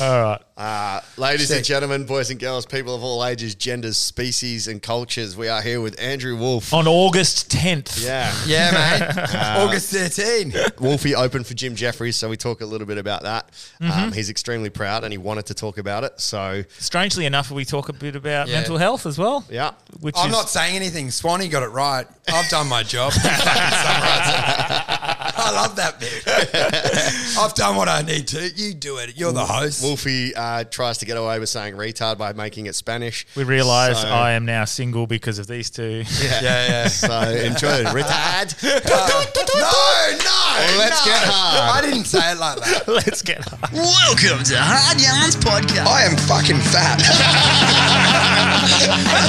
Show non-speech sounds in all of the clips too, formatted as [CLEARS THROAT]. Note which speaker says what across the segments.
Speaker 1: All right.
Speaker 2: Uh, ladies and
Speaker 3: Sick.
Speaker 2: gentlemen, boys and girls, people of all ages, genders, species, and cultures, we are here with Andrew Wolf.
Speaker 1: On August 10th.
Speaker 2: Yeah.
Speaker 3: Yeah, [LAUGHS] mate. August 13.
Speaker 2: Wolfie opened for Jim Jeffries, so we talk a little bit about that. Um, he's extremely proud and he wanted to talk about it. So,
Speaker 1: Strangely enough, we talk a bit about
Speaker 3: Yeah.
Speaker 1: mental health as well.
Speaker 2: yeah.
Speaker 1: Which
Speaker 3: I'm
Speaker 1: is,
Speaker 3: not saying anything. Swanee got it right. I've done my [LAUGHS] job. He fucking summarised it. I love that [LAUGHS] bit. I've done what I need to. You do it. You're the host.
Speaker 2: Wolfie uh, tries to get away with saying retard by making it Spanish.
Speaker 1: We realise
Speaker 2: So-
Speaker 1: I am now single because of these two. [LAUGHS]
Speaker 3: yeah, yeah.
Speaker 2: So enjoy it. Retard.
Speaker 3: [LAUGHS] no, no.
Speaker 2: Let's
Speaker 3: no.
Speaker 2: get hard.
Speaker 3: I didn't say it like that.
Speaker 1: Let's get hard.
Speaker 4: Welcome to Hard Yarns Podcast.
Speaker 3: I am fucking [LAUGHS] fat.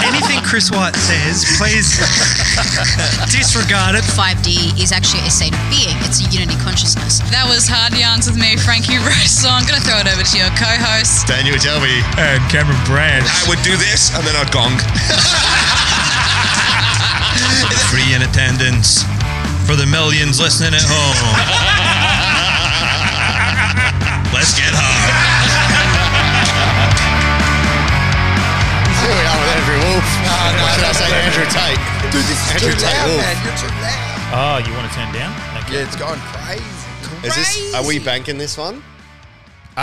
Speaker 4: Anything Chris White says,
Speaker 3: [LAUGHS]
Speaker 4: please disregard it.
Speaker 5: 5D is actually a state of being. It's a unity consciousness. That was Hard Yarns with me, Frankie Rose. So I'm going to throw it over to your co-host.
Speaker 2: Daniel Jelby.
Speaker 1: And Uh, Cameron Brand.
Speaker 6: would do this and then I'd gong.
Speaker 4: Free in attendance for the millions listening at home. Let's get hard.
Speaker 2: Here we are with Andrew Wolf.
Speaker 3: no,
Speaker 2: Why did I
Speaker 3: no,
Speaker 2: say
Speaker 3: no.
Speaker 2: Andrew Tate?
Speaker 3: Dude, this is
Speaker 2: Andrew
Speaker 3: too
Speaker 2: Tate
Speaker 3: loud,
Speaker 2: Wolf.
Speaker 3: man. You're too loud.
Speaker 1: Oh, you want to turn down? Thank
Speaker 3: Yeah, it's going crazy.
Speaker 2: Is this? Are we banking this one?
Speaker 1: you.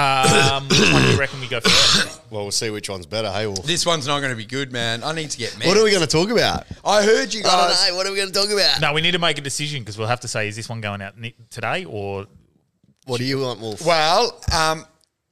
Speaker 3: [COUGHS]
Speaker 1: Um, which one do you reckon we go first?
Speaker 2: Well, we'll see which one's better. Hey, Wolf.
Speaker 3: This one's not going to be good, man. I need to get Oh, meds.
Speaker 2: What are we going to talk about?
Speaker 3: I heard you guys.
Speaker 2: What are we going to talk about?
Speaker 1: No, we need to make a decision because we'll have to say, is this one going out ni- today or
Speaker 2: What do you want, Wolf?
Speaker 3: Well, um,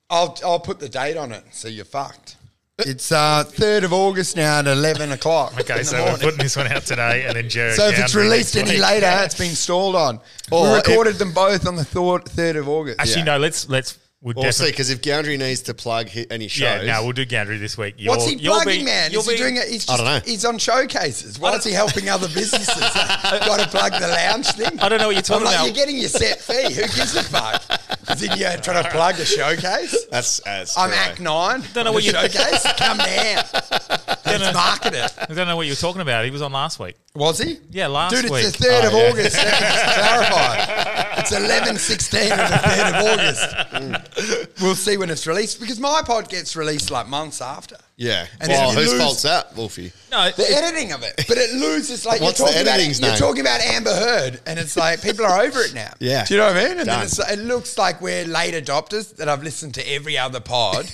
Speaker 3: I'll I'll put the date on it, so you're fucked. It's uh, third of August now at eleven o'clock. in
Speaker 1: Okay,
Speaker 3: the
Speaker 1: so
Speaker 3: morning.
Speaker 1: we're putting this one out today, and then Jared.
Speaker 3: So if
Speaker 1: down
Speaker 3: it's released
Speaker 1: next
Speaker 3: any
Speaker 1: week.
Speaker 3: later, it's been stalled on. we
Speaker 2: Or if-
Speaker 3: recorded them both on the third of August.
Speaker 1: actually
Speaker 3: Yeah.
Speaker 1: no, let's let's we'll
Speaker 2: Well, we'll see,
Speaker 1: definitely.
Speaker 2: because if Gowdry needs to plug hi- any
Speaker 1: Yeah,
Speaker 2: shows,
Speaker 1: no, we'll do Gandry this week. You'll-
Speaker 3: What's he
Speaker 1: you'll
Speaker 3: plugging,
Speaker 1: be-
Speaker 3: man?
Speaker 1: you'll
Speaker 3: Is he
Speaker 1: be-
Speaker 3: doing it?
Speaker 2: I
Speaker 3: He's just,
Speaker 2: don't know.
Speaker 3: He's on showcases. Why
Speaker 1: I
Speaker 3: is he helping other businesses?
Speaker 1: [LAUGHS]
Speaker 3: Got to plug the lounge thing.
Speaker 1: I don't know what you're talking
Speaker 3: I'm like,
Speaker 1: about.
Speaker 3: You're getting your set fee. Who gives a fuck? Is he uh, trying to plug a showcase?
Speaker 2: that's, that's
Speaker 3: I'm
Speaker 2: true.
Speaker 3: Act Nine.
Speaker 1: Don't know what
Speaker 3: The
Speaker 1: you-
Speaker 3: showcase. Come down.
Speaker 1: know.
Speaker 3: Let's market it.
Speaker 1: [LAUGHS] I don't know what you're talking about. He was on last week.
Speaker 3: Was he?
Speaker 1: Yeah, last
Speaker 3: Dude,
Speaker 1: week.
Speaker 3: it's the third
Speaker 1: Oh,
Speaker 3: of
Speaker 1: yeah.
Speaker 3: August. Let's clarify. It's eleven sixteen on the third of August.
Speaker 2: Mm.
Speaker 3: We'll see when it's released because my pod gets released like months after.
Speaker 2: Yeah.
Speaker 3: And
Speaker 2: well,
Speaker 3: if you
Speaker 2: whose
Speaker 3: lose-
Speaker 2: fault's that, Wolfie?
Speaker 1: [LAUGHS] No,
Speaker 3: The [LAUGHS] editing of it, but it loses. Like
Speaker 2: What's the
Speaker 3: you're talking about,
Speaker 2: editing's
Speaker 3: you're
Speaker 2: name?
Speaker 3: talking about Amber Heard, and it's like people are over it now.
Speaker 2: [LAUGHS] Yeah.
Speaker 3: do you know what I mean? And
Speaker 2: Done.
Speaker 3: then it's, it looks like we're late adopters that I've listened to every other
Speaker 2: [LAUGHS]
Speaker 3: pod,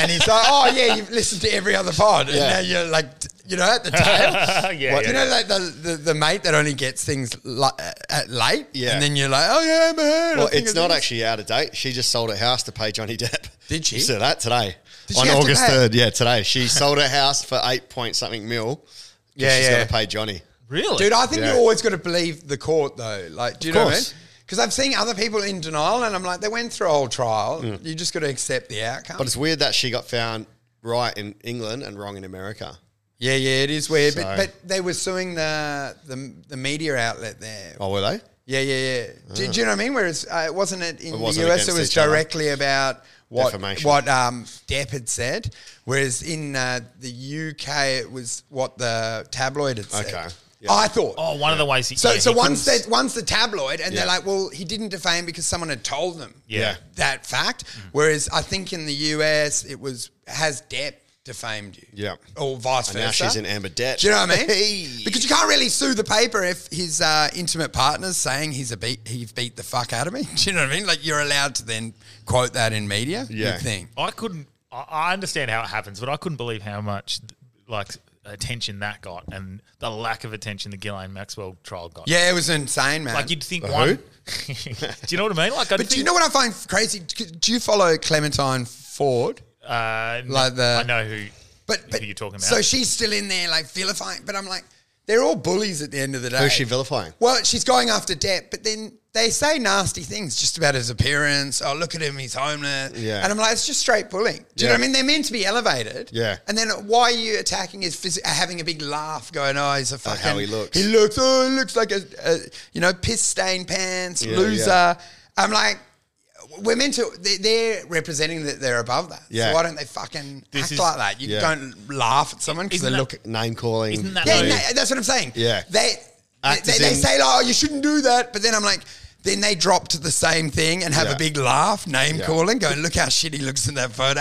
Speaker 3: and he's like, "Oh yeah, you've listened to every other pod," and
Speaker 2: Yeah.
Speaker 3: now you're like, t- you know, at the tail.
Speaker 1: yeah,
Speaker 2: What-
Speaker 1: yeah.
Speaker 3: You know, like the, the, the mate that only gets things li- at late,
Speaker 2: Yeah.
Speaker 3: and then you're like, oh yeah, man.
Speaker 2: Well, it's not actually out of date. She just sold her house to pay Johnny Depp.
Speaker 3: Did she?
Speaker 2: So that today.
Speaker 3: Did she
Speaker 2: on
Speaker 3: have to
Speaker 2: August
Speaker 3: pay?
Speaker 2: 3rd. Yeah, today. She sold her house for eight point something mil. 'cause
Speaker 3: Yeah,
Speaker 2: she's
Speaker 3: yeah.
Speaker 2: got to pay Johnny.
Speaker 1: really,
Speaker 3: dude. I think
Speaker 2: Yeah.
Speaker 3: you always got to believe the court, though. Like, do you
Speaker 2: Of
Speaker 3: know what I mean?
Speaker 2: course.
Speaker 3: Because I've seen other people in denial, and I'm like, they went through a whole trial. You just got to accept the outcome.
Speaker 2: Mm. But it's weird that she got found right in England and wrong in America.
Speaker 3: yeah, yeah, it is weird.
Speaker 2: So-
Speaker 3: But, but they were suing the, the the media outlet there.
Speaker 2: Oh, were they?
Speaker 3: Yeah, yeah, yeah. Do, do you know what I mean? Whereas uh, it wasn't it in
Speaker 2: wasn't
Speaker 3: the US, it
Speaker 2: against
Speaker 3: was
Speaker 2: each other.
Speaker 3: directly about what
Speaker 2: Defamation.
Speaker 3: what um, Depp had said. Whereas in uh, the UK, it was what the tabloid had said.
Speaker 2: Okay.
Speaker 3: I thought.
Speaker 1: Oh, one of the ways he.
Speaker 3: So,
Speaker 1: yeah,
Speaker 3: so
Speaker 1: he
Speaker 3: once
Speaker 1: couldn't-
Speaker 3: they, once the tabloid, and
Speaker 2: Yeah.
Speaker 3: they're like, well, he didn't defame because someone had told them
Speaker 1: Yeah.
Speaker 3: that fact.
Speaker 2: Mm.
Speaker 3: Whereas I think in the US, it was has Depp defamed you,
Speaker 2: Yeah.
Speaker 3: or vice
Speaker 2: And
Speaker 3: versa.
Speaker 2: now she's in amber debt.
Speaker 3: Do you know what I mean?
Speaker 2: Hey.
Speaker 3: Because you can't really sue the paper if his uh, intimate partner's saying he's a beat, he beat the fuck out of me. [LAUGHS] Do you know what I mean? Like you're allowed to then quote that in media.
Speaker 2: Yeah.
Speaker 3: you'd think.
Speaker 1: I couldn't. I, I understand how it happens, but I couldn't believe how much like attention that got, and the lack of attention the Ghislaine Maxwell trial got.
Speaker 3: Yeah, it was insane, man.
Speaker 1: like you'd think
Speaker 2: The
Speaker 1: one. [LAUGHS] do
Speaker 2: who?
Speaker 1: you know what I mean? Like, I
Speaker 3: but do you know what I find crazy? Do you follow Clementine Ford?
Speaker 1: Uh, no,
Speaker 3: Like the-
Speaker 1: I know who.
Speaker 3: But, but
Speaker 1: who you're talking about?
Speaker 3: So she's still in there, like vilifying. But I'm like, they're all bullies at the end of the day.
Speaker 2: Who's she vilifying?
Speaker 3: Well, she's going after Depp, but then they say nasty things just about his appearance. Oh, look at him, he's homeless.
Speaker 2: Yeah.
Speaker 3: And I'm like, it's just straight bullying. Do
Speaker 2: Yeah.
Speaker 3: you know what I mean? They're meant to be elevated.
Speaker 2: Yeah.
Speaker 3: And then why are you attacking his phys- uh, having a big laugh, going, oh, he's a fucking.
Speaker 2: how he looks.
Speaker 3: He looks, oh, he looks like a, a you know, piss stained pants,
Speaker 2: Yeah,
Speaker 3: loser.
Speaker 2: yeah.
Speaker 3: I'm like, we're meant to, they- they're representing that they're above that.
Speaker 2: Yeah.
Speaker 3: So why don't they fucking
Speaker 1: This
Speaker 3: act
Speaker 1: is-
Speaker 3: like that? You
Speaker 2: Yeah.
Speaker 3: don't laugh at someone because they
Speaker 1: Isn't that-
Speaker 3: look
Speaker 2: Name calling.
Speaker 1: Isn't that
Speaker 3: yeah,
Speaker 1: Yeah.
Speaker 3: no, that's what I'm saying.
Speaker 2: Yeah.
Speaker 3: They,
Speaker 2: Act
Speaker 3: they,
Speaker 2: as
Speaker 3: they
Speaker 2: in-
Speaker 3: say, like, oh, you shouldn't do that. But then I'm like, Then they drop to the same thing and have
Speaker 2: Yeah.
Speaker 3: a big laugh, name
Speaker 2: Yeah.
Speaker 3: calling, going, look how shit he looks in that photo.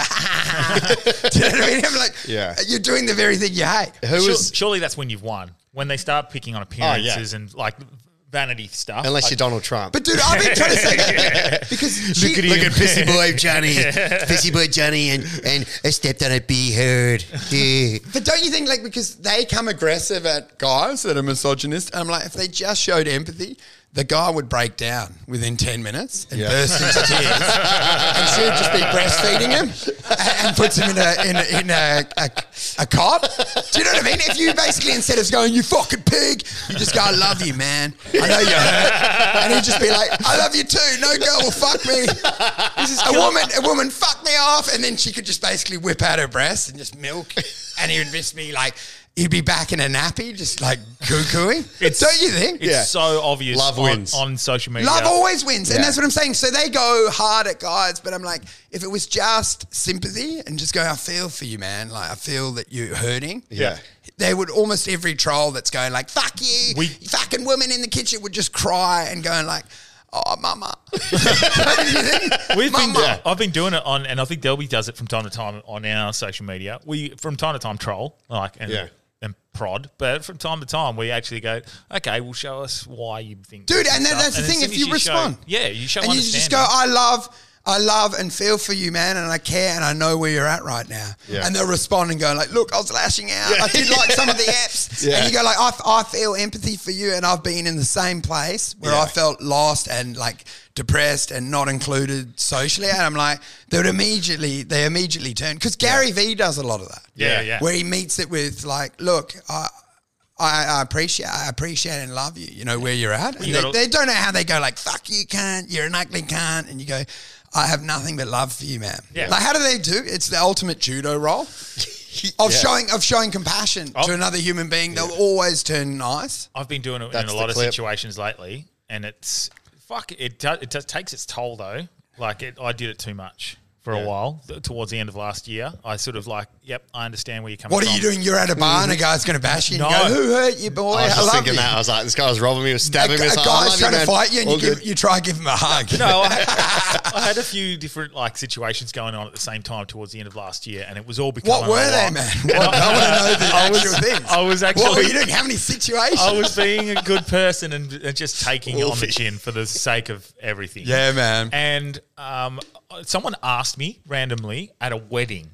Speaker 3: [LAUGHS] Do you know what I mean? I'm like,
Speaker 2: Yeah.
Speaker 3: you're doing the very thing you hate.
Speaker 2: Who
Speaker 1: Sure-
Speaker 2: was
Speaker 1: surely that's when you've won. When they start picking on
Speaker 3: Oh,
Speaker 1: appearances and like vanity stuff.
Speaker 2: unless
Speaker 1: Like,
Speaker 2: you're Donald Trump?
Speaker 3: But dude, I've been trying to say [LAUGHS] that because she-
Speaker 2: Look at pissy boy
Speaker 3: [LAUGHS]
Speaker 7: Johnny, Fizzy Boy Johnny, and and I stepped on a bee herd. Yeah.
Speaker 3: But don't you think, like, because they come aggressive at guys that are misogynist, and I'm like, if they just showed empathy, the guy would break down within 10 minutes and
Speaker 2: Yeah.
Speaker 3: burst into tears. and she would just be breastfeeding him and, and puts him in, a, in, a, in a, a, a cot. Do you know what I mean? If you basically, instead of going, you fucking pig, you just go, I love you, man. I know you're hurt. And he'd just be like, I love you too. No girl will fuck me. A woman, a woman fucked me off, and then she could just basically whip out her breasts and just milk, and he would miss me like he'd be back in a nappy, just like cuckooing.
Speaker 1: It's-
Speaker 3: Don't you think?
Speaker 1: it's so obvious.
Speaker 2: Love
Speaker 1: on,
Speaker 2: wins.
Speaker 1: on social media.
Speaker 3: Love always wins, and
Speaker 2: Yeah.
Speaker 3: that's what I'm saying. So they go hard at guys, but I'm like, if it was just sympathy and just go, I feel for you, man. Like I feel that you're hurting.
Speaker 2: Yeah.
Speaker 3: They would almost every troll that's going like "fuck you,"
Speaker 1: We-
Speaker 3: fucking woman in the kitchen would just cry and going like, "Oh,
Speaker 2: [LAUGHS]
Speaker 3: mama." [LAUGHS] Don't you think?
Speaker 1: We've been,
Speaker 3: Mama.
Speaker 1: I've been doing it on, and I think Delby does it from time to time on our social media. We from time to time troll like and,
Speaker 2: Yeah.
Speaker 1: and prod, but from time to time we actually go, okay, well, show us why you think,
Speaker 3: Dude,
Speaker 1: this
Speaker 3: and that-
Speaker 1: stuff."
Speaker 3: that's the
Speaker 1: And as
Speaker 3: thing,
Speaker 1: soon
Speaker 3: if
Speaker 1: as
Speaker 3: you
Speaker 1: show-
Speaker 3: respond.
Speaker 1: yeah, you show
Speaker 3: and you just go, I love, I love and feel for you, man, and I care, and I know where you're at right now.
Speaker 2: Yeah.
Speaker 3: And they'll respond and go like, look, I was lashing out. I did like some
Speaker 2: [LAUGHS]
Speaker 3: of the apps.
Speaker 2: Yeah.
Speaker 3: And you go like, I, f- I feel empathy for you, and I've been in the same place where I felt lost and like depressed and not included socially. And I'm like, they would immediately, they immediately turn because Gary Vee does a lot of that.
Speaker 1: Yeah, yeah.
Speaker 3: Where he meets it with like, look, I. I, I appreciate, I appreciate and love you. You know where you're at. And
Speaker 1: you
Speaker 3: they,
Speaker 1: gotta-
Speaker 3: they don't know how they go like, "Fuck you, can't. You're an ugly cunt," and you go, "I have nothing but love for you, man."
Speaker 1: Yeah.
Speaker 3: Like, how do they do? It's the ultimate judo role of showing of showing compassion to another human being. They'll always turn nice.
Speaker 1: I've been doing it
Speaker 2: That's
Speaker 1: in a
Speaker 2: the
Speaker 1: lot of
Speaker 2: clip.
Speaker 1: situations lately, and it's fuck. It do, it does, takes its toll though. Like it, I did it too much for a while. Th- Towards the end of last year, I sort of like, yep, I understand where you're coming.
Speaker 3: What
Speaker 1: from.
Speaker 3: are you doing? You're at a bar and a guy's going to bash you. And
Speaker 1: Oh. No.
Speaker 3: you go, "Who hurt you, boy?
Speaker 2: I
Speaker 3: I,
Speaker 2: was just
Speaker 3: love
Speaker 2: thinking
Speaker 3: you."
Speaker 2: that. I was like, this guy's robbing me, he was stabbing
Speaker 3: A,
Speaker 2: me.
Speaker 3: a
Speaker 2: It's like, I
Speaker 3: guy's
Speaker 2: love
Speaker 3: trying to
Speaker 2: man.
Speaker 3: fight you, and
Speaker 2: All
Speaker 3: you, give,
Speaker 2: good.
Speaker 3: you try and give him a hug.
Speaker 1: No, I had, I had a few different like situations going on at the same time towards the end of last year, and it was all becoming.
Speaker 3: What were
Speaker 1: a
Speaker 3: they,
Speaker 1: lot.
Speaker 3: man? What, I want to know the
Speaker 1: I was-
Speaker 3: actual things.
Speaker 1: I was
Speaker 3: What were
Speaker 1: actually-
Speaker 3: you doing? How many situations?
Speaker 1: I was being a good person and, and just taking it on the chin for the sake of everything.
Speaker 3: Yeah, man.
Speaker 1: And um, someone asked me randomly at a wedding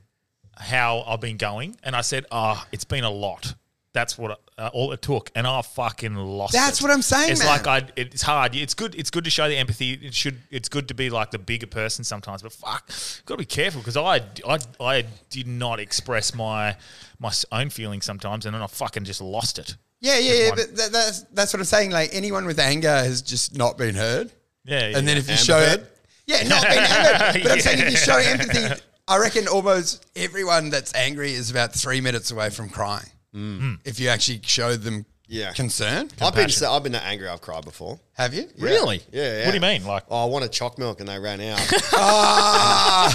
Speaker 1: how I've been going, and I said, "Ah, it's been a lot." That's what uh, all it took, and I fucking lost.
Speaker 3: That's
Speaker 1: it.
Speaker 3: what I'm saying,
Speaker 1: It's
Speaker 3: man.
Speaker 1: like I, it's hard. It's good. It's good to show the empathy. It should. It's good to be like the bigger person sometimes, but fuck, got to be careful because I, I, I did not express my my own feelings sometimes, and then I fucking just lost it.
Speaker 3: Yeah, yeah,
Speaker 1: With
Speaker 3: yeah.
Speaker 1: one-
Speaker 3: But that, that's that's what I'm saying. Like anyone with anger has just not been heard.
Speaker 1: Yeah,
Speaker 3: And then if you
Speaker 2: Amber
Speaker 3: show
Speaker 2: Heard?
Speaker 3: it, yeah, not
Speaker 1: [LAUGHS]
Speaker 3: been heard. But I'm saying if you show
Speaker 1: Yeah.
Speaker 3: empathy, I reckon almost everyone that's angry is about three minutes away from crying.
Speaker 1: Mm.
Speaker 3: If you actually show them
Speaker 2: Yeah.
Speaker 3: concern,
Speaker 2: I've been, so, I've been that angry. I've cried before.
Speaker 3: have you?
Speaker 2: Yeah.
Speaker 1: Oh. Really?
Speaker 2: Yeah, yeah.
Speaker 1: What do you mean?
Speaker 2: [LAUGHS]
Speaker 1: Like,
Speaker 2: Oh, I wanted choc milk and they ran
Speaker 3: [LAUGHS]
Speaker 2: out.
Speaker 3: Ah,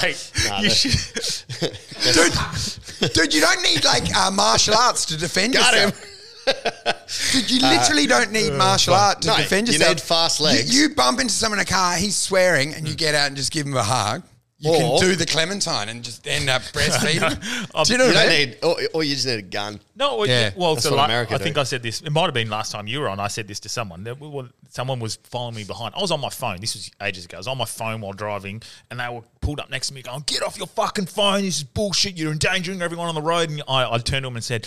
Speaker 1: mate, [LAUGHS] you should.
Speaker 3: dude, dude, you don't need like uh, martial arts to defend
Speaker 2: Got him.
Speaker 3: yourself. Dude,
Speaker 1: [LAUGHS] Uh,
Speaker 3: you literally don't need martial art to
Speaker 2: No,
Speaker 3: defend
Speaker 2: you
Speaker 3: yourself.
Speaker 2: need fast legs.
Speaker 3: You, you bump into someone in a car, he's swearing,
Speaker 1: Mm.
Speaker 3: and you get out and just give him a hug. You
Speaker 2: Or-
Speaker 3: can do the Clementine and just end
Speaker 1: [LAUGHS]
Speaker 3: up breastfeeding.
Speaker 1: Um,
Speaker 3: do you know
Speaker 2: you
Speaker 3: what I
Speaker 2: don't
Speaker 3: mean?
Speaker 2: need, or, or you just need a gun.
Speaker 1: No, well,
Speaker 3: Yeah,
Speaker 1: yeah, well,
Speaker 2: that's
Speaker 1: so
Speaker 2: what
Speaker 1: like,
Speaker 2: America
Speaker 1: I think
Speaker 2: do.
Speaker 1: I said this. It might have been last time you were on. I said this to someone. That we were- someone was following me behind. I was on my phone. This was ages ago. I was on my phone while driving, and they were pulled up next to me, going, "Get off your fucking phone! This is bullshit. You're endangering everyone on the road." And I, I turned to him and said,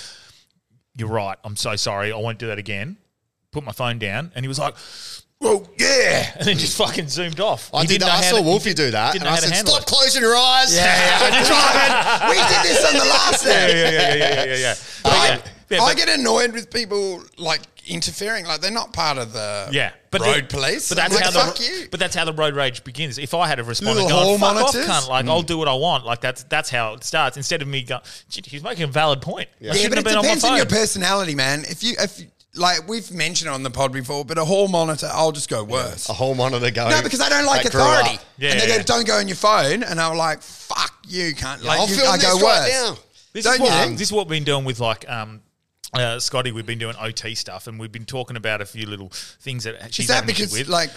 Speaker 1: "You're right. I'm so sorry. I won't do that again." Put my phone down, and he was like,
Speaker 3: Well, yeah.
Speaker 1: [LAUGHS] and then just fucking zoomed off.
Speaker 2: I
Speaker 1: He
Speaker 2: did
Speaker 1: didn't
Speaker 2: that.
Speaker 1: know
Speaker 2: I
Speaker 1: how
Speaker 2: saw
Speaker 1: to- he
Speaker 2: Wolfie
Speaker 1: didn't-
Speaker 2: do that.
Speaker 1: didn't
Speaker 2: And
Speaker 1: know
Speaker 2: I
Speaker 1: how to
Speaker 2: said,
Speaker 1: handle
Speaker 2: stop
Speaker 1: it."
Speaker 2: closing your eyes.
Speaker 1: [LAUGHS]
Speaker 3: we did this on the last
Speaker 1: Yeah,
Speaker 3: day.
Speaker 1: yeah, yeah, yeah, yeah, yeah,
Speaker 2: [LAUGHS]
Speaker 1: yeah. But
Speaker 3: I,
Speaker 1: yeah,
Speaker 3: I
Speaker 1: but-
Speaker 3: get annoyed with people like interfering, like they're not part of the
Speaker 1: Yeah,
Speaker 3: road
Speaker 1: the-
Speaker 3: police.
Speaker 1: But
Speaker 3: I'm
Speaker 1: that's
Speaker 3: like,
Speaker 1: how the
Speaker 3: fuck you.
Speaker 1: but that's how the road rage begins. If I had have responded,
Speaker 3: Little Hmm.
Speaker 1: going,
Speaker 3: hall
Speaker 1: "Oh, "Fuck off,
Speaker 3: monitors?
Speaker 1: cunt!" Like I'll do what I want. Like that's that's how it starts. Instead of me going, "Gee, "He's making a valid point." I
Speaker 3: Yeah,
Speaker 1: shouldn't
Speaker 3: but
Speaker 1: have
Speaker 3: it
Speaker 1: been on my
Speaker 3: depends on, your
Speaker 1: phone.
Speaker 3: personality, man. If you if like we've mentioned it on the pod before, but a hall monitor, I'll just go worse.
Speaker 2: A whole monitor going.
Speaker 3: No, because I don't like
Speaker 2: Oh, grew up.
Speaker 3: authority.
Speaker 1: Yeah,
Speaker 3: and they
Speaker 1: yeah.
Speaker 3: go, don't go on your phone. And I'm like, fuck you, can't. Like,
Speaker 2: I'll
Speaker 3: you,
Speaker 2: film
Speaker 3: I
Speaker 2: this
Speaker 3: go
Speaker 2: right
Speaker 3: worse.
Speaker 2: now.
Speaker 1: This
Speaker 3: Don't
Speaker 1: is what
Speaker 3: you
Speaker 1: um,
Speaker 3: think?
Speaker 1: this is what we've been doing with like um, uh, Scotty, we've been doing OT stuff, and we've been talking about a few little things that she's
Speaker 3: Is that
Speaker 1: having issue
Speaker 3: because
Speaker 1: with.
Speaker 3: like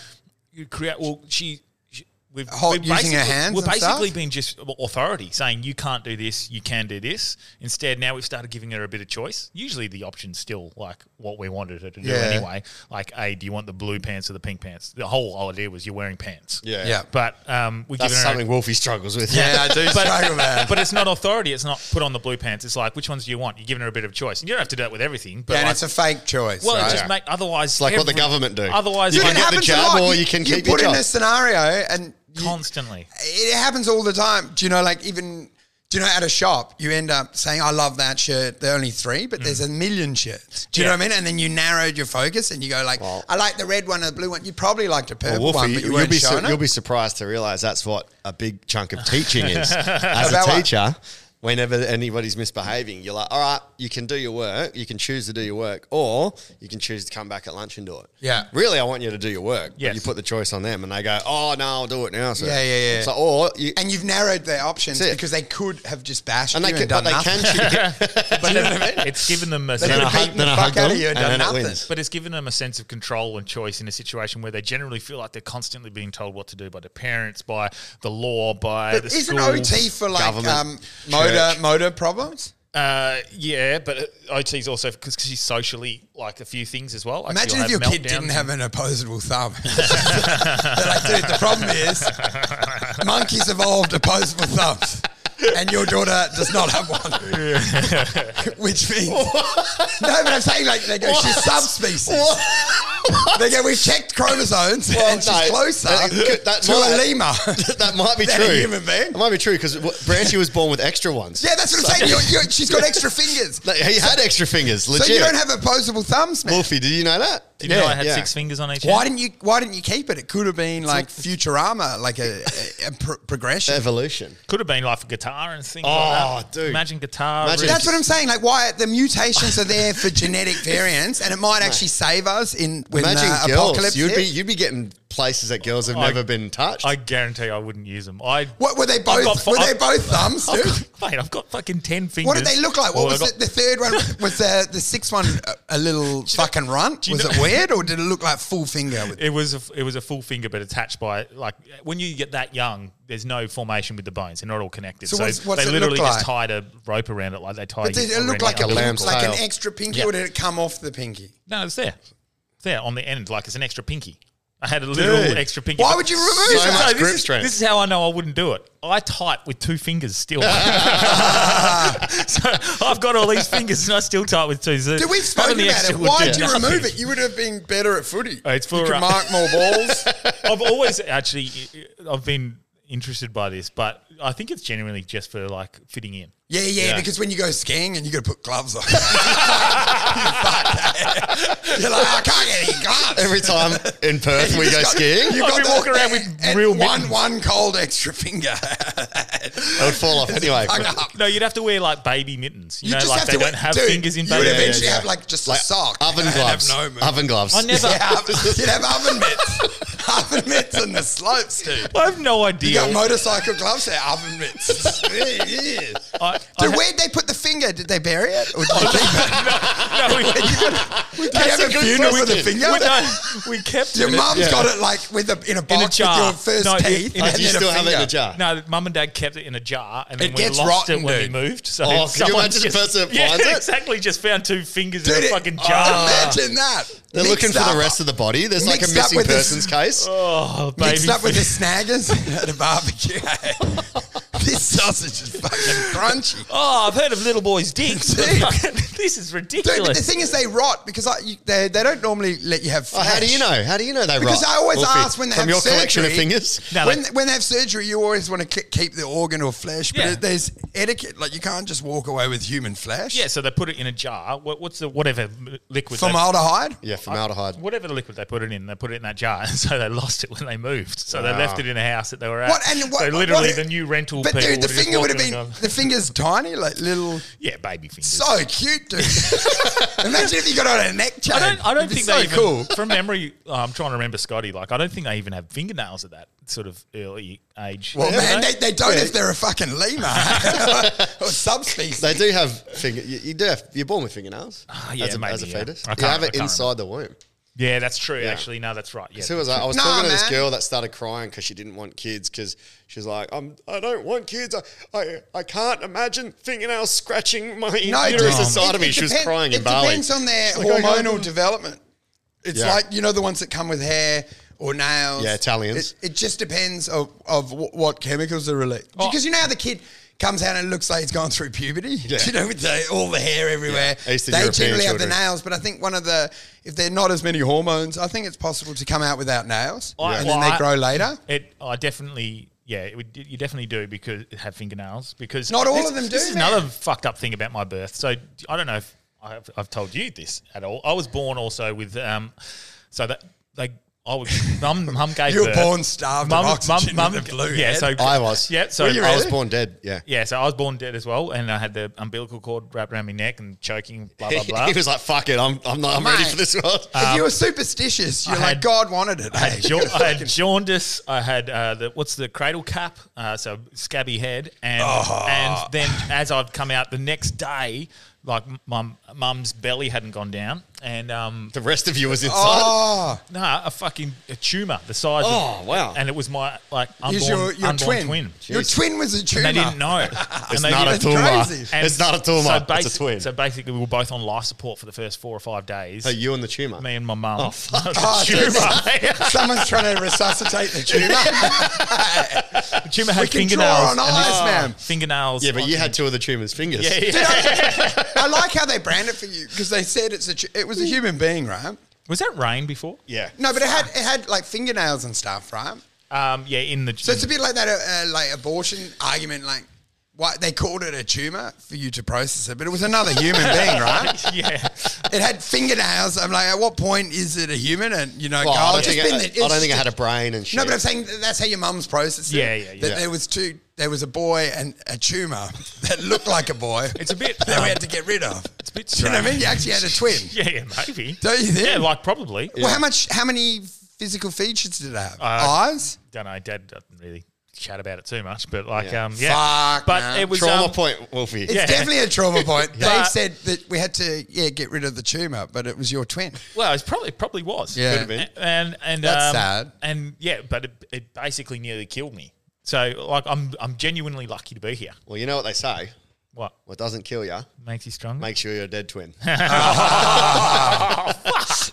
Speaker 1: You create well she, she we've,
Speaker 3: Hold-
Speaker 1: we've
Speaker 3: using
Speaker 1: basically-
Speaker 3: her hands
Speaker 1: we've
Speaker 3: and stuff?
Speaker 1: basically been just authority saying you can't do this you can do this instead now we've started giving her a bit of choice usually the option's still like what we wanted her to do
Speaker 3: Yeah.
Speaker 1: anyway like hey do you want the blue pants or the pink pants the whole idea was you're wearing pants
Speaker 2: Yeah.
Speaker 3: yeah.
Speaker 1: but um we
Speaker 2: That's
Speaker 1: given her
Speaker 2: something Wolfie struggles with. [LAUGHS]
Speaker 3: Yeah, I do struggle, man.
Speaker 1: [LAUGHS] but it's not authority. It's not put on the blue pants. It's like which ones do you want? You're giving her a bit of choice, and you don't have to do it with everything. But
Speaker 3: and
Speaker 1: like-
Speaker 3: it's a fake choice.
Speaker 1: well, it
Speaker 3: right?
Speaker 1: just make otherwise
Speaker 2: It's like what the government do.
Speaker 1: Otherwise,
Speaker 2: You
Speaker 1: like,
Speaker 2: can get the
Speaker 3: happens a
Speaker 2: job
Speaker 3: lot.
Speaker 2: or you can
Speaker 3: you
Speaker 2: keep your
Speaker 3: put in
Speaker 2: job.
Speaker 3: a scenario and you- [LAUGHS]
Speaker 1: constantly.
Speaker 3: it happens all the time. Do you know, like even do you know at a shop you end up saying, "I love that shirt." There are only three, but there's a million shirts. Do you
Speaker 1: Yeah.
Speaker 3: know what I mean? And then you narrowed your focus and you go like, "I like the red one or the blue one." You probably liked a purple
Speaker 2: Well,
Speaker 3: one,
Speaker 2: Wolfie,
Speaker 3: but you
Speaker 2: you'll,
Speaker 3: weren't
Speaker 2: be su-
Speaker 3: showing
Speaker 2: you'll
Speaker 3: it.
Speaker 2: be surprised to realize that's what a big chunk of teaching
Speaker 3: [LAUGHS]
Speaker 2: is. As
Speaker 3: About
Speaker 2: a
Speaker 3: what?
Speaker 2: teacher, whenever anybody's misbehaving, you're like, all right, you can do your work, you can choose to do your work, or you can choose to come back at lunch and do it.
Speaker 3: Yeah.
Speaker 2: Really, I want you to do your work. Yeah.
Speaker 1: Yes.
Speaker 2: You put the choice on them and they go, oh, no, I'll do it now. So.
Speaker 3: Yeah, yeah, yeah.
Speaker 2: So, or you.
Speaker 3: and you've narrowed their options
Speaker 2: That's it.
Speaker 3: because they could have just bashed
Speaker 2: And
Speaker 3: you
Speaker 2: they can, but
Speaker 3: and done
Speaker 2: they
Speaker 3: nothing.
Speaker 2: can choose.
Speaker 3: but [LAUGHS] you know what I mean?
Speaker 1: It's given them a
Speaker 3: They
Speaker 1: sense
Speaker 3: could
Speaker 2: I
Speaker 3: have
Speaker 2: hug-
Speaker 3: beaten
Speaker 2: then
Speaker 3: the
Speaker 2: I
Speaker 3: fuck
Speaker 2: hug
Speaker 3: out
Speaker 2: them,
Speaker 3: of you and,
Speaker 2: and
Speaker 3: done
Speaker 2: then it
Speaker 3: nothing.
Speaker 2: wins. [LAUGHS]
Speaker 1: But it's given them a sense of control and choice in a situation where they generally feel like they're constantly being told what to do by their parents, by the law, by
Speaker 3: But
Speaker 1: the
Speaker 3: isn't
Speaker 1: school.
Speaker 3: OT for like
Speaker 2: government,
Speaker 3: um, motor
Speaker 2: church.
Speaker 3: motor problems?
Speaker 1: Uh, yeah, but uh, OT is also because she's socially like a few things as well. Like
Speaker 3: Imagine
Speaker 1: she'll
Speaker 3: if your
Speaker 1: have
Speaker 3: kid didn't
Speaker 1: meltdowns
Speaker 3: have an opposable
Speaker 2: [LAUGHS]
Speaker 3: thumb. They're like, dude, the problem is monkeys evolved opposable thumbs, and your daughter does not have one. Which means no, but I'm saying like they go, she's subspecies. They go, we've checked chromosomes, and she's
Speaker 2: no,
Speaker 3: closer
Speaker 2: that could- that
Speaker 3: to
Speaker 2: might-
Speaker 3: a
Speaker 2: [LAUGHS]
Speaker 3: lemur.
Speaker 2: that might be
Speaker 3: Than
Speaker 2: true.
Speaker 3: a human being.
Speaker 2: It might be true because Branchy was born with extra ones.
Speaker 3: yeah, that's what I'm saying. You're, you're, she's got
Speaker 2: [LAUGHS]
Speaker 3: extra fingers,
Speaker 2: Like, he had extra fingers. Legit.
Speaker 3: so you don't have opposable thumbs, man.
Speaker 2: Wolfie, did you know that?
Speaker 1: Didn't know I had six fingers on each
Speaker 3: Why
Speaker 1: hand?
Speaker 3: didn't you? Why didn't you keep it? It could have been like Futurama, like a, a, a pro- progression.
Speaker 2: Evolution.
Speaker 1: Could have been like a guitar and things
Speaker 2: Oh,
Speaker 1: like that.
Speaker 2: dude.
Speaker 1: Imagine guitar.
Speaker 2: Imagine-
Speaker 1: really-
Speaker 3: That's what I'm saying. Like, why the mutations are there
Speaker 2: [LAUGHS]
Speaker 3: for genetic variants, and it might actually save us in when
Speaker 2: Imagine
Speaker 3: the
Speaker 2: girls.
Speaker 3: apocalypse.
Speaker 2: You'd be
Speaker 3: hits.
Speaker 2: you'd be getting places that girls have
Speaker 1: I-
Speaker 2: never been touched.
Speaker 1: I guarantee I wouldn't use them. I
Speaker 3: what were they
Speaker 1: I've
Speaker 3: both?
Speaker 1: got-
Speaker 3: were they
Speaker 1: I've-
Speaker 3: both thumbs,
Speaker 1: I've
Speaker 3: dude?
Speaker 1: got- [LAUGHS] Mate, I've got fucking ten fingers.
Speaker 3: What did they look like? What
Speaker 1: Oh, I
Speaker 3: was
Speaker 1: got-
Speaker 3: it? The third one was the the sixth one uh, a,
Speaker 1: [LAUGHS]
Speaker 3: a little fucking runt.
Speaker 1: you
Speaker 3: Was
Speaker 1: know-
Speaker 3: it weird, or did it look like full finger?
Speaker 1: [LAUGHS]
Speaker 3: With,
Speaker 1: It was a, it was a full finger, but attached by like when you get that young, there's no formation with the bones; they're not all connected.
Speaker 3: So
Speaker 1: So,
Speaker 3: what's- what's it
Speaker 1: they
Speaker 3: look
Speaker 1: literally just
Speaker 3: like?
Speaker 1: tied a rope around it, like they tie.
Speaker 3: but did
Speaker 1: you
Speaker 3: it look
Speaker 1: around
Speaker 3: like a
Speaker 1: your
Speaker 2: lamb?
Speaker 1: elbow.
Speaker 2: lamb's
Speaker 3: like an
Speaker 2: tail.
Speaker 3: extra pinky,
Speaker 2: Yeah.
Speaker 3: or did it come off the pinky?
Speaker 1: No, it's there, it's there on the end, like it's an extra pinky. I had a little
Speaker 2: Dude,
Speaker 1: extra pinky.
Speaker 3: Why
Speaker 1: but-
Speaker 3: would you remove
Speaker 2: So
Speaker 3: it?
Speaker 2: much
Speaker 1: this
Speaker 2: grip
Speaker 1: is-
Speaker 2: strength.
Speaker 1: This is how I know I wouldn't do it. I type with two fingers
Speaker 3: [LAUGHS]
Speaker 1: still. [LAUGHS] so I've got all these fingers and I still type with two. So
Speaker 3: Dude, we've spoken
Speaker 1: having the
Speaker 3: about
Speaker 1: extra
Speaker 3: it.
Speaker 1: would
Speaker 3: Why
Speaker 1: do
Speaker 3: did you
Speaker 1: nothing.
Speaker 3: remove it? You would have been better at footy.
Speaker 1: Uh, it's for,
Speaker 3: you could
Speaker 1: uh,
Speaker 3: mark more
Speaker 1: [LAUGHS]
Speaker 3: balls.
Speaker 1: I've always actually, I've been interested by this, but I think it's genuinely just for like fitting
Speaker 3: [LAUGHS]
Speaker 1: in.
Speaker 3: yeah, yeah,
Speaker 2: Yeah.
Speaker 3: because when you go skiing and you got to put gloves on. [LAUGHS] you fuck. You're like, I can't get any gloves.
Speaker 2: Every time in
Speaker 3: [LAUGHS]
Speaker 2: Perth we
Speaker 3: You
Speaker 2: go
Speaker 3: just got-
Speaker 2: skiing,
Speaker 3: you've
Speaker 1: I've been
Speaker 3: the-
Speaker 1: walking around with
Speaker 3: and
Speaker 1: real
Speaker 3: one
Speaker 1: mittens.
Speaker 3: one cold extra finger. [LAUGHS]
Speaker 2: it would fall off anyway.
Speaker 3: Fuck up.
Speaker 1: No, you'd have to wear like baby mittens. You, know,
Speaker 3: just
Speaker 1: like they
Speaker 3: to-
Speaker 1: don't have
Speaker 3: dude,
Speaker 1: fingers in
Speaker 3: You would
Speaker 1: baby
Speaker 2: yeah,
Speaker 3: eventually
Speaker 1: mittens.
Speaker 2: yeah.
Speaker 3: have like just
Speaker 2: Like
Speaker 3: a sock.
Speaker 2: [LAUGHS] oven
Speaker 3: and
Speaker 2: gloves.
Speaker 3: Have no movement.
Speaker 2: oven gloves.
Speaker 1: I never,
Speaker 3: [LAUGHS] Yeah, oven- [LAUGHS] you'd have
Speaker 1: [LAUGHS]
Speaker 3: oven mitts. oven mitts on the slopes, dude.
Speaker 1: I have no
Speaker 3: You
Speaker 1: idea.
Speaker 3: got motorcycle gloves there,
Speaker 1: [LAUGHS]
Speaker 3: oven mitts. yeah, yeah.
Speaker 1: I, I
Speaker 3: Dude,
Speaker 1: ha-
Speaker 3: where'd they put the finger? Did they bury it? Or did they keep it? [LAUGHS]
Speaker 1: no, we,
Speaker 3: Did you have a funeral with a finger?
Speaker 1: we, no, we kept
Speaker 3: Your
Speaker 1: it.
Speaker 3: mum's
Speaker 2: Yeah.
Speaker 3: got it like with a, in a box with
Speaker 1: jar.
Speaker 3: your first
Speaker 1: No, it-
Speaker 3: teeth.
Speaker 1: it-
Speaker 2: Oh,
Speaker 3: and
Speaker 2: do you
Speaker 3: then a
Speaker 2: still have it in
Speaker 3: finger.
Speaker 2: the jar?
Speaker 1: No, mum and dad kept it in a jar, and then
Speaker 3: It
Speaker 1: we
Speaker 3: gets
Speaker 1: lost
Speaker 3: rotten,
Speaker 1: it when
Speaker 3: dude.
Speaker 1: we moved. So
Speaker 2: Oh, could you
Speaker 1: someone
Speaker 2: imagine the
Speaker 1: just-
Speaker 2: person
Speaker 1: [LAUGHS]
Speaker 2: that
Speaker 1: yeah,
Speaker 2: finds it?
Speaker 1: Exactly, just found two fingers in
Speaker 3: Dude,
Speaker 1: a
Speaker 3: it-
Speaker 1: fucking
Speaker 3: oh,
Speaker 1: jar.
Speaker 3: imagine that.
Speaker 2: They're
Speaker 3: Mixed
Speaker 2: looking for
Speaker 3: up-
Speaker 2: the rest of the body. There's like a
Speaker 3: Mixed up
Speaker 2: missing
Speaker 3: with this-
Speaker 2: persons case.
Speaker 1: Oh, baby.
Speaker 3: Mixed up with the snaggers [LAUGHS] at a barbecue.
Speaker 2: [LAUGHS]
Speaker 3: this sausage is fucking
Speaker 2: [LAUGHS]
Speaker 3: crunchy.
Speaker 1: Oh, I've heard of little boys' dicks. but
Speaker 3: [LAUGHS] Dude.
Speaker 1: fucking- [LAUGHS] this is
Speaker 3: Dude, but the
Speaker 1: ridiculous.
Speaker 3: thing is, they rot because I, you, they, they don't normally let you have
Speaker 2: Oh,
Speaker 3: flesh.
Speaker 2: how do you know? How do you know they
Speaker 3: Because
Speaker 2: rot?
Speaker 3: I always
Speaker 2: Wolfie,
Speaker 3: ask when they
Speaker 2: from
Speaker 3: have
Speaker 2: your collection of
Speaker 3: surgery-
Speaker 2: fingers.
Speaker 1: No,
Speaker 3: when,
Speaker 1: like-
Speaker 3: when they have surgery, you always want to keep the organ or flesh, but
Speaker 1: Yeah.
Speaker 3: it, there's etiquette. Like, you can't just walk away with human flesh.
Speaker 1: yeah, so they put it in a jar. What, what's the whatever m- liquid? they-
Speaker 3: Formaldehyde?
Speaker 2: Yeah, formaldehyde.
Speaker 1: Whatever the liquid they put it in, they put it in that [LAUGHS] jar, and so they lost it when they moved. So they left it in a house that they were at.
Speaker 3: What- and what-
Speaker 1: so literally,
Speaker 3: what-
Speaker 1: the new rental
Speaker 3: But
Speaker 1: people
Speaker 3: dude, the
Speaker 1: would've just
Speaker 3: finger would
Speaker 1: walked
Speaker 3: have
Speaker 1: in
Speaker 3: been
Speaker 1: and gone,
Speaker 3: the finger's tiny, like little.
Speaker 1: yeah, baby fingers.
Speaker 3: So cute, dude. [LAUGHS] Imagine if you got on a neck chain.
Speaker 1: I don't. I don't
Speaker 3: It'd be
Speaker 1: think they
Speaker 3: so
Speaker 1: even. [LAUGHS]
Speaker 3: cool.
Speaker 1: From memory, oh, I'm trying to remember Scotty. Like, I don't think they even have fingernails at that sort of early age.
Speaker 3: Well,
Speaker 1: Yeah,
Speaker 3: man,
Speaker 1: don't
Speaker 3: they, they don't if they're a fucking lemur [LAUGHS]
Speaker 1: [LAUGHS]
Speaker 3: or subspecies.
Speaker 2: They do have finger. You, you do have. You're born with fingernails.
Speaker 1: Ah, yeah,
Speaker 2: as a,
Speaker 1: maybe,
Speaker 2: as a
Speaker 1: yeah.
Speaker 2: fetus,
Speaker 1: I
Speaker 2: you
Speaker 1: can't-
Speaker 2: have
Speaker 1: I
Speaker 2: it
Speaker 1: can't
Speaker 2: inside the womb.
Speaker 1: yeah, that's true.
Speaker 2: Yeah.
Speaker 1: Actually, no, that's right. Yeah,
Speaker 2: So was I, I was
Speaker 3: Nah,
Speaker 2: talking to this
Speaker 3: man.
Speaker 2: girl that started crying because she didn't want kids because she was like, I'm, I don't want kids. I, I, I can't imagine fingernails scratching my uterus
Speaker 3: dude,
Speaker 2: inside of
Speaker 3: it-
Speaker 2: me.
Speaker 3: it
Speaker 2: She was
Speaker 3: depen-
Speaker 2: crying in
Speaker 3: it
Speaker 2: Bali.
Speaker 3: depends on their
Speaker 2: She's like, I can't-
Speaker 3: hormonal development. It's
Speaker 2: Yeah.
Speaker 3: like you know the ones that come with hair or nails.
Speaker 2: Yeah, Italians.
Speaker 3: It, it just depends of of wh- what chemicals are released
Speaker 1: Oh.
Speaker 3: because you know how the kid. Comes out and looks like he's gone through puberty. [LAUGHS] You know, with the, all the hair everywhere.
Speaker 2: Yeah, Eastern
Speaker 3: They
Speaker 2: European
Speaker 3: generally have the
Speaker 2: children.
Speaker 3: nails, but I think one of the if they're not as many hormones, I think it's possible to come out without nails,
Speaker 1: I-
Speaker 3: and
Speaker 1: well,
Speaker 3: then they
Speaker 1: I-
Speaker 3: grow later.
Speaker 1: It, I definitely, yeah, it would, you definitely do because have fingernails because
Speaker 3: Not all
Speaker 1: this-
Speaker 3: of them do,
Speaker 1: This is
Speaker 3: man.
Speaker 1: another fucked up thing about my birth. So I don't know if I've, I've told you this at all. I was born also with, um, so that like I was mum
Speaker 3: [LAUGHS]
Speaker 1: mum gave
Speaker 3: You were
Speaker 1: birth.
Speaker 3: born starved of oxygen and a blue
Speaker 1: yeah.
Speaker 3: head.
Speaker 1: So
Speaker 2: I was.
Speaker 1: yeah. So
Speaker 2: Were you really? I was
Speaker 1: born.
Speaker 2: born dead. Yeah.
Speaker 1: Yeah, so I was born dead as well, and I had the umbilical cord wrapped around my neck and choking, blah
Speaker 2: [LAUGHS]
Speaker 1: blah blah. Uh,
Speaker 2: he was like, fuck it. I'm, I'm, not, I'm ready
Speaker 3: Mate.
Speaker 2: for this world.
Speaker 3: if you were superstitious, you're
Speaker 1: Um, I
Speaker 3: like
Speaker 1: had-
Speaker 3: God wanted it.
Speaker 1: I had,
Speaker 3: eh?
Speaker 1: jaun- I had jaundice. I had uh, the what's the cradle cap? Uh, so scabby head, and and then as I'd come out the next day, like mum mum's belly hadn't gone down, and um,
Speaker 2: [LAUGHS] the rest of you was inside.
Speaker 3: Oh,
Speaker 1: nah, a fucking a tumor the size.
Speaker 2: Oh,
Speaker 1: of,
Speaker 2: wow.
Speaker 1: And it was my like unborn,
Speaker 3: Here's your, your
Speaker 1: unborn
Speaker 3: twin.
Speaker 1: twin.
Speaker 3: Your twin was a tumor.
Speaker 1: And they didn't know.
Speaker 2: It's
Speaker 1: And they
Speaker 2: not a
Speaker 1: didn't-
Speaker 2: tumor.
Speaker 3: crazy.
Speaker 1: and
Speaker 2: It's not a tumor.
Speaker 1: basi-
Speaker 2: it's a twin.
Speaker 1: So basically, we were both on life support for the first four or five days.
Speaker 2: So you and the tumor.
Speaker 1: me and my [LAUGHS] mum.
Speaker 2: Oh, fuck.
Speaker 1: The
Speaker 3: Oh,
Speaker 1: tumor.
Speaker 3: [LAUGHS]
Speaker 1: [LAUGHS]
Speaker 3: Someone's trying to resuscitate the tumor.
Speaker 1: The tumor had
Speaker 3: We can draw
Speaker 1: fingernails.
Speaker 3: on
Speaker 1: and this-
Speaker 3: eyes, ma'am.
Speaker 1: Fingernails.
Speaker 2: Yeah, but
Speaker 1: on
Speaker 2: you
Speaker 1: the-
Speaker 2: had two of the tumor's fingers.
Speaker 1: Yeah, yeah.
Speaker 3: I like how they brand it for you because they said it's a tu- it was a human being, right?
Speaker 1: Was that rain before?
Speaker 2: [LAUGHS] Yeah.
Speaker 3: No, but it had it had like fingernails and stuff, right?
Speaker 1: Um, yeah, in the.
Speaker 3: So it's
Speaker 1: [LAUGHS]
Speaker 3: a bit like that uh, uh, like abortion argument, like. Why, they called it a tumor for you to process it, but it was another
Speaker 1: [LAUGHS]
Speaker 3: human being, right?
Speaker 1: yeah.
Speaker 3: It had fingernails. I'm like, at what point is it a human? And you know,
Speaker 2: Well,
Speaker 3: go,
Speaker 2: I
Speaker 3: "Oh,
Speaker 2: don't
Speaker 3: it's
Speaker 2: think,
Speaker 3: just
Speaker 2: I,
Speaker 3: been the-
Speaker 2: I don't
Speaker 3: it's
Speaker 2: think I
Speaker 3: just
Speaker 2: had a brain and shit.
Speaker 3: No, but I'm saying that that's how your mum's processing.
Speaker 1: Yeah, yeah, yeah.
Speaker 3: That there was two. There was a boy and a tumor [LAUGHS] that looked like a boy.
Speaker 1: It's a bit-
Speaker 3: [LAUGHS]
Speaker 1: um,
Speaker 3: that we had to get rid of.
Speaker 1: It's a bit
Speaker 3: Do [LAUGHS] you know what I
Speaker 1: strange.
Speaker 3: mean? You actually had a twin.
Speaker 1: [LAUGHS] Yeah, yeah, maybe.
Speaker 3: Don't you think?
Speaker 1: Yeah, Uh, like probably.
Speaker 3: Well, how much? How many physical features did it have? Eyes.
Speaker 1: Don't know. Dad doesn't really chat about it too much, but like,
Speaker 2: Yeah.
Speaker 1: um, yeah.
Speaker 3: Fuck,
Speaker 1: but
Speaker 3: man.
Speaker 1: it was
Speaker 2: Trauma
Speaker 1: um,
Speaker 2: point, Wolfie.
Speaker 3: It's
Speaker 1: yeah.
Speaker 3: definitely a
Speaker 1: [LAUGHS]
Speaker 3: trauma point. They
Speaker 1: But-
Speaker 3: said that we had to yeah get rid of the tumor, but it was your twin.
Speaker 1: Well, it's probably probably was.
Speaker 3: Yeah. Could've
Speaker 2: been.
Speaker 1: And and
Speaker 3: That's
Speaker 1: um,
Speaker 3: sad.
Speaker 1: And yeah, but it, it basically nearly killed me. So like, I'm I'm genuinely lucky to be here.
Speaker 2: Well, you know what they say.
Speaker 1: What
Speaker 2: What doesn't kill you
Speaker 1: makes you stronger?
Speaker 2: makes you your dead twin.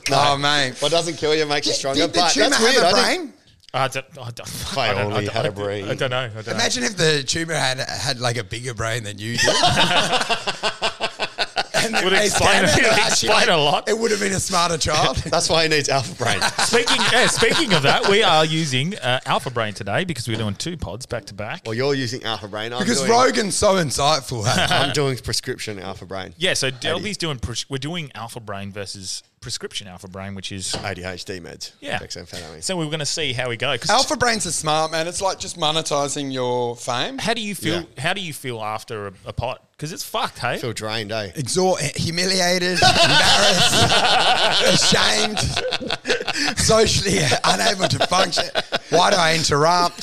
Speaker 3: Oh, mate.
Speaker 2: what doesn't kill you makes you stronger.
Speaker 3: Did the
Speaker 2: but
Speaker 3: tumor
Speaker 2: that's weird.
Speaker 3: have a
Speaker 2: I think-
Speaker 3: brain?
Speaker 1: I don't. I don't.
Speaker 2: I
Speaker 1: I don't,
Speaker 2: only
Speaker 1: I don't,
Speaker 2: had
Speaker 1: I
Speaker 2: a
Speaker 1: don't-
Speaker 2: brain.
Speaker 1: I don't know. I don't know.
Speaker 3: Imagine if the tumor had had like a bigger brain than
Speaker 1: [LAUGHS]
Speaker 3: you did. [LAUGHS] and then
Speaker 1: Would
Speaker 3: they
Speaker 1: explain- [LAUGHS]
Speaker 3: stand there
Speaker 1: would
Speaker 3: and actually,
Speaker 1: explain a lot.
Speaker 3: It would have been
Speaker 1: [LAUGHS]
Speaker 3: a smarter child.
Speaker 2: That's why he needs alpha brain. [LAUGHS]
Speaker 1: Speaking, yeah, speaking of that, we are using uh, Alpha Brain today because we're doing two pods back to back.
Speaker 2: well, you're using alpha brain. I'm
Speaker 3: [LAUGHS] because
Speaker 2: doing,
Speaker 3: Rogan's so insightful.
Speaker 1: [LAUGHS]
Speaker 3: hey?
Speaker 2: I'm doing prescription alpha brain.
Speaker 1: Yeah, so Delby's doing pres- we're doing Alpha Brain versus prescription Alpha Brain, which is
Speaker 2: ADHD meds.
Speaker 1: yeah.
Speaker 2: Dexamphetamine.
Speaker 1: So we we're going to see how we go. 'cause
Speaker 3: Alpha brains are smart, man. It's like just monetizing your fame.
Speaker 1: how do you feel? How do you feel after a, a pot? Because it's fucked, hey.
Speaker 2: feel drained, eh?
Speaker 3: Exhort, humiliated,
Speaker 1: [LAUGHS]
Speaker 3: embarrassed, ashamed, socially [LAUGHS] unable to function. Why do I interrupt?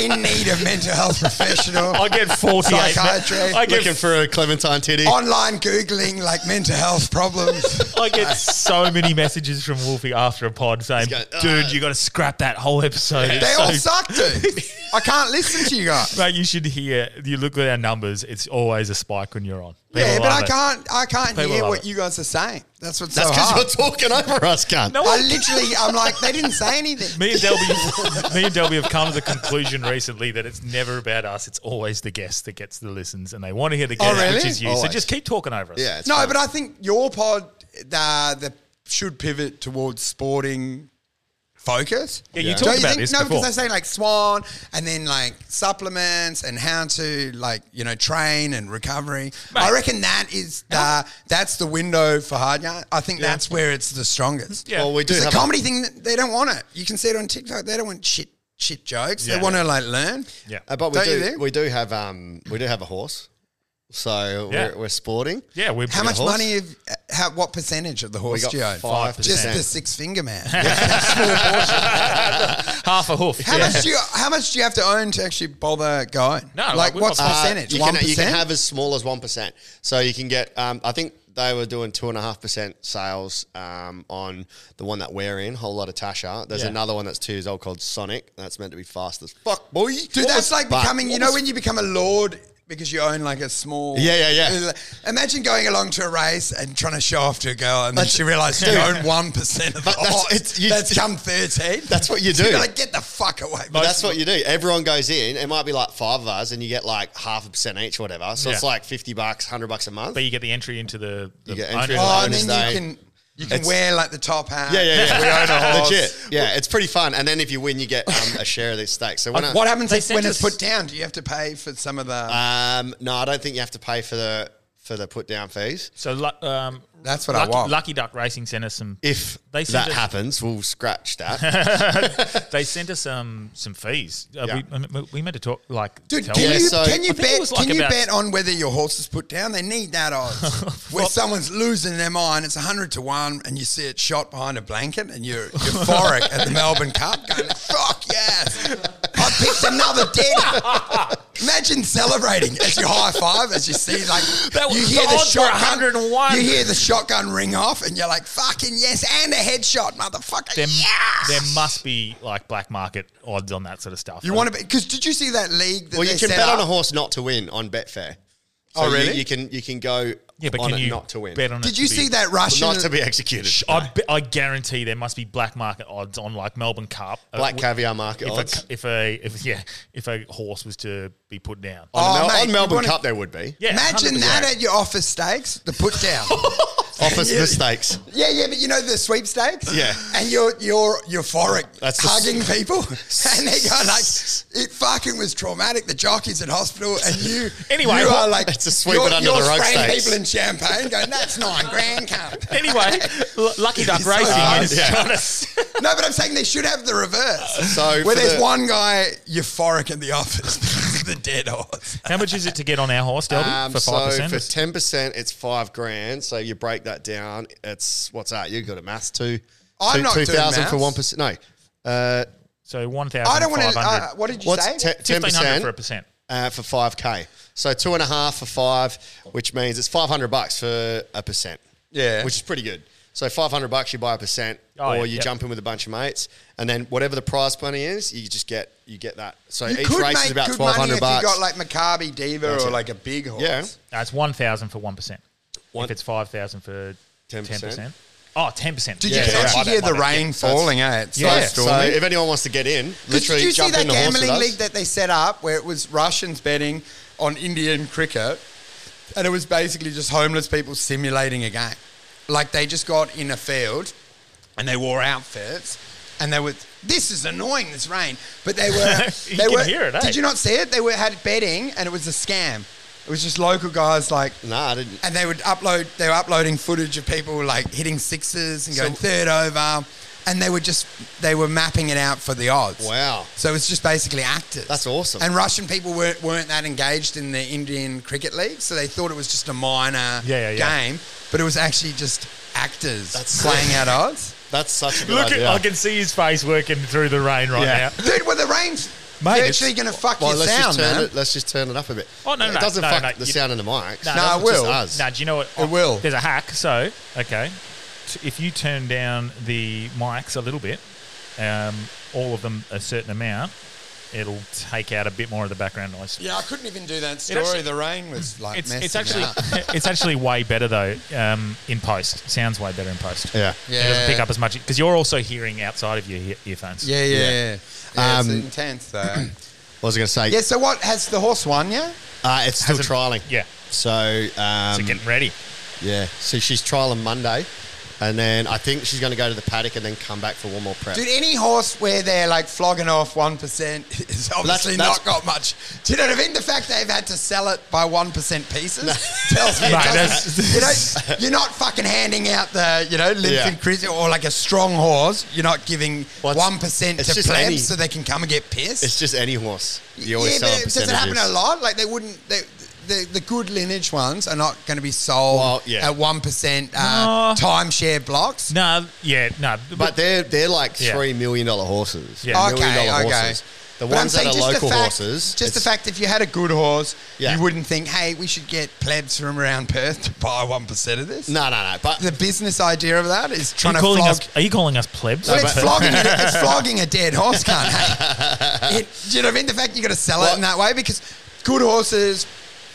Speaker 3: in need of mental health professional.
Speaker 1: I get forty
Speaker 2: [LAUGHS]
Speaker 1: eight.
Speaker 3: Psychiatry.
Speaker 1: I get
Speaker 2: Looking for a Clementine titty.
Speaker 3: online googling like mental health
Speaker 1: [LAUGHS]
Speaker 3: problems.
Speaker 1: I get so many messages from Wolfie after a pod saying,
Speaker 2: He's going,
Speaker 1: "Dude,
Speaker 2: "Ah."
Speaker 1: you got to scrap that whole episode."
Speaker 3: they
Speaker 1: It's
Speaker 3: all
Speaker 1: so
Speaker 3: suck, dude. I can't listen to you guys.
Speaker 1: [LAUGHS] Mate, you should hear. You look at our numbers; it's always a spike when you're on. People
Speaker 3: yeah, but I
Speaker 1: love it.
Speaker 3: can't. I can't
Speaker 1: People
Speaker 3: hear
Speaker 1: love
Speaker 3: what
Speaker 1: it.
Speaker 3: you guys are saying. That's what's
Speaker 2: That's
Speaker 3: so
Speaker 2: because
Speaker 3: hard.
Speaker 2: you're talking over us, cunt.
Speaker 1: No,
Speaker 3: I literally, I'm like, they didn't
Speaker 1: [LAUGHS]
Speaker 3: say anything.
Speaker 1: Me and Delby, [LAUGHS] me and Delby have come to the conclusion recently that it's never about us; it's always the guest that gets the listens, and they want to hear the guest, which
Speaker 3: Oh, really?
Speaker 1: is you. So
Speaker 2: Always.
Speaker 1: just keep talking over us.
Speaker 2: Yeah, it's
Speaker 3: No,
Speaker 2: fine.
Speaker 3: but I think your pod uh, the should pivot towards sporting focus.
Speaker 1: Yeah, you
Speaker 2: Yeah.
Speaker 1: talked
Speaker 3: Don't
Speaker 1: about
Speaker 3: you think?
Speaker 1: this
Speaker 3: no,
Speaker 1: before.
Speaker 3: because they say like Swan, and then like supplements, and how to like you know train and recovery. I reckon that is the, that's the window for hard yarn. I think that's where it's the strongest.
Speaker 1: Yeah.
Speaker 2: Well, we do
Speaker 3: It's a
Speaker 2: have
Speaker 3: comedy thing. That they don't want it. You can see it on TikTok. They don't want shit shit jokes.
Speaker 1: Yeah.
Speaker 3: They want to like learn.
Speaker 1: Yeah.
Speaker 2: Uh, but we
Speaker 3: Don't you
Speaker 2: do
Speaker 3: think?
Speaker 2: we do have um we do have a horse, so
Speaker 1: Yeah.
Speaker 2: we're, we're sporting.
Speaker 1: yeah, we're
Speaker 3: How
Speaker 1: we're
Speaker 3: much
Speaker 1: horse.
Speaker 3: money? Have, uh, how what percentage of the horse
Speaker 2: got
Speaker 3: do you own?
Speaker 2: 5%.
Speaker 3: Just the six
Speaker 2: [LAUGHS]
Speaker 3: finger man.
Speaker 1: Half a hoof.
Speaker 3: How
Speaker 1: yeah.
Speaker 3: much do you how much do you have to own to actually bother going?
Speaker 1: No, like,
Speaker 3: like
Speaker 1: we-
Speaker 3: what's
Speaker 1: uh,
Speaker 3: percentage?
Speaker 2: You
Speaker 3: One
Speaker 2: can, you can
Speaker 3: percent.
Speaker 2: have as small as one percent. So you can get. Um, I think they were doing two and a half percent sales um, on the one that we're in. Whole lot of Tasha. There's
Speaker 1: Yeah.
Speaker 2: another one that's two years old called Sonic. That's meant to be fast as fuck, boy.
Speaker 3: Dude,
Speaker 2: What
Speaker 3: that's
Speaker 2: was-
Speaker 3: like
Speaker 2: but-
Speaker 3: becoming. You
Speaker 2: what
Speaker 3: know
Speaker 2: was-
Speaker 3: when you become a lord because you own like a small. Uh,
Speaker 2: Yeah, yeah, yeah.
Speaker 3: Imagine going along to a race and trying to show off to a girl, and then
Speaker 2: That's-
Speaker 3: she realizes you
Speaker 2: Dude.
Speaker 3: own one percent of the
Speaker 2: But that's-
Speaker 3: odds.
Speaker 2: it's- you-
Speaker 3: that's come thirteen.
Speaker 2: That's what you do.
Speaker 3: You're [LAUGHS] like, get the fuck away.
Speaker 2: But that's what you do. Everyone goes in. It might be like five of us, and you get like half a percent each, or whatever. So it's
Speaker 1: Yeah.
Speaker 2: like fifty bucks, hundred bucks a month.
Speaker 1: But you get the entry into the, the
Speaker 2: You get
Speaker 1: owner-
Speaker 2: entry into
Speaker 3: oh,
Speaker 2: the
Speaker 3: and
Speaker 2: owners
Speaker 3: then
Speaker 2: day.
Speaker 3: you can you can
Speaker 2: It's-
Speaker 3: wear like the top hat.
Speaker 2: yeah, yeah, [LAUGHS] yeah.
Speaker 1: own a horse.
Speaker 2: Legit. Yeah, it's pretty fun. And then if you win, you get um, a share of these stakes. So when I,
Speaker 3: What happens
Speaker 1: They
Speaker 3: if,
Speaker 1: sent
Speaker 3: when it's
Speaker 1: us- Uh,
Speaker 3: put down? Do you have to pay for some of the?
Speaker 2: Um, no, I don't think you have to pay for the for the put down fees.
Speaker 1: So lu- um,
Speaker 3: That's what I
Speaker 1: Lucky,
Speaker 3: want.
Speaker 1: Lucky Duck Racing sent us some.
Speaker 2: If
Speaker 1: They said
Speaker 2: that
Speaker 1: that-
Speaker 2: happens, we'll
Speaker 1: [LAUGHS]
Speaker 2: scratch that.
Speaker 1: They sent us um, some fees. Uh,
Speaker 2: Yeah.
Speaker 1: we, we meant to talk like.
Speaker 3: Dude,
Speaker 1: tell
Speaker 3: can
Speaker 1: them.
Speaker 2: Yeah,
Speaker 3: you
Speaker 2: so-
Speaker 3: can
Speaker 1: I
Speaker 3: you
Speaker 1: think it
Speaker 3: bet
Speaker 1: was like
Speaker 3: can you
Speaker 1: about-
Speaker 3: bet on whether your horse is put down? They need
Speaker 1: [LAUGHS]
Speaker 3: that odds. Where someone's losing their mind, it's hundred to one, and you see it shot behind a blanket, and you're euphoric
Speaker 1: [LAUGHS]
Speaker 3: at the Melbourne Cup, going "Fuck yes, I picked another
Speaker 1: [LAUGHS]
Speaker 3: dead." Imagine celebrating as you high five as you see like
Speaker 1: That was-
Speaker 3: you hear
Speaker 1: the
Speaker 3: the,
Speaker 1: odds were
Speaker 3: shotgun
Speaker 1: 101.
Speaker 3: You hear the shotgun ring off, and you're like "Fucking yes!" and a headshot, motherfucker.
Speaker 1: There,
Speaker 3: yes!
Speaker 1: there must be like black market odds on that sort of stuff.
Speaker 3: You want to because did you see that league? That
Speaker 2: well, you
Speaker 3: they
Speaker 2: can
Speaker 3: set
Speaker 2: bet on
Speaker 3: up?
Speaker 2: a horse not to win on Betfair.
Speaker 3: Oh,
Speaker 2: you-
Speaker 3: really?
Speaker 2: You, can you can go
Speaker 1: yeah, but
Speaker 2: on
Speaker 1: can
Speaker 2: it
Speaker 1: you
Speaker 2: not to win.
Speaker 1: bet on it
Speaker 3: Did you
Speaker 1: to
Speaker 3: see
Speaker 1: be-
Speaker 3: that Russian?
Speaker 2: not to be executed.
Speaker 1: I, bet- I guarantee there must be black market odds on like Melbourne Cup. Uh,
Speaker 2: Black
Speaker 1: w-
Speaker 2: caviar market
Speaker 1: if
Speaker 2: odds.
Speaker 1: A, if a if yeah if a horse was to be put down.
Speaker 2: on,
Speaker 3: Oh,
Speaker 2: Mel-
Speaker 3: mate,
Speaker 2: on
Speaker 3: you
Speaker 2: Melbourne
Speaker 3: wanna-
Speaker 2: Cup, there would be.
Speaker 1: Yeah,
Speaker 3: [LAUGHS] Imagine
Speaker 1: 100%.
Speaker 3: that at your office stakes, the
Speaker 2: [LAUGHS]
Speaker 3: put down.
Speaker 1: [LAUGHS]
Speaker 2: Office
Speaker 3: Yeah.
Speaker 2: mistakes.
Speaker 3: yeah, yeah, but you know the sweepstakes?
Speaker 2: Yeah.
Speaker 3: And you're you're euphoric,
Speaker 2: That's the-
Speaker 3: hugging
Speaker 2: [LAUGHS]
Speaker 3: people. [LAUGHS] And they go like, it fucking was traumatic. The jockey's in hospital
Speaker 2: [LAUGHS]
Speaker 3: and you
Speaker 1: Anyway,
Speaker 3: you
Speaker 1: what-
Speaker 3: are like
Speaker 2: It's a sweep
Speaker 3: you're-
Speaker 2: it under
Speaker 3: you're
Speaker 2: the rug
Speaker 3: spraying
Speaker 2: stakes.
Speaker 3: people in champagne going, That's nine grand cunt.
Speaker 1: Anyway,
Speaker 3: [LAUGHS]
Speaker 1: Lu- Lucky Duck Racing
Speaker 3: Uh,
Speaker 1: is
Speaker 2: yeah.
Speaker 1: trying to.
Speaker 3: No, but I'm saying they should have the reverse.
Speaker 2: So for
Speaker 3: where there's
Speaker 2: the-
Speaker 3: one guy euphoric in the office [LAUGHS] because of the dead horse.
Speaker 1: How much is it to get on our horse, Delby?
Speaker 2: Um,
Speaker 1: for
Speaker 2: so
Speaker 1: five
Speaker 2: for
Speaker 1: percent.
Speaker 2: ten percent, it's five grand. So you break that down, it's what's that? You got a maths two.
Speaker 3: I'm
Speaker 2: two-
Speaker 3: not
Speaker 2: two
Speaker 3: doing
Speaker 2: thousand for
Speaker 3: maths.
Speaker 2: one percent. No, uh,
Speaker 1: So one thousand.
Speaker 3: I don't want to. Uh, what did you say?
Speaker 2: what's ten
Speaker 1: Fifteen hundred for a percent.
Speaker 2: percent? uh, for five k. So two and a half for five, which means it's five hundred bucks for a percent.
Speaker 3: Yeah.
Speaker 2: which is pretty good. So five hundred bucks, you buy a percent,
Speaker 1: Oh,
Speaker 2: or
Speaker 1: yeah,
Speaker 2: you
Speaker 1: yep.
Speaker 2: jump in with a bunch of mates, and then whatever the prize money is, you just get you get that. So
Speaker 3: You
Speaker 2: each
Speaker 3: could
Speaker 2: race
Speaker 3: make
Speaker 2: is about
Speaker 3: good
Speaker 2: twelve
Speaker 3: money if
Speaker 2: hundred bucks.
Speaker 3: you got like Maccabi Diva
Speaker 2: That's
Speaker 3: or
Speaker 2: it.
Speaker 3: like a big horse.
Speaker 2: yeah,
Speaker 1: That's one thousand for one percent. If it's five thousand for ten
Speaker 2: 10%.
Speaker 1: percent. Oh, 10 percent.
Speaker 3: Did
Speaker 2: Yeah,
Speaker 3: you
Speaker 2: yeah,
Speaker 3: actually
Speaker 2: yeah.
Speaker 3: hear the rain falling? Eh? It's so
Speaker 2: So, so
Speaker 3: stormy.
Speaker 2: if anyone wants to get in,
Speaker 3: 'Cause
Speaker 2: literally
Speaker 3: did you see
Speaker 2: jump
Speaker 3: that
Speaker 2: in the horse with
Speaker 3: gambling
Speaker 2: us.
Speaker 3: league that they set up where it was Russians betting on Indian cricket, and it was basically just homeless people simulating a game. Like they just got in a field, and they wore outfits, and they were. This is annoying. This rain, but
Speaker 2: [LAUGHS]
Speaker 3: they were.
Speaker 1: You
Speaker 3: they
Speaker 1: can
Speaker 3: were.
Speaker 1: hear it, eh?
Speaker 3: Did you not see it? They were had betting, and it was a scam. It was just local guys like
Speaker 2: no, I didn't.
Speaker 3: and they would upload they were uploading footage of people like hitting sixes and going third over and they were just they were mapping it out for the odds
Speaker 2: Wow.
Speaker 3: so it's just basically actors
Speaker 2: That's awesome.
Speaker 3: and russian people weren't, weren't that engaged in the indian cricket league so they thought it was just a minor
Speaker 1: Yeah, yeah, yeah.
Speaker 3: game but it was actually just actors
Speaker 2: That's
Speaker 3: playing
Speaker 2: sick.
Speaker 3: out odds
Speaker 2: That's such a good
Speaker 1: Look,
Speaker 2: idea.
Speaker 1: at, I can see his face working through the rain right
Speaker 2: Yeah.
Speaker 1: now.
Speaker 3: dude well the rain's
Speaker 1: Mate, it's-
Speaker 3: virtually going to fuck
Speaker 2: well,
Speaker 3: your
Speaker 2: let's
Speaker 3: sound
Speaker 2: just turn
Speaker 3: man
Speaker 2: it. Let's just turn it up a bit.
Speaker 1: Oh, no, no,
Speaker 2: it doesn't
Speaker 1: no,
Speaker 2: fuck
Speaker 1: no,
Speaker 2: the
Speaker 1: you-
Speaker 2: sound in the mic.
Speaker 1: No,
Speaker 3: no, it
Speaker 2: it's just
Speaker 3: will.
Speaker 2: us.
Speaker 1: Now, do you know what?
Speaker 3: It will.
Speaker 1: There's a hack. So, okay, t- if you turn down the mics a little bit, um, all of them a certain amount, it'll take out a bit more of the background noise.
Speaker 3: yeah i couldn't even do that
Speaker 1: It
Speaker 3: story
Speaker 1: actually-
Speaker 3: the rain was like
Speaker 1: It's,
Speaker 3: messing
Speaker 1: it's actually
Speaker 3: it
Speaker 1: [LAUGHS]
Speaker 3: up.
Speaker 1: it's actually way better though um, in post. Sounds way better in post.
Speaker 2: Yeah.
Speaker 1: It doesn't
Speaker 3: Yeah.
Speaker 1: pick up as much because you're also hearing outside of your ear- earphones.
Speaker 3: yeah yeah, yeah. Yeah,
Speaker 2: Um,
Speaker 3: it's intense though
Speaker 2: What was I going to say?
Speaker 3: Yeah, so what has the horse won, yeah?
Speaker 2: Uh, it's still
Speaker 1: Hasn't-
Speaker 2: trialing.
Speaker 1: yeah.
Speaker 2: So, um,
Speaker 1: So getting ready.
Speaker 2: yeah. So she's trialing Monday. And then I think she's going to go to the paddock and then come back for one more prep.
Speaker 3: Dude, any horse where they're like flogging off 1% is obviously
Speaker 2: that's-
Speaker 3: not got much. Do you know what I mean? The fact they've had to sell it by 1% pieces tells me it
Speaker 1: Mate,
Speaker 3: doesn't-
Speaker 1: that's-
Speaker 3: you know, you're not fucking handing out the, you know, limbs
Speaker 2: Yeah.
Speaker 3: and crisps or like a strong horse. You're not giving
Speaker 2: Well, it's-
Speaker 3: 1%
Speaker 2: it's
Speaker 3: to
Speaker 2: just
Speaker 3: plebs
Speaker 2: any-
Speaker 3: so they can come and get pissed.
Speaker 2: it's just any horse. You always
Speaker 3: yeah,
Speaker 2: sell a
Speaker 3: but does it
Speaker 2: percentage
Speaker 3: happen
Speaker 2: of-
Speaker 3: a lot? Like they wouldn't. They, the, the good lineage ones are not going to be sold
Speaker 2: Well, yeah.
Speaker 3: at one percent uh,
Speaker 1: No.
Speaker 3: timeshare blocks.
Speaker 1: No, yeah, no.
Speaker 2: But they're they're like
Speaker 1: Yeah.
Speaker 2: three million dollar horses.
Speaker 1: Yeah.
Speaker 2: Million dollar horses. The
Speaker 3: But I'm
Speaker 2: ones that
Speaker 3: saying
Speaker 2: are
Speaker 3: just the
Speaker 2: local
Speaker 3: fact-
Speaker 2: horses.
Speaker 3: Just the
Speaker 2: it's-
Speaker 3: fact if you had a good horse,
Speaker 2: Yeah.
Speaker 3: you wouldn't think, hey, we should get plebs from around Perth to buy one percent of this.
Speaker 2: No, no, no. But
Speaker 3: The business idea of that is
Speaker 1: are
Speaker 3: trying
Speaker 1: you
Speaker 3: to
Speaker 1: calling
Speaker 3: flog.
Speaker 1: us? Are you calling us plebs?
Speaker 3: Well, it's flogging,
Speaker 1: [LAUGHS]
Speaker 3: it's flogging a dead horse, can't
Speaker 2: [LAUGHS]
Speaker 3: hey? It, do you know what I mean? The fact you got to sell it
Speaker 2: Well-
Speaker 3: in that way because good horses,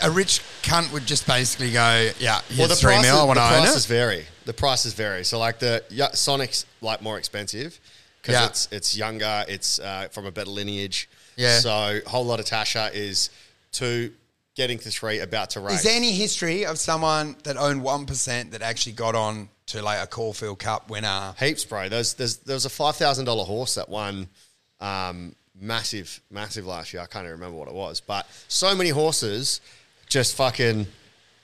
Speaker 3: a rich cunt would just basically go, yeah, here's three
Speaker 2: prices,
Speaker 3: mil, I want
Speaker 2: the
Speaker 3: to own
Speaker 2: prices
Speaker 3: it.
Speaker 2: vary. The prices vary. So like the yeah, Sonic's like more expensive because
Speaker 3: Yeah.
Speaker 2: it's it's younger. It's uh, from a better lineage.
Speaker 3: Yeah.
Speaker 2: So whole lot of Tasha is two getting to three, about to race.
Speaker 3: Is there any history of someone that owned 1% that actually got on to like a Caulfield Cup winner?
Speaker 2: heaps, bro. There's there's there was a five thousand dollar horse that won um, massive, massive last year. I can't even remember what it was, but so many horses just fucking end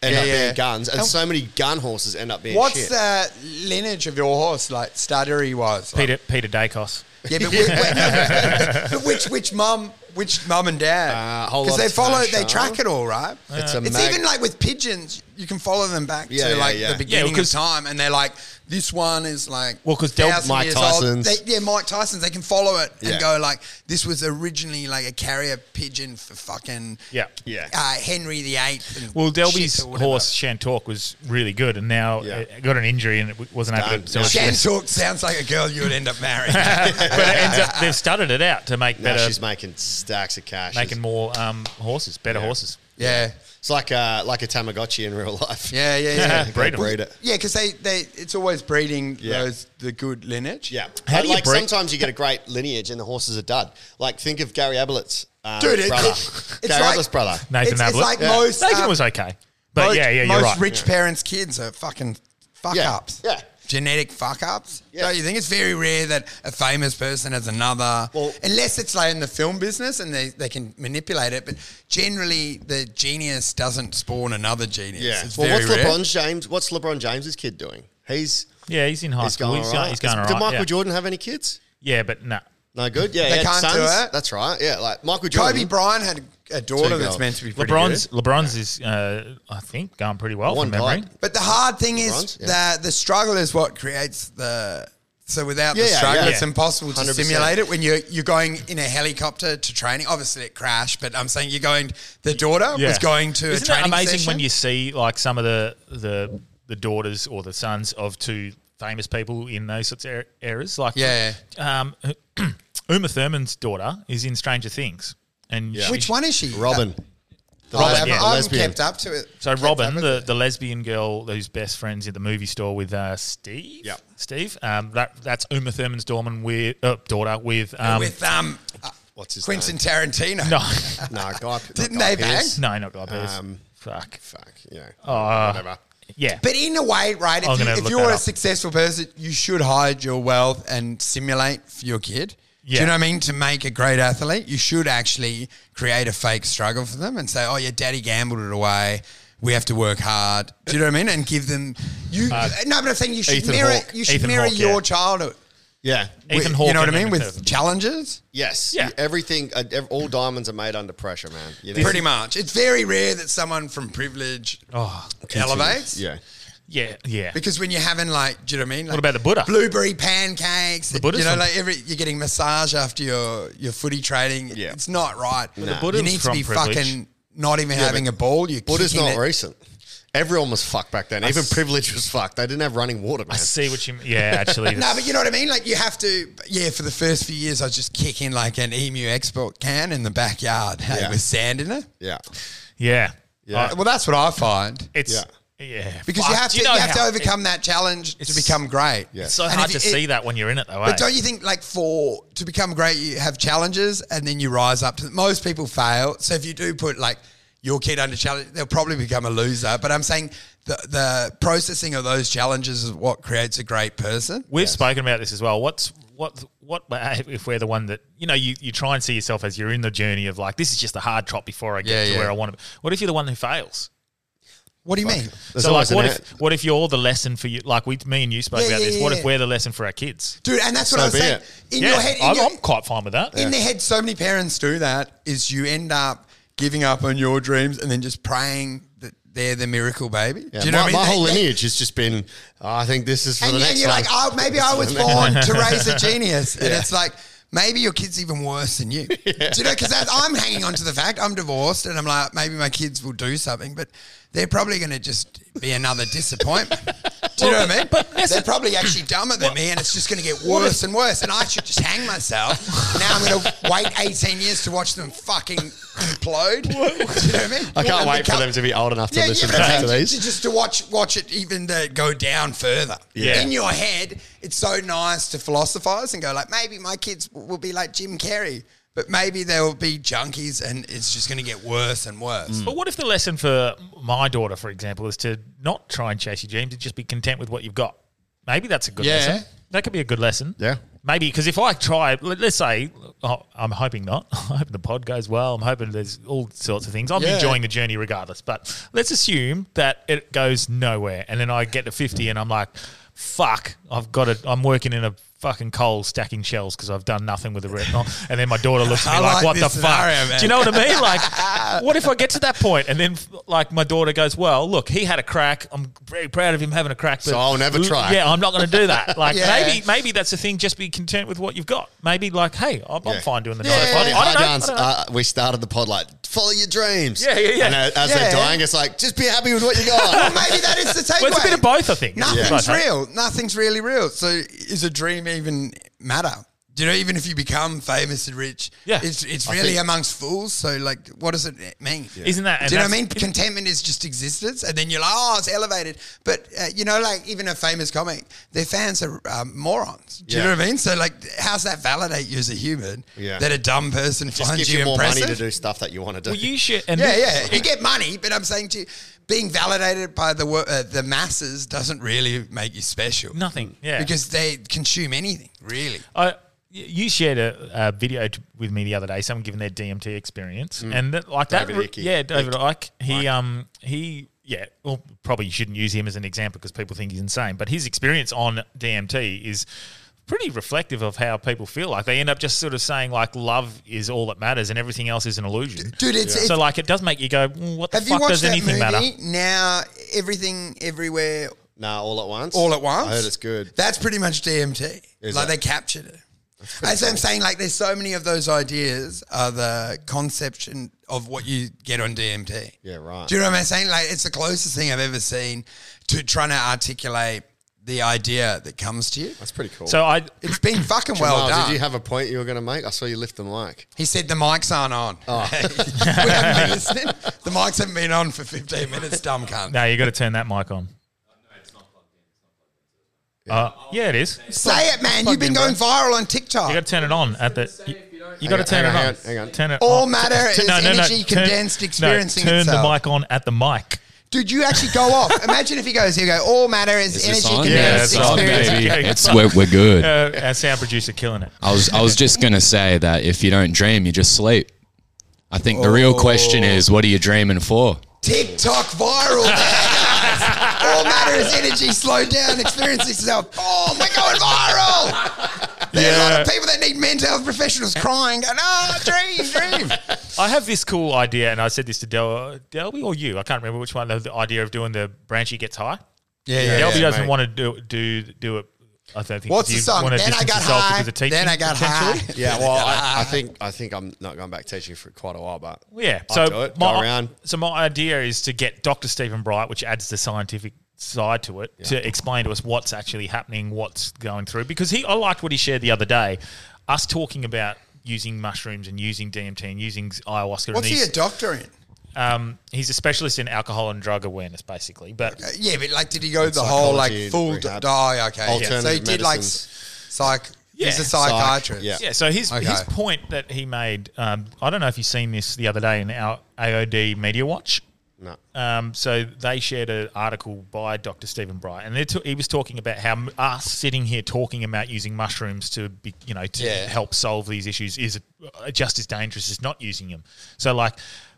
Speaker 3: Yeah,
Speaker 2: up
Speaker 3: yeah.
Speaker 2: being guns, and so many gun horses end up being
Speaker 3: What's
Speaker 2: shit.
Speaker 3: the lineage of your horse, like stuttery wise? Like,
Speaker 1: Peter Peter Dacos.
Speaker 3: Yeah, but,
Speaker 1: [LAUGHS]
Speaker 3: whi- but which which mum which mum and dad?
Speaker 2: Uh, whole
Speaker 3: Because
Speaker 2: lot
Speaker 3: they
Speaker 2: of
Speaker 3: follow,
Speaker 2: cash,
Speaker 3: they
Speaker 2: huh?
Speaker 3: track it all, right?
Speaker 2: It's a
Speaker 3: it's
Speaker 2: mag-
Speaker 3: even like with pigeons, you can follow them back
Speaker 2: Yeah,
Speaker 3: to
Speaker 2: yeah,
Speaker 3: like
Speaker 2: yeah.
Speaker 3: the beginning of
Speaker 1: 'cause-
Speaker 3: time, and they're like, this one is like
Speaker 1: Well, 'cause Del-
Speaker 3: 1,000
Speaker 2: Mike
Speaker 3: years old.
Speaker 2: Tyson's.
Speaker 3: They- yeah, Mike Tyson's. They can follow it
Speaker 2: Yeah.
Speaker 3: and go like, this was originally like a carrier pigeon for fucking
Speaker 1: Yeah.
Speaker 2: Yeah.
Speaker 3: uh, Henry the Eighth. and
Speaker 1: Well,
Speaker 3: shit
Speaker 1: Delby's
Speaker 3: or whatever.
Speaker 1: horse Shantork was really good, and now
Speaker 2: Yeah.
Speaker 1: it got an injury and it w- wasn't able
Speaker 2: Done.
Speaker 1: to. sell
Speaker 2: Now
Speaker 1: it.
Speaker 3: Shan Talk sounds like a girl you would end up
Speaker 1: [LAUGHS]
Speaker 3: marrying.
Speaker 1: but it ends up they've studded it out to make
Speaker 2: now
Speaker 1: better,
Speaker 2: she's making stacks of cash.
Speaker 1: making more um, horses, better horses.
Speaker 3: yeah,
Speaker 2: It's like a, like a Tamagotchi in real life.
Speaker 3: yeah, yeah,
Speaker 2: [LAUGHS]
Speaker 3: yeah.
Speaker 2: They
Speaker 1: Breed 'em.
Speaker 2: breed it.
Speaker 3: Yeah, because they, they it's always breeding
Speaker 2: Yeah.
Speaker 3: those the good lineage.
Speaker 2: Yeah.
Speaker 1: How
Speaker 2: But
Speaker 1: do you
Speaker 2: like
Speaker 1: breed- [LAUGHS]
Speaker 2: sometimes you get a great lineage and the horses are dud. Like think of Gary Ablett's um,
Speaker 3: Dude, it-
Speaker 2: brother.
Speaker 3: it- [LAUGHS] it's
Speaker 2: Gary
Speaker 3: like-
Speaker 2: Ablett's brother.
Speaker 1: Nathan
Speaker 3: It's- it's
Speaker 1: Ablett.
Speaker 3: like Yeah. most,
Speaker 1: Nathan
Speaker 3: um,
Speaker 1: was okay, but yeah, yeah, you're
Speaker 3: most
Speaker 1: right.
Speaker 3: rich parents' kids are fucking fuck
Speaker 2: Yeah.
Speaker 3: ups.
Speaker 2: Yeah.
Speaker 3: Genetic fuck ups.
Speaker 2: Yeah.
Speaker 3: Don't you think it's very rare that a famous person has another
Speaker 2: Well-
Speaker 3: unless it's like in the film business and they, they can manipulate it, but generally the genius doesn't spawn another genius.
Speaker 2: Yeah.
Speaker 3: It's
Speaker 2: well,
Speaker 3: very
Speaker 2: what's
Speaker 3: rare.
Speaker 2: LeBron James? What's LeBron James's kid doing? He's
Speaker 1: Yeah, he's in high
Speaker 2: he's
Speaker 1: school.
Speaker 2: going
Speaker 1: He's
Speaker 2: all
Speaker 1: going,
Speaker 2: right.
Speaker 1: he's going all
Speaker 2: Does-
Speaker 1: right.
Speaker 2: Did Michael
Speaker 1: yeah.
Speaker 2: Jordan have any kids?
Speaker 1: Yeah, but no.
Speaker 2: No good. Yeah,
Speaker 3: They
Speaker 2: yeah.
Speaker 3: can't do
Speaker 2: sons.
Speaker 3: it.
Speaker 2: That's right. Yeah, like Michael Jordan.
Speaker 3: Kobe Bryant had a daughter
Speaker 2: Two
Speaker 3: that's
Speaker 2: girls.
Speaker 3: meant to be pretty
Speaker 1: LeBron's
Speaker 3: good.
Speaker 1: LeBron's is uh, I think going pretty well
Speaker 2: One
Speaker 1: from memory.
Speaker 2: bloke.
Speaker 3: But the hard thing is
Speaker 2: LeBron's, yeah.
Speaker 3: that the struggle is what creates the. So without the
Speaker 2: Yeah, yeah,
Speaker 3: struggle,
Speaker 2: yeah.
Speaker 3: it's impossible to
Speaker 2: 100%.
Speaker 3: simulate it. When you're you're going in a helicopter to training, obviously it crashed. But I'm saying you're going. The daughter
Speaker 1: Yeah.
Speaker 3: was going to
Speaker 1: Isn't
Speaker 3: a training
Speaker 1: it amazing
Speaker 3: session.
Speaker 1: when you see like some of the the the daughters or the sons of two famous people in those sorts of er- eras? Like
Speaker 3: Yeah.
Speaker 1: um, [CLEARS THROAT] Uma Thurman's daughter is in Stranger Things, and she-
Speaker 3: Which one is she?
Speaker 2: Robin. The
Speaker 3: I
Speaker 2: lesb-
Speaker 3: haven't,
Speaker 1: yeah.
Speaker 3: I haven't
Speaker 2: lesbian.
Speaker 3: kept up to it.
Speaker 1: So
Speaker 3: Kept
Speaker 1: Robin,
Speaker 3: up with
Speaker 1: the, the lesbian girl who's best friends at the movie store with uh, Steve.
Speaker 2: Yep.
Speaker 1: Steve. Um, that that's Uma Thurman's Dorman with uh, daughter with um,
Speaker 3: with um, uh,
Speaker 2: What's his
Speaker 3: Quentin
Speaker 2: name?
Speaker 3: Tarantino.
Speaker 1: no
Speaker 2: No, guy.
Speaker 3: [LAUGHS] Didn't
Speaker 2: guy
Speaker 3: they
Speaker 2: Pearce.
Speaker 1: no not Guy Pearce.
Speaker 2: Um,
Speaker 1: Fuck.
Speaker 2: Fuck. Yeah.
Speaker 1: Uh,
Speaker 2: Whatever.
Speaker 1: yeah.
Speaker 3: But in a way, right?
Speaker 1: I'm
Speaker 3: If, you,
Speaker 1: gonna
Speaker 3: if
Speaker 1: look
Speaker 3: you're
Speaker 1: that
Speaker 3: a
Speaker 1: up.
Speaker 3: successful person, you should hide your wealth and simulate for your kid. Do
Speaker 1: Yeah.
Speaker 3: you know what I mean? To make a great athlete, you should actually create a fake struggle for them and say, "Oh, your daddy gambled it away. We have to work hard." Do you know what I mean? And give them you. no, but I'm saying you should
Speaker 2: Ethan
Speaker 3: mirror.
Speaker 2: Hawke.
Speaker 3: You should
Speaker 1: Uh, Ethan
Speaker 3: mirror
Speaker 1: Hawke,
Speaker 3: your
Speaker 1: yeah.
Speaker 3: childhood.
Speaker 2: Yeah.
Speaker 1: Ethan
Speaker 3: With-
Speaker 1: Hawke
Speaker 3: you know what
Speaker 1: and
Speaker 3: I mean
Speaker 1: Uma
Speaker 3: with
Speaker 1: Thurman.
Speaker 3: challenges.
Speaker 2: Yes.
Speaker 1: Yeah.
Speaker 2: Yeah. Everything. uh, ev- All diamonds are made under pressure, man. You know?
Speaker 3: Pretty much, it's very rare that someone from privilege
Speaker 1: Oh,
Speaker 3: elevates.
Speaker 2: Yeah.
Speaker 1: yeah. Ah, Yeah.
Speaker 3: Because when you're having like, do you know what I mean? Like
Speaker 1: about the Buddha?
Speaker 3: Blueberry pancakes. The
Speaker 1: Buddha's
Speaker 3: You know,
Speaker 1: from-
Speaker 3: like every you're getting massage after your your footy training.
Speaker 2: Yeah.
Speaker 3: It's not right.
Speaker 2: Nah.
Speaker 1: Buddha's
Speaker 3: you need to
Speaker 1: from
Speaker 3: be
Speaker 1: privilege.
Speaker 3: fucking not even
Speaker 2: Yeah,
Speaker 3: having a
Speaker 2: but
Speaker 3: ball. You're
Speaker 2: Buddha's
Speaker 3: kicking
Speaker 2: not
Speaker 3: it.
Speaker 2: recent. Everyone was fucked back then. Even privilege was fucked. They didn't have running water, man.
Speaker 1: I see what you. mean. Yeah,
Speaker 3: [LAUGHS]
Speaker 1: actually.
Speaker 3: No, but you know what I mean. Like you have to. Yeah, for the first few years, I was just kicking like an emu export can in the backyard hey,
Speaker 2: Yeah.
Speaker 3: with sand in it.
Speaker 2: Yeah.
Speaker 1: yeah.
Speaker 2: Yeah.
Speaker 1: Uh,
Speaker 3: Well, that's what I find.
Speaker 1: it's yeah.
Speaker 3: Because
Speaker 1: Fuck,
Speaker 3: you have
Speaker 1: do
Speaker 3: to, you
Speaker 1: know
Speaker 3: have to
Speaker 1: how-
Speaker 3: overcome that challenge to
Speaker 1: It's-
Speaker 3: become great.
Speaker 2: Yeah.
Speaker 1: It's so
Speaker 3: And
Speaker 1: hard
Speaker 3: if
Speaker 1: to
Speaker 3: you-
Speaker 1: see that when you're in it, though. eh?
Speaker 3: But don't you think, like, for to become great, you have challenges and then you rise up to them? Most people fail. So if you do put, like, your kid under challenge, they'll probably become a loser. But I'm saying the, the processing of those challenges is what creates a great person.
Speaker 1: We've spoken about this as well. What's what what [LAUGHS] if we're the one that you know you, you try and see yourself as you're in the journey of like this is just a hard trot before I get
Speaker 3: Yeah,
Speaker 1: to
Speaker 3: yeah.
Speaker 1: where I want to. be. What if you're the one who fails?
Speaker 3: What do you mean?
Speaker 2: There's
Speaker 1: so like,
Speaker 2: always an
Speaker 1: what
Speaker 2: out-
Speaker 1: if what if you're the lesson for you? Like we, me and you spoke
Speaker 3: Yeah,
Speaker 1: about
Speaker 3: yeah,
Speaker 1: this.
Speaker 3: yeah,
Speaker 1: what
Speaker 3: yeah.
Speaker 1: if we're the lesson for our kids?
Speaker 3: Dude, and that's what
Speaker 2: So
Speaker 3: I was
Speaker 2: be
Speaker 3: saying. In
Speaker 1: yeah,
Speaker 3: your head, in
Speaker 1: I'm,
Speaker 3: your-
Speaker 1: I'm quite fine with that.
Speaker 3: in their head, so many parents do that is you end up giving up on your dreams and then just praying that they're the miracle baby.
Speaker 2: Yeah,
Speaker 3: do you know
Speaker 2: my,
Speaker 3: what I mean?
Speaker 2: my
Speaker 3: They-
Speaker 2: whole
Speaker 3: they-
Speaker 2: lineage has just been. "Oh, I think this is for
Speaker 3: and,
Speaker 2: the
Speaker 3: you-
Speaker 2: next
Speaker 3: and you're
Speaker 2: one."
Speaker 3: like, oh, maybe I was
Speaker 2: the next [LAUGHS]
Speaker 3: born to raise a genius. And it's like, maybe your kid's even worse
Speaker 2: [LAUGHS]
Speaker 3: than you. Do you know? Because I'm hanging on to the fact I'm divorced and I'm like, maybe my kids will do something, but they're probably going to just be another disappointment. Do you know what I mean? they're probably actually dumber than me, and it's just going to get worse and worse. And I should just hang myself. Now I'm going to wait 18 years to watch them fucking implode. Do you know what I mean?
Speaker 2: I can't
Speaker 3: And
Speaker 2: wait for
Speaker 3: become-
Speaker 2: them to be old enough to listen
Speaker 3: but
Speaker 2: back to
Speaker 1: [LAUGHS]
Speaker 3: it's like
Speaker 2: these.
Speaker 3: ju- Just to watch watch it even uh, go down further.
Speaker 1: Yeah.
Speaker 3: In your head, it's so nice to philosophize and go like, maybe my kids w- will be like Jim Carrey, but maybe they'll be junkies and it's just going to get worse and worse.
Speaker 1: But what if the lesson for my daughter, for example, is to not try and chase your dreams, to just be content with what you've got? Maybe that's a good
Speaker 3: Yeah.
Speaker 1: lesson. That could be a good lesson.
Speaker 2: Yeah.
Speaker 1: Maybe because if I try, let- let's say, oh, I'm hoping not. [LAUGHS] I'm hoping the pod goes well. I'm hoping there's all sorts of things. I'm
Speaker 3: Yeah.
Speaker 1: enjoying the journey regardless. But let's assume that it goes nowhere, and then I get to 50, and I'm like, "Fuck! I've got it. I'm working in a fucking coal stacking shells because I've done nothing with the
Speaker 3: [LAUGHS]
Speaker 1: retinol." And then my daughter looks at me
Speaker 3: I
Speaker 1: like,
Speaker 3: like
Speaker 1: "What the
Speaker 3: this scenario,
Speaker 1: fuck?"
Speaker 3: man.
Speaker 1: Do you know what I mean? Like, what if I get to that point, and then like my daughter goes, "Well, look, he had a crack. I'm very proud of him having a crack, but
Speaker 2: So I'll never try."
Speaker 1: Yeah, I'm not going to do
Speaker 2: [LAUGHS]
Speaker 1: that. Like
Speaker 3: Yeah.
Speaker 1: maybe maybe that's the thing. Just be content with what you've got. Maybe like, hey, I'm, I'm
Speaker 2: Yeah.
Speaker 1: fine doing the
Speaker 2: Yeah,
Speaker 1: nine to five.
Speaker 2: funny
Speaker 1: I don't
Speaker 2: how
Speaker 1: know. I
Speaker 2: Dan's,
Speaker 1: don't know.
Speaker 2: uh, we started the pod like follow your dreams.
Speaker 1: Yeah, yeah, yeah.
Speaker 2: And uh, as, as
Speaker 3: Yeah.
Speaker 2: they're dying, it's like just be happy with what you got.
Speaker 1: [LAUGHS]
Speaker 3: Well, maybe that is the takeaway.
Speaker 1: Well, it's a bit of both, I think.
Speaker 3: Nothing's
Speaker 1: Yeah.
Speaker 3: real. Nothing's really real. So, is a dream even matter? Do you know? Even if you become famous and rich,
Speaker 1: Yeah.
Speaker 3: it's it's
Speaker 1: I
Speaker 3: really
Speaker 1: think-
Speaker 3: amongst fools. So, like, what does it mean?
Speaker 1: Isn't that- and
Speaker 3: Do you know
Speaker 1: that's-
Speaker 3: what I mean? Contentment is just existence, and then you're like, oh, it's elevated. But uh, you know, like even a famous comic, their fans are um, morons. Do you
Speaker 2: Yeah.
Speaker 3: know what I mean? So, like, how's that validate you as a human?
Speaker 2: Yeah.
Speaker 3: That a dumb person
Speaker 2: just
Speaker 3: finds
Speaker 2: give
Speaker 3: you
Speaker 2: you more money
Speaker 3: impressive.
Speaker 2: to do stuff that you want to do.
Speaker 1: Well, you should. And
Speaker 3: Yeah,
Speaker 1: this-
Speaker 3: yeah. You get money, but I'm saying to you, being validated by the wo- uh, the masses doesn't really make you special.
Speaker 1: Nothing. Yeah.
Speaker 3: because they consume anything really.
Speaker 1: I, you shared a, a video t- with me the other day. Someone giving their DMT experience,
Speaker 3: Mm.
Speaker 1: and that, like that.
Speaker 2: David
Speaker 1: re-
Speaker 2: Icke.
Speaker 1: Yeah, David Icke. He um he yeah. Well, probably you shouldn't use him as an example because people think he's insane. But his experience on DMT is pretty reflective of how people feel. Like they end up just sort of saying like love is all that matters and everything else is an illusion.
Speaker 3: Dude, it's- it's-
Speaker 1: so like it does make you go, "Mm, what the
Speaker 3: Have you
Speaker 1: fuck
Speaker 3: watched
Speaker 1: does
Speaker 3: that
Speaker 1: anything
Speaker 3: movie?
Speaker 1: matter?
Speaker 3: Now everything, everywhere,
Speaker 2: nah, all at once.
Speaker 3: all at once.
Speaker 2: I heard it's good.
Speaker 3: That's pretty much DMT.
Speaker 2: Is
Speaker 3: like
Speaker 2: it?
Speaker 3: they captured it. As I'm saying, like there's so many of those ideas are the conception of what you get on DMT.
Speaker 2: Yeah, right.
Speaker 3: Do you know what I'm saying? Like it's the closest thing I've ever seen to trying to articulate the idea that comes to you.
Speaker 2: That's pretty cool.
Speaker 1: So I
Speaker 3: It's been fucking well
Speaker 2: Miles,
Speaker 3: done.
Speaker 2: did you have a point you were going to make? I saw you lift the mic.
Speaker 3: he said the mics aren't on.
Speaker 2: Oh.
Speaker 3: [LAUGHS] we haven't been listening. The mics haven't been on for 15 minutes, dumb cunt.
Speaker 1: no, you got to turn that mic on. Uh, yeah, it is.
Speaker 3: Say it, man. You've been going viral on TikTok.
Speaker 1: You got to turn it on at the. You, got to turn
Speaker 2: hang
Speaker 1: it on.
Speaker 2: on, hang on, hang on.
Speaker 1: Turn it
Speaker 3: All
Speaker 1: on.
Speaker 3: matter
Speaker 1: T-
Speaker 3: is energy condensed experiencing
Speaker 1: no, turn
Speaker 3: itself.
Speaker 1: the mic on at the
Speaker 3: [LAUGHS]
Speaker 1: mic.
Speaker 3: Dude, you actually go
Speaker 1: [LAUGHS]
Speaker 3: off. Imagine if he goes, here you go, all matter is,
Speaker 8: Is this
Speaker 3: energy
Speaker 8: on?
Speaker 3: condensed
Speaker 1: it's on,
Speaker 3: experience.
Speaker 1: baby. Yeah,
Speaker 8: It's
Speaker 1: it's on.
Speaker 8: we're, we're good.
Speaker 1: Uh, our sound producer killing it.
Speaker 8: I was I was just gonna say that if you don't dream, you just sleep. I think the real question is, what are you dreaming for?
Speaker 3: TikTok viral. [LAUGHS] There, guys. all matter is energy, slow down, experience yourself. Oh, we're going viral. There's a lot of people that need mental health professionals crying, going, oh, dream,
Speaker 1: [LAUGHS]
Speaker 3: dream.
Speaker 1: I have this cool idea, and I said this to Del Delby or you. I can't remember which one. The, the idea of doing the Branchy gets high.
Speaker 3: Yeah,
Speaker 1: Delby doesn't
Speaker 2: mate.
Speaker 1: want to do do do it. I don't think.
Speaker 3: What's
Speaker 1: you
Speaker 3: the song?
Speaker 1: wanna
Speaker 3: Then I
Speaker 1: distance
Speaker 3: got
Speaker 1: yourself
Speaker 3: high.
Speaker 1: because of teaching,
Speaker 3: Then I got
Speaker 1: potentially?
Speaker 3: high.
Speaker 2: [LAUGHS] Yeah, well, I, I think I think I'm not going back teaching for quite a while, but
Speaker 1: Yeah.
Speaker 2: I'll
Speaker 1: so
Speaker 2: do it.
Speaker 1: my
Speaker 2: Go around.
Speaker 1: so my idea is to get Dr. Stephen Bright, which adds the scientific side to it, to explain to us what's actually happening, what's going through. Because he, I liked what he shared the other day, us talking about using mushrooms and using DMT and using ayahuasca.
Speaker 3: What's
Speaker 1: and
Speaker 3: he a
Speaker 1: he's,
Speaker 3: doctor in?
Speaker 1: um, he's a specialist in alcohol and drug awareness, basically. But
Speaker 3: Uh, Yeah, but like, did he go the whole like
Speaker 2: Psychology,
Speaker 3: full
Speaker 2: rehab.
Speaker 3: die? Okay, yeah.
Speaker 2: Alternative
Speaker 3: so he did like
Speaker 2: medicines.
Speaker 3: s- psych. He's
Speaker 1: Yeah.
Speaker 3: a psychiatrist.
Speaker 2: Psych,
Speaker 1: Yeah. So his
Speaker 3: Okay.
Speaker 1: his point that he made, um, I don't know if you've seen this the other day in our AOD Media Watch.
Speaker 2: No.
Speaker 1: Um, so they shared an article by Dr. Stephen Bright, and they're t- he was talking about how m- us sitting here talking about using mushrooms to, be, you know, to
Speaker 2: Yeah.
Speaker 1: help solve these issues is uh, just as dangerous as not using them. So like.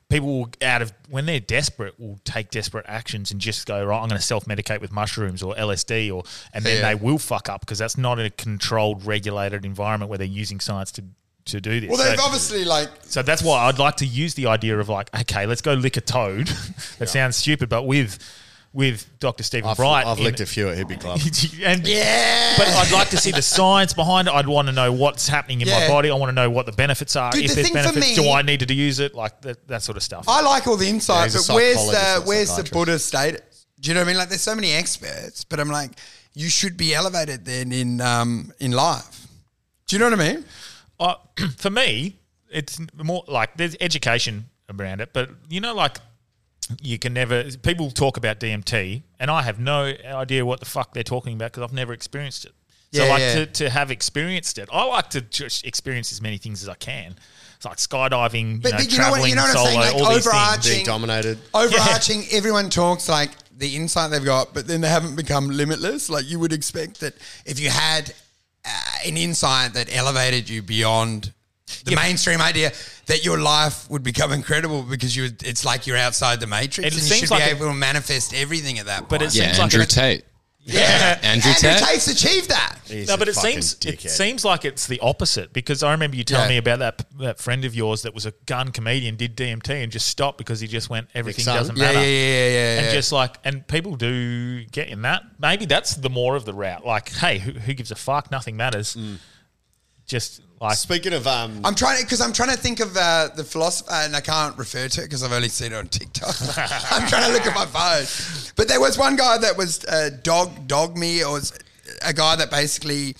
Speaker 1: People will, out of when they're desperate will take desperate actions and just go right. I'm going to self medicate with mushrooms or LSD or and then
Speaker 2: Yeah.
Speaker 1: they will fuck up because that's not a controlled, regulated environment where they're using science to to do this.
Speaker 3: Well, they've
Speaker 1: So-
Speaker 3: obviously like
Speaker 1: so that's why I'd like to use the idea of like, okay, let's go lick a toad. [LAUGHS] that sounds stupid, but with with Dr. Stephen
Speaker 2: I've,
Speaker 1: Bright,
Speaker 2: I've
Speaker 1: in-
Speaker 2: licked a few at
Speaker 1: [LAUGHS]
Speaker 2: Hippie Club.
Speaker 1: and
Speaker 3: eh,
Speaker 1: yeah, but I'd like to see the science behind it. I'd want to know what's happening in
Speaker 3: Yeah.
Speaker 1: my body. I want to know what the benefits are.
Speaker 3: Dude,
Speaker 1: if
Speaker 3: the
Speaker 1: there's
Speaker 3: thing for
Speaker 1: benefits, do
Speaker 3: me-
Speaker 1: I need to use it? Like that, that sort of stuff.
Speaker 3: I like all the insight,
Speaker 2: he's a
Speaker 3: but where's
Speaker 2: psychologist,
Speaker 3: the
Speaker 2: not
Speaker 3: where's the
Speaker 2: psychiatrist.
Speaker 3: Buddha status? Do you know what I mean? Like, there's so many experts, but I'm like, you should be elevated then in um in life. Do you know what I mean?
Speaker 1: I, [CLEARS THROAT] for me, it's more like there's education around it, but you know, like you can never. People talk about DMT, and I have no idea what the fuck they're talking about because I've never experienced it. So,
Speaker 3: Yeah,
Speaker 1: like
Speaker 3: yeah.
Speaker 1: To, to have experienced it, I like to just experience as many things as I can. It's like skydiving,
Speaker 3: But-
Speaker 1: you know,
Speaker 3: but you know what-
Speaker 1: traveling
Speaker 3: you know what I'm
Speaker 1: solo,
Speaker 3: saying? Like,
Speaker 1: all these
Speaker 3: overarching-
Speaker 1: things.
Speaker 2: Being dominated.
Speaker 3: Oh, Overarching, everyone talks like the insight they've got, but then they haven't become limitless. Like you would expect that if you had uh, an insight that elevated you beyond the mainstream idea, that your life would become incredible because you. It's like you're outside the matrix,
Speaker 1: It
Speaker 3: and you
Speaker 1: seems
Speaker 3: should
Speaker 1: like
Speaker 3: be
Speaker 1: it-
Speaker 3: able to manifest everything at that
Speaker 1: But
Speaker 3: point.
Speaker 1: it
Speaker 8: Yeah,
Speaker 1: seems
Speaker 8: Andrew
Speaker 1: like an-
Speaker 8: Tate.
Speaker 3: Yeah,
Speaker 8: Andrew Tate?
Speaker 3: Tate's achieved that.
Speaker 2: He's
Speaker 1: no,
Speaker 2: a
Speaker 1: but it
Speaker 2: fucking
Speaker 1: seems it
Speaker 2: dickhead.
Speaker 1: seems like it's the opposite because I remember you telling
Speaker 3: Yeah.
Speaker 1: me about that that friend of yours that was a gun comedian did DMT and just stopped because he just went everything
Speaker 2: Sun?
Speaker 1: doesn't
Speaker 3: Yeah,
Speaker 1: matter.
Speaker 3: yeah, yeah, yeah,
Speaker 1: And
Speaker 3: yeah.
Speaker 1: just like and people do get in that. Maybe that's the more of the route. Like, hey, who, who gives a fuck? Nothing matters. Just like
Speaker 2: Speaking of um,
Speaker 3: I'm trying to because I'm trying to think of uh, the philosopher, and I can't refer to it because I've only seen it on TikTok. [LAUGHS] I'm trying to look at my phone, but there was one guy that was uh, dog dog me, or was a guy that basically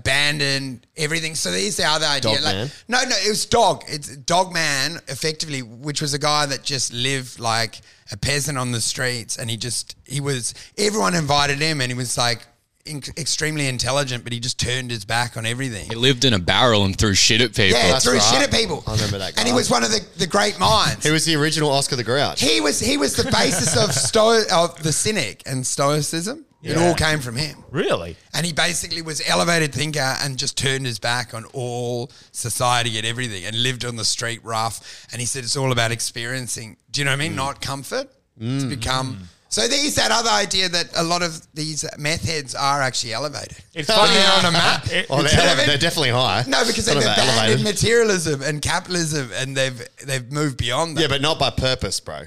Speaker 3: abandoned everything. So here's the other idea.
Speaker 2: Dog man?
Speaker 3: No, no, it was dog. It's dog man, effectively, which was a guy that just lived like a peasant on the streets, and he just he was everyone invited him, and he was like. In- extremely intelligent, but he just turned his back on everything.
Speaker 8: He lived in a barrel and threw shit at people.
Speaker 3: Yeah,
Speaker 2: That's
Speaker 3: threw
Speaker 2: right.
Speaker 3: shit at people.
Speaker 2: I remember that
Speaker 3: And he
Speaker 2: guy.
Speaker 3: was one of the, the great minds.
Speaker 2: he was the original Oscar the Grouch.
Speaker 3: he was he was the basis
Speaker 2: [LAUGHS]
Speaker 3: of sto- of the cynic and stoicism. It all came from him.
Speaker 1: really.
Speaker 3: And he basically was elevated thinker and just turned his back on all society and everything and lived on the street rough. And he said it's all about experiencing. Do you know what I
Speaker 2: Mm.
Speaker 3: mean? Not comfort. It's become so there's that other idea that a lot of these meth heads are actually elevated.
Speaker 1: It's
Speaker 3: But
Speaker 1: funny-
Speaker 3: they're on
Speaker 2: [LAUGHS]
Speaker 3: a map.
Speaker 1: [LAUGHS] It-
Speaker 2: Oh, they're,
Speaker 3: Instead of
Speaker 2: elevated-
Speaker 3: it-
Speaker 2: they're definitely high.
Speaker 3: No, because
Speaker 2: Son
Speaker 3: they've
Speaker 2: of a
Speaker 3: abandoned
Speaker 2: elevated.
Speaker 3: materialism and capitalism, and they've they've moved beyond that.
Speaker 2: Yeah, but not by purpose, bro.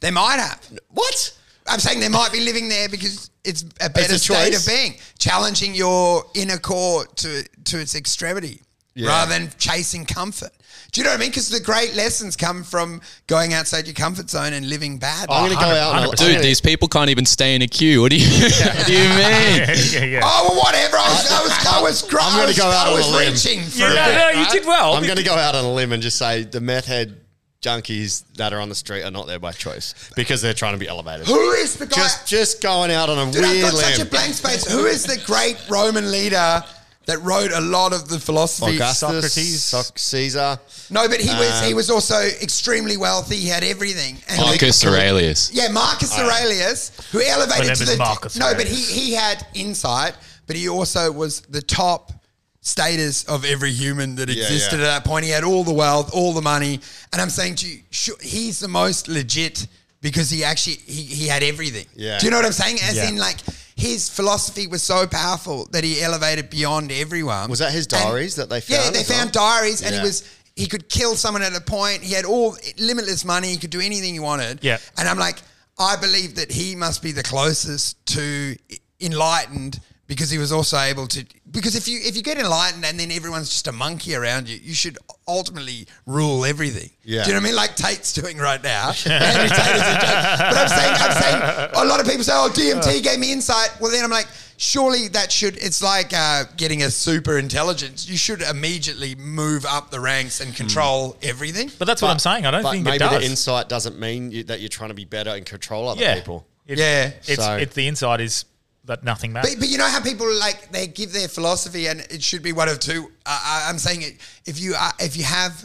Speaker 3: they might have.
Speaker 2: What?
Speaker 3: I'm saying they might be living there because it's a better
Speaker 2: It's a
Speaker 3: state
Speaker 2: choice.
Speaker 3: of being, challenging your inner core to to its extremity,
Speaker 2: Yeah.
Speaker 3: rather than chasing comfort. Do you know what I mean? Because the great lessons come from going outside your comfort zone and living bad.
Speaker 2: I'm gonna go out. And
Speaker 1: 100%.
Speaker 2: I'm
Speaker 8: Dude,
Speaker 2: gonna-
Speaker 8: these people can't even stay in a queue. What do you, [LAUGHS] what do you mean?
Speaker 1: [LAUGHS] yeah, yeah.
Speaker 3: Oh, well, whatever. I was, I was, I was, gr-
Speaker 2: [LAUGHS] I'm
Speaker 3: I
Speaker 2: gonna
Speaker 3: was,
Speaker 2: go out
Speaker 3: I
Speaker 2: on
Speaker 3: was
Speaker 2: a limb.
Speaker 3: reaching for
Speaker 1: Yeah,
Speaker 3: a
Speaker 1: no,
Speaker 3: bit.
Speaker 1: no, you did
Speaker 3: Oh,
Speaker 1: well.
Speaker 2: I'm going to go out on a limb and just say the meth head junkies that are on the street are not there by choice because they're trying to be elevated.
Speaker 3: Who is the guy?
Speaker 2: Just, just going out on a
Speaker 3: Dude, I've
Speaker 2: weird
Speaker 3: got
Speaker 2: limb.
Speaker 3: such a blank space. Who is the great Roman leader that wrote a lot of the philosophy?
Speaker 2: Augustus,
Speaker 1: Socrates.
Speaker 2: Soc- Caesar.
Speaker 3: No, but he was he was also extremely wealthy. He had everything. And
Speaker 8: Marcus Aurelius.
Speaker 3: Yeah, Marcus Aurelius, who elevated
Speaker 1: name
Speaker 3: to
Speaker 1: is
Speaker 3: the
Speaker 1: Marcus
Speaker 3: no, but he
Speaker 1: Aurelius.
Speaker 3: he had insight, but he also was the top status of every human that existed
Speaker 2: yeah.
Speaker 3: at that point. He had all the wealth, all the money, and I'm saying to you, sure, he's the most legit because he actually he, he had everything.
Speaker 2: Yeah.
Speaker 3: do you know what I'm saying? As
Speaker 1: Yeah.
Speaker 3: in like. His philosophy was so powerful that he elevated beyond everyone.
Speaker 2: Was that his
Speaker 3: And-
Speaker 2: diaries that they
Speaker 3: Yeah,
Speaker 2: found
Speaker 3: they
Speaker 2: as well?
Speaker 3: found diaries, and
Speaker 2: Yeah.
Speaker 3: he was he could kill someone at a point. He had all limitless money. He could do anything he wanted.
Speaker 1: Yeah.
Speaker 3: And I'm like, I believe that he must be the closest to enlightened because he was also able to. Because if you if you get enlightened and then everyone's just a monkey around you, you should ultimately rule everything.
Speaker 2: Yeah.
Speaker 3: Do you know what I mean? Like Tate's doing right now. Andrew Tate is a joke. But I'm saying, I'm saying, a lot of people say, "Oh, DMT gave me insight." Well, then I'm like. Surely that should, it's like uh, getting a super intelligence. You should immediately move up the ranks and control everything.
Speaker 1: but that's what I'm saying. I don't
Speaker 2: But
Speaker 1: think
Speaker 2: maybe
Speaker 1: it does.
Speaker 2: the insight doesn't mean you, that you're trying to be better and control other
Speaker 1: yeah,
Speaker 2: people.
Speaker 1: It-
Speaker 3: Yeah.
Speaker 1: It's,
Speaker 2: So-
Speaker 1: it's the inside is that nothing matters.
Speaker 3: But, but you know how people like they give their philosophy and it should be one of two. I, I, I'm saying it if you are, if you have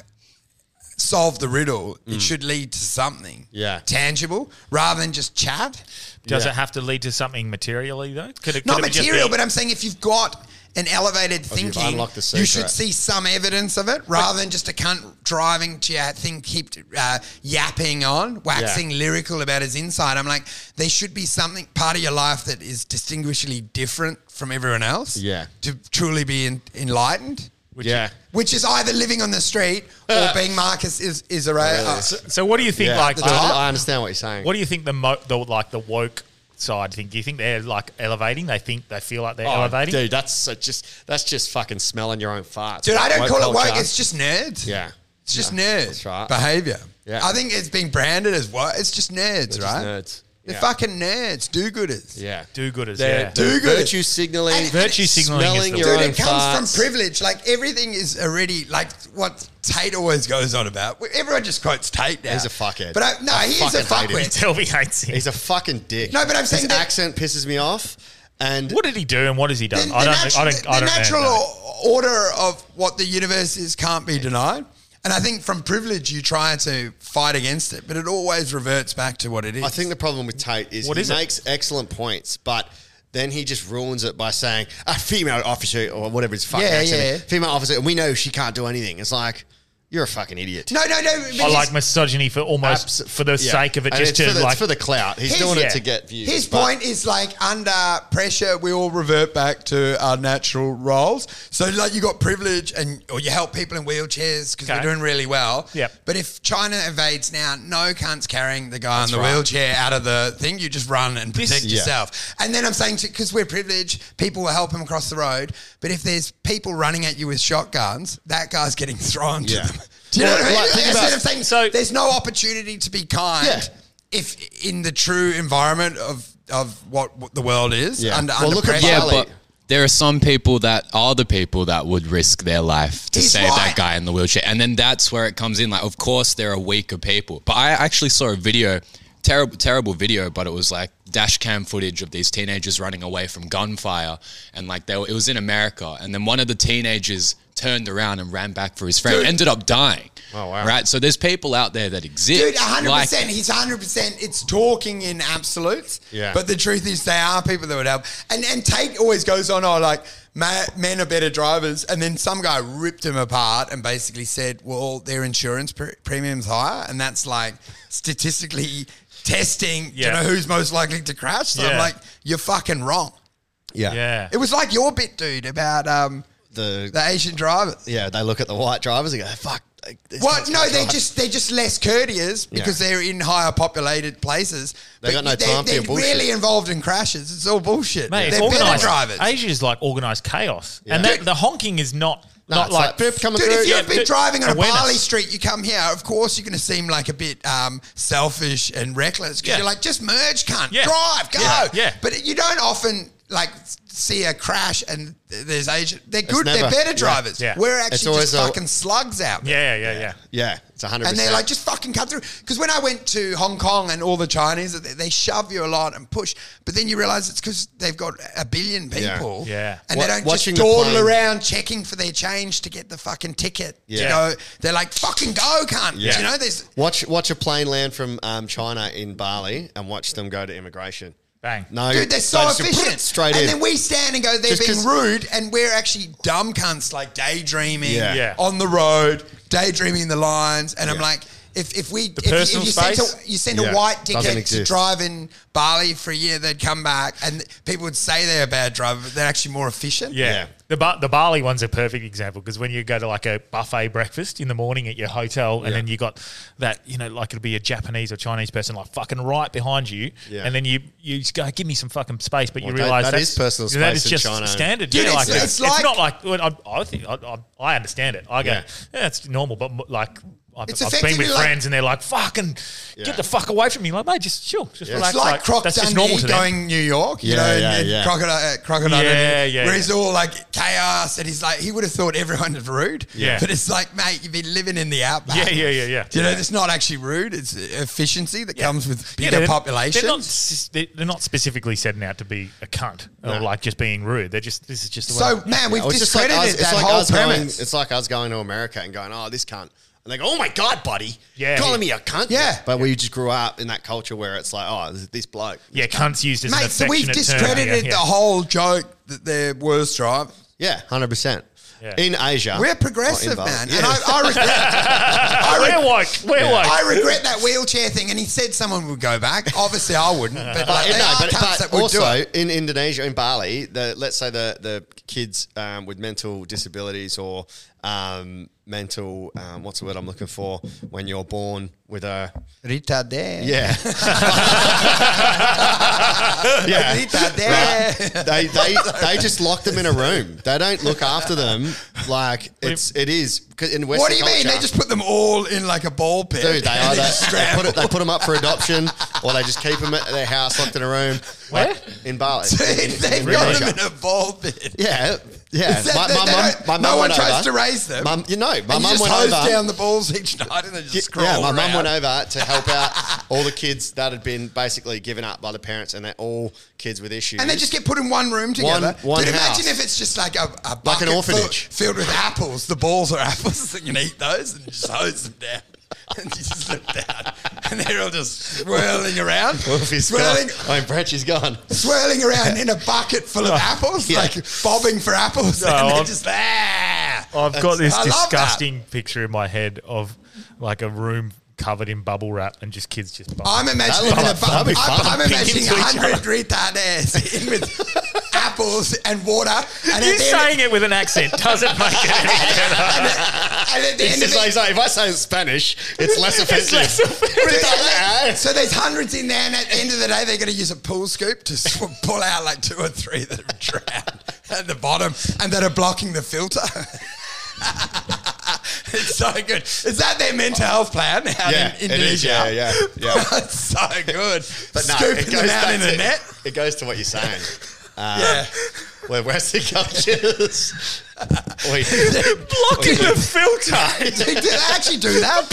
Speaker 3: solve the riddle, it should lead to something
Speaker 2: Yeah.
Speaker 3: tangible rather than just chat.
Speaker 1: Does
Speaker 2: Yeah.
Speaker 1: it have to lead to something materially though? Could it,
Speaker 3: Not
Speaker 1: could it just
Speaker 3: material,
Speaker 1: be-
Speaker 3: but I'm saying if you've got an elevated
Speaker 2: you've
Speaker 3: thinking,
Speaker 2: unlocked the
Speaker 3: you
Speaker 2: secret.
Speaker 3: should see some evidence of it rather than just a cunt driving to your thing, keep uh, yapping on, waxing lyrical about his inside. I'm like, there should be something part of your life that is distinguishably different from everyone else
Speaker 2: Yeah.
Speaker 3: to truly be en- enlightened.
Speaker 2: yeah.
Speaker 3: Which is either living on the street
Speaker 2: [LAUGHS]
Speaker 3: or being Marcus is uh, Israel.
Speaker 1: so, so what do you think?
Speaker 2: yeah.
Speaker 1: Like, the,
Speaker 2: I, I understand what you're saying.
Speaker 1: what do you think the, mo- the like the woke side think? Do you think they're like elevating? They think they feel like they're
Speaker 2: Oh,
Speaker 1: elevating.
Speaker 2: Dude, that's so just that's just fucking smelling your own farts.
Speaker 3: Dude, I don't
Speaker 2: Woke
Speaker 3: call it woke.
Speaker 2: culture.
Speaker 3: It's just nerds.
Speaker 2: yeah.
Speaker 3: It's just
Speaker 2: Yeah,
Speaker 3: nerds.
Speaker 2: That's right.
Speaker 3: Behavior.
Speaker 2: Yeah.
Speaker 3: I think it's being branded as what? It's just nerds,
Speaker 2: They're just
Speaker 3: right?
Speaker 2: nerds.
Speaker 3: They're
Speaker 2: Yeah.
Speaker 3: fucking nerds, do gooders.
Speaker 2: Yeah.
Speaker 1: Do-gooders, [LAUGHS]
Speaker 2: They're-
Speaker 1: yeah.
Speaker 2: they're
Speaker 3: Do-gooders.
Speaker 2: Virtue signaling.
Speaker 3: And-
Speaker 1: Virtue signaling is
Speaker 2: Smelling
Speaker 1: the
Speaker 2: your
Speaker 3: Dude,
Speaker 2: own
Speaker 3: it comes
Speaker 2: farts.
Speaker 3: from privilege. Like everything is already like what Tate always goes on about. Everyone just quotes Tate now.
Speaker 2: He's a fuckhead.
Speaker 3: But I, no,
Speaker 2: I
Speaker 3: he's a
Speaker 2: fucking hate him.
Speaker 3: fuckwit.
Speaker 1: Telby hates him.
Speaker 2: He's a fucking dick.
Speaker 3: No, but I'm saying
Speaker 2: his
Speaker 3: that-
Speaker 2: accent pisses me off. And
Speaker 1: what did he do and what has he
Speaker 3: The,
Speaker 1: done?
Speaker 3: the
Speaker 1: I don't.
Speaker 3: natu-
Speaker 1: I don't.
Speaker 3: the-
Speaker 1: I
Speaker 3: the
Speaker 1: don't
Speaker 3: natural
Speaker 1: know.
Speaker 3: o- order of what the universe is can't be denied. And I think from privilege you try to fight against it, but it always reverts back to what it is.
Speaker 2: I think the problem with Tate is
Speaker 1: What
Speaker 2: he
Speaker 1: is it?
Speaker 2: makes excellent points, but then he just ruins it by saying a female officer or whatever his fucking
Speaker 3: Yeah,
Speaker 2: accent
Speaker 3: yeah.
Speaker 2: is, female officer, and we know she can't do anything. It's like you're a fucking idiot.
Speaker 3: no, no, no.
Speaker 1: I
Speaker 3: but
Speaker 1: like
Speaker 3: his-
Speaker 1: misogyny for almost
Speaker 2: Abs-
Speaker 1: for the
Speaker 2: yeah.
Speaker 1: sake of it,
Speaker 2: And
Speaker 1: just
Speaker 2: it's
Speaker 1: to
Speaker 2: for the, it's
Speaker 1: like
Speaker 2: for the clout. He's
Speaker 3: His-
Speaker 2: doing
Speaker 1: yeah.
Speaker 2: it to get views.
Speaker 3: His
Speaker 2: but-
Speaker 3: point is like under pressure, we all revert back to our natural roles. So like you got privilege and or you help people in wheelchairs because
Speaker 1: Okay.
Speaker 3: they're doing really well.
Speaker 1: Yep.
Speaker 3: But if China invades now, no cunt's carrying the guy in the
Speaker 2: right.
Speaker 3: wheelchair out of the thing. You just run and protect
Speaker 2: Yeah.
Speaker 3: yourself. And then I'm saying because we're privileged, people will help him across the road. But if there's people running at you with shotguns, that guy's getting [LAUGHS] thrown
Speaker 2: Yeah.
Speaker 3: to them. Do you know
Speaker 2: Well,
Speaker 3: what I mean?
Speaker 2: like, think
Speaker 3: That's
Speaker 2: about-
Speaker 3: what I'm saying.
Speaker 1: So-
Speaker 3: there's no opportunity to be kind
Speaker 2: Yeah.
Speaker 3: if in the true environment of of what, what the world is
Speaker 2: Yeah.
Speaker 3: under,
Speaker 2: Well,
Speaker 3: under
Speaker 2: look at
Speaker 3: pressure.
Speaker 8: Yeah,
Speaker 2: Bali.
Speaker 8: but there are some people that are the people that would risk their life to
Speaker 3: He's
Speaker 8: save
Speaker 3: right.
Speaker 8: that guy in the wheelchair. And then that's where it comes in. Like, of course, there are weaker people. But I actually saw a video, terrible, terrible video, but it was like dash cam footage of these teenagers running away from gunfire. And like, they were, it was in America. And then one of the teenagers turned around and ran back for his friend, ended up dying.
Speaker 2: Oh, wow.
Speaker 8: Right? So there's people out there that exist.
Speaker 3: Dude, 100%.
Speaker 8: Like,
Speaker 3: he's 100%. It's talking in absolutes.
Speaker 2: Yeah.
Speaker 3: But the truth is, they are people that would help. And and Tate always goes on, oh, like, ma- men are better drivers. And then some guy ripped him apart and basically said, well, their insurance pre- premium's higher. And that's like statistically [LAUGHS] testing, you
Speaker 1: Yeah.
Speaker 3: know, who's most likely to crash. So I'm
Speaker 1: Yeah.
Speaker 3: like, you're fucking wrong.
Speaker 2: yeah,
Speaker 1: yeah.
Speaker 3: It was like your bit, dude, about um,
Speaker 2: The-
Speaker 3: the Asian drivers.
Speaker 2: yeah. They look at the white drivers and go, "Fuck." like, this
Speaker 3: What?
Speaker 2: guy's
Speaker 3: No,
Speaker 2: gonna
Speaker 3: they're
Speaker 2: drive."
Speaker 3: just they're just less courteous because
Speaker 2: Yeah.
Speaker 3: they're in higher populated places.
Speaker 2: They got no time for
Speaker 3: they're,
Speaker 2: your bullshit.
Speaker 3: really involved in crashes. It's all bullshit.
Speaker 1: Mate, it's
Speaker 3: they're better
Speaker 1: organized.
Speaker 3: drivers.
Speaker 1: Asia is like organized chaos,
Speaker 2: Yeah.
Speaker 1: and that,
Speaker 2: Dude.
Speaker 1: the honking is not
Speaker 2: No,
Speaker 1: not
Speaker 2: it's
Speaker 1: like.
Speaker 2: like, "Pip, coming
Speaker 3: Dude,
Speaker 2: through."
Speaker 3: if you've
Speaker 1: Yeah,
Speaker 3: been
Speaker 1: but
Speaker 3: driving on
Speaker 1: awareness.
Speaker 3: a Bali street, you come here, of course you're going to seem like a bit um, selfish and reckless because
Speaker 1: Yeah.
Speaker 3: you're like, just merge, cunt,
Speaker 1: Yeah.
Speaker 3: drive, go.
Speaker 1: Yeah, yeah.
Speaker 3: But you don't often like see a crash and th- there's Asian. They're good.
Speaker 2: never-
Speaker 3: they're better
Speaker 2: yeah.
Speaker 3: drivers.
Speaker 1: Yeah.
Speaker 3: We're
Speaker 2: It's
Speaker 3: actually
Speaker 2: always
Speaker 3: just
Speaker 2: a-
Speaker 3: fucking slugs out. there.
Speaker 1: yeah, yeah, yeah, yeah.
Speaker 2: yeah. It's hundred.
Speaker 3: And they're like, just fucking cut through. Because when I went to Hong Kong and all the Chinese, they, they shove you a lot and push. But then you realize it's because they've got a billion
Speaker 2: Yeah.
Speaker 3: people.
Speaker 1: Yeah.
Speaker 3: And
Speaker 2: Wa-
Speaker 3: they don't
Speaker 2: watching
Speaker 3: just
Speaker 2: the
Speaker 3: dawdle
Speaker 2: plane.
Speaker 3: around checking for their change to get the fucking ticket.
Speaker 2: Yeah.
Speaker 3: You know, they're like, fucking go, cunt.
Speaker 2: Yeah.
Speaker 3: You know, there's.
Speaker 2: Watch watch a plane land from um, China in Bali and watch them go to immigration.
Speaker 1: Bang.
Speaker 2: No,
Speaker 3: Dude, they're so
Speaker 2: just
Speaker 3: efficient.
Speaker 2: Straight
Speaker 3: and
Speaker 2: in.
Speaker 3: then we stand and go, they're
Speaker 2: Just
Speaker 3: being
Speaker 2: 'cause-
Speaker 3: rude, and we're actually dumb cunts, like daydreaming
Speaker 2: Yeah.
Speaker 1: Yeah.
Speaker 3: on the road, daydreaming the lines. And I'm
Speaker 2: Yeah.
Speaker 3: like, if, if we if, you- if
Speaker 1: personal
Speaker 3: you sent
Speaker 1: space?
Speaker 3: a, you send
Speaker 2: Yeah.
Speaker 3: a white
Speaker 2: Doesn't
Speaker 3: dickhead to
Speaker 2: exist.
Speaker 3: drive in Bali for a year, they'd come back and people would say they're a bad driver, but they're actually more efficient.
Speaker 1: Yeah.
Speaker 2: Yeah.
Speaker 1: The, ba- the Bali one's a perfect example because when you go to like a buffet breakfast in the morning at your hotel and then you got that, you know, like it'll be a Japanese or Chinese person like fucking right behind you.
Speaker 2: Yeah.
Speaker 1: And then you, you just go, give me some fucking space, but
Speaker 2: Well,
Speaker 1: you
Speaker 2: that-
Speaker 1: realize
Speaker 2: that
Speaker 1: that's-
Speaker 2: is personal
Speaker 1: That
Speaker 2: space
Speaker 1: is
Speaker 2: in
Speaker 1: just
Speaker 2: China.
Speaker 1: standard.
Speaker 3: Dude,
Speaker 1: yeah,
Speaker 3: it's-
Speaker 1: like,
Speaker 3: it's like-
Speaker 1: not like, well, I, I think I, I, I understand it. I go,
Speaker 2: Yeah.
Speaker 1: yeah, it's normal, but m- like, I've,
Speaker 3: It's
Speaker 1: I've been
Speaker 3: effectively
Speaker 1: with
Speaker 3: like-
Speaker 1: friends and they're like, fucking
Speaker 2: Yeah.
Speaker 1: get the fuck away from me. Like, mate, just chill. Just
Speaker 3: It's
Speaker 1: relax.
Speaker 3: like, Croc
Speaker 1: that's just normal
Speaker 3: Dundee
Speaker 1: to them.
Speaker 3: going New York,
Speaker 2: Yeah,
Speaker 3: you know, and-
Speaker 2: yeah,
Speaker 3: and
Speaker 2: yeah.
Speaker 3: crocodile, uh, crocodile,
Speaker 1: Yeah,
Speaker 3: Dundee,
Speaker 1: yeah,
Speaker 3: where
Speaker 1: yeah.
Speaker 3: he's all like chaos, and he's like, he would have thought everyone is rude,
Speaker 1: Yeah.
Speaker 3: but it's like, mate, you've been living in the outback,
Speaker 1: Yeah, yeah, yeah, yeah.
Speaker 3: You know, it's not actually rude; it's efficiency that comes with
Speaker 1: Yeah,
Speaker 3: bigger
Speaker 1: they're-
Speaker 3: populations.
Speaker 1: They're not, s- they- they're not specifically setting out to be a cunt or like just being rude. They're just this is just the way.
Speaker 3: so, man, we've
Speaker 2: It's just like
Speaker 3: discredited
Speaker 2: us- it's
Speaker 3: that
Speaker 2: like
Speaker 3: whole
Speaker 2: us going-
Speaker 3: premise.
Speaker 2: it's like us going to America and going, "Oh, this cunt." and they go, "Oh my god, buddy,
Speaker 1: Yeah.
Speaker 2: calling me a cunt."
Speaker 3: Yeah.
Speaker 2: but we just grew up in that culture where it's like, "Oh, this, this bloke."
Speaker 1: Yeah, cunts used as an
Speaker 3: Mate, so
Speaker 1: affectionate
Speaker 3: we've
Speaker 1: term,
Speaker 3: discredited
Speaker 1: yeah, yeah.
Speaker 3: the whole joke that they're worse, right?
Speaker 2: Yeah, hundred percent.
Speaker 1: Yeah.
Speaker 2: In Asia,
Speaker 3: We're progressive,
Speaker 2: not in
Speaker 3: man.
Speaker 2: Bali.
Speaker 3: And
Speaker 2: Yeah.
Speaker 3: I, I
Speaker 2: [LAUGHS]
Speaker 3: regret
Speaker 1: Oh, we're woke. We're woke.
Speaker 3: I regret that wheelchair thing, and he said someone would go back. Obviously, I wouldn't, but,
Speaker 2: But,
Speaker 3: like, Uh, there
Speaker 2: no,
Speaker 3: are
Speaker 2: but,
Speaker 3: cunts
Speaker 2: but
Speaker 3: that would do
Speaker 2: also
Speaker 3: it.
Speaker 2: in Indonesia, in Bali, the, let's say the, the kids um, with mental disabilities or um, mental, um, what's the word I'm looking for when you're born with a.
Speaker 3: Retardé. [LAUGHS]
Speaker 2: Yeah. [LAUGHS] yeah.
Speaker 3: Retardé.
Speaker 2: They, they, they just lock them in a room. They don't look after them like it's it is 'cause in Western
Speaker 3: What do you mean?
Speaker 2: culture-
Speaker 3: They just put them all in like a ball pit.
Speaker 2: Dude,
Speaker 3: [LAUGHS]
Speaker 2: they
Speaker 3: and
Speaker 2: either
Speaker 3: just
Speaker 2: they
Speaker 3: scramble.
Speaker 2: put, it, they put them up for adoption, or they just keep them at their house, locked in a room.
Speaker 1: Where?
Speaker 2: Like, in
Speaker 3: [LAUGHS]
Speaker 2: Bali?
Speaker 3: Dude, they've got
Speaker 2: Indonesia.
Speaker 3: them in a ball pit.
Speaker 2: Yeah, yeah.
Speaker 3: Is that- they- they
Speaker 2: mum-
Speaker 3: don't- no
Speaker 2: mum
Speaker 3: one
Speaker 2: went
Speaker 3: tries to raise them.
Speaker 2: Mum, you know, my
Speaker 3: and you
Speaker 2: mum
Speaker 3: just
Speaker 2: went
Speaker 3: hose
Speaker 2: over.
Speaker 3: down the balls each night and they just scroll
Speaker 2: yeah, my mum
Speaker 3: around.
Speaker 2: went over to help
Speaker 3: [LAUGHS]
Speaker 2: out all the kids that had been basically given up by the parents, and they're all kids with issues.
Speaker 3: And
Speaker 2: [LAUGHS]
Speaker 3: they just get put in one room together.
Speaker 2: one
Speaker 3: Dude,
Speaker 2: house.
Speaker 3: imagine if it's just like a, a bucket
Speaker 2: Like an
Speaker 3: full-
Speaker 2: orphanage.
Speaker 3: filled with apples. The balls are apples. [LAUGHS] You can eat those and just hose them down. [LAUGHS] And you just look down. And they're all just swirling around.
Speaker 2: Wolfie's
Speaker 3: swirling,
Speaker 2: gone. I mean, Breccia's
Speaker 3: [LAUGHS]
Speaker 2: gone.
Speaker 3: swirling around in a bucket full
Speaker 2: [LAUGHS]
Speaker 3: of apples,
Speaker 2: Oh, Yeah.
Speaker 3: like bobbing for apples. and they're
Speaker 1: I'm-
Speaker 3: just ah.
Speaker 1: I've got this
Speaker 3: I love that.
Speaker 1: disgusting picture in my head of like a room covered in bubble wrap and just kids just. bubbling.
Speaker 3: I'm imagining
Speaker 2: That'd
Speaker 3: a
Speaker 2: be
Speaker 3: bu-
Speaker 2: fun. That'd be
Speaker 3: I'm,
Speaker 2: fun.
Speaker 3: I'm imagining
Speaker 1: Picking
Speaker 3: a
Speaker 1: to each
Speaker 3: hundred retardees
Speaker 2: [LAUGHS]
Speaker 3: in with apples and water. And
Speaker 1: you
Speaker 3: at the end,
Speaker 1: saying it with an accent doesn't make it
Speaker 3: [LAUGHS]
Speaker 1: any better.
Speaker 3: and at the
Speaker 2: It's
Speaker 3: end of
Speaker 2: just
Speaker 3: it,
Speaker 2: like, if I say it in Spanish, it's
Speaker 3: [LAUGHS]
Speaker 2: less offensive.
Speaker 1: less offensive.
Speaker 3: Dude, and they- so there's hundreds in there, and at the end of the day, they're going to use a pool scoop to sw- pull out like two or three that are drowned at the bottom and that are blocking the filter. [LAUGHS] it's so good. Is that their mental health plan
Speaker 2: [LAUGHS]
Speaker 3: out
Speaker 2: Yeah,
Speaker 3: in
Speaker 2: it is,
Speaker 3: Indonesia?
Speaker 2: yeah, yeah, yeah.
Speaker 3: [LAUGHS] That's so good.
Speaker 2: But no,
Speaker 3: Scooping
Speaker 2: it goes
Speaker 3: them out
Speaker 2: back
Speaker 3: in
Speaker 2: to,
Speaker 3: a net.
Speaker 2: It goes to what you're
Speaker 3: [LAUGHS]
Speaker 2: saying. Um,
Speaker 3: Yeah.
Speaker 2: We're Western
Speaker 3: [LAUGHS]
Speaker 2: cultures. we,
Speaker 1: Blocking the
Speaker 2: [LAUGHS]
Speaker 1: filter.
Speaker 3: They did actually do that.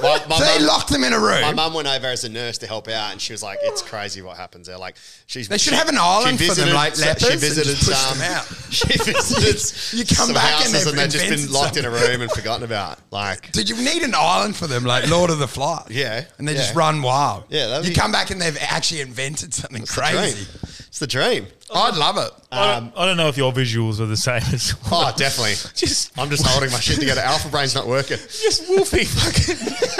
Speaker 2: My- my
Speaker 3: so they
Speaker 2: mum-
Speaker 3: locked them in a room.
Speaker 2: My mum went over as a nurse to help out, and she was like, "It's crazy what happens there." Like, she's
Speaker 3: They should
Speaker 2: she-
Speaker 3: have an island
Speaker 2: she
Speaker 3: for them, like
Speaker 2: so-
Speaker 3: leopards,
Speaker 2: She
Speaker 3: and
Speaker 2: visited
Speaker 3: just push
Speaker 2: some.
Speaker 3: them out.
Speaker 2: [LAUGHS] She visited.
Speaker 3: [LAUGHS] You come
Speaker 2: some
Speaker 3: back and
Speaker 2: houses
Speaker 3: they've
Speaker 2: and they've just been
Speaker 3: invented
Speaker 2: locked in a room and forgotten about. Like,
Speaker 3: Did you need an island for them, like Lord of the Flies?
Speaker 2: [LAUGHS] Yeah,
Speaker 3: and they just
Speaker 2: yeah.
Speaker 3: run wild.
Speaker 2: Yeah, that'd
Speaker 3: you
Speaker 2: be-
Speaker 3: come back and they've actually invented something
Speaker 2: dream.
Speaker 3: crazy.
Speaker 2: It's the dream. Um,
Speaker 3: I'd love it.
Speaker 1: I, don't, I don't know if your visuals are the same as.
Speaker 2: Oh, definitely.
Speaker 1: [LAUGHS] Just,
Speaker 2: I'm just holding my shit together. Alpha brain's not working.
Speaker 1: just Wolfie fucking
Speaker 3: [LAUGHS]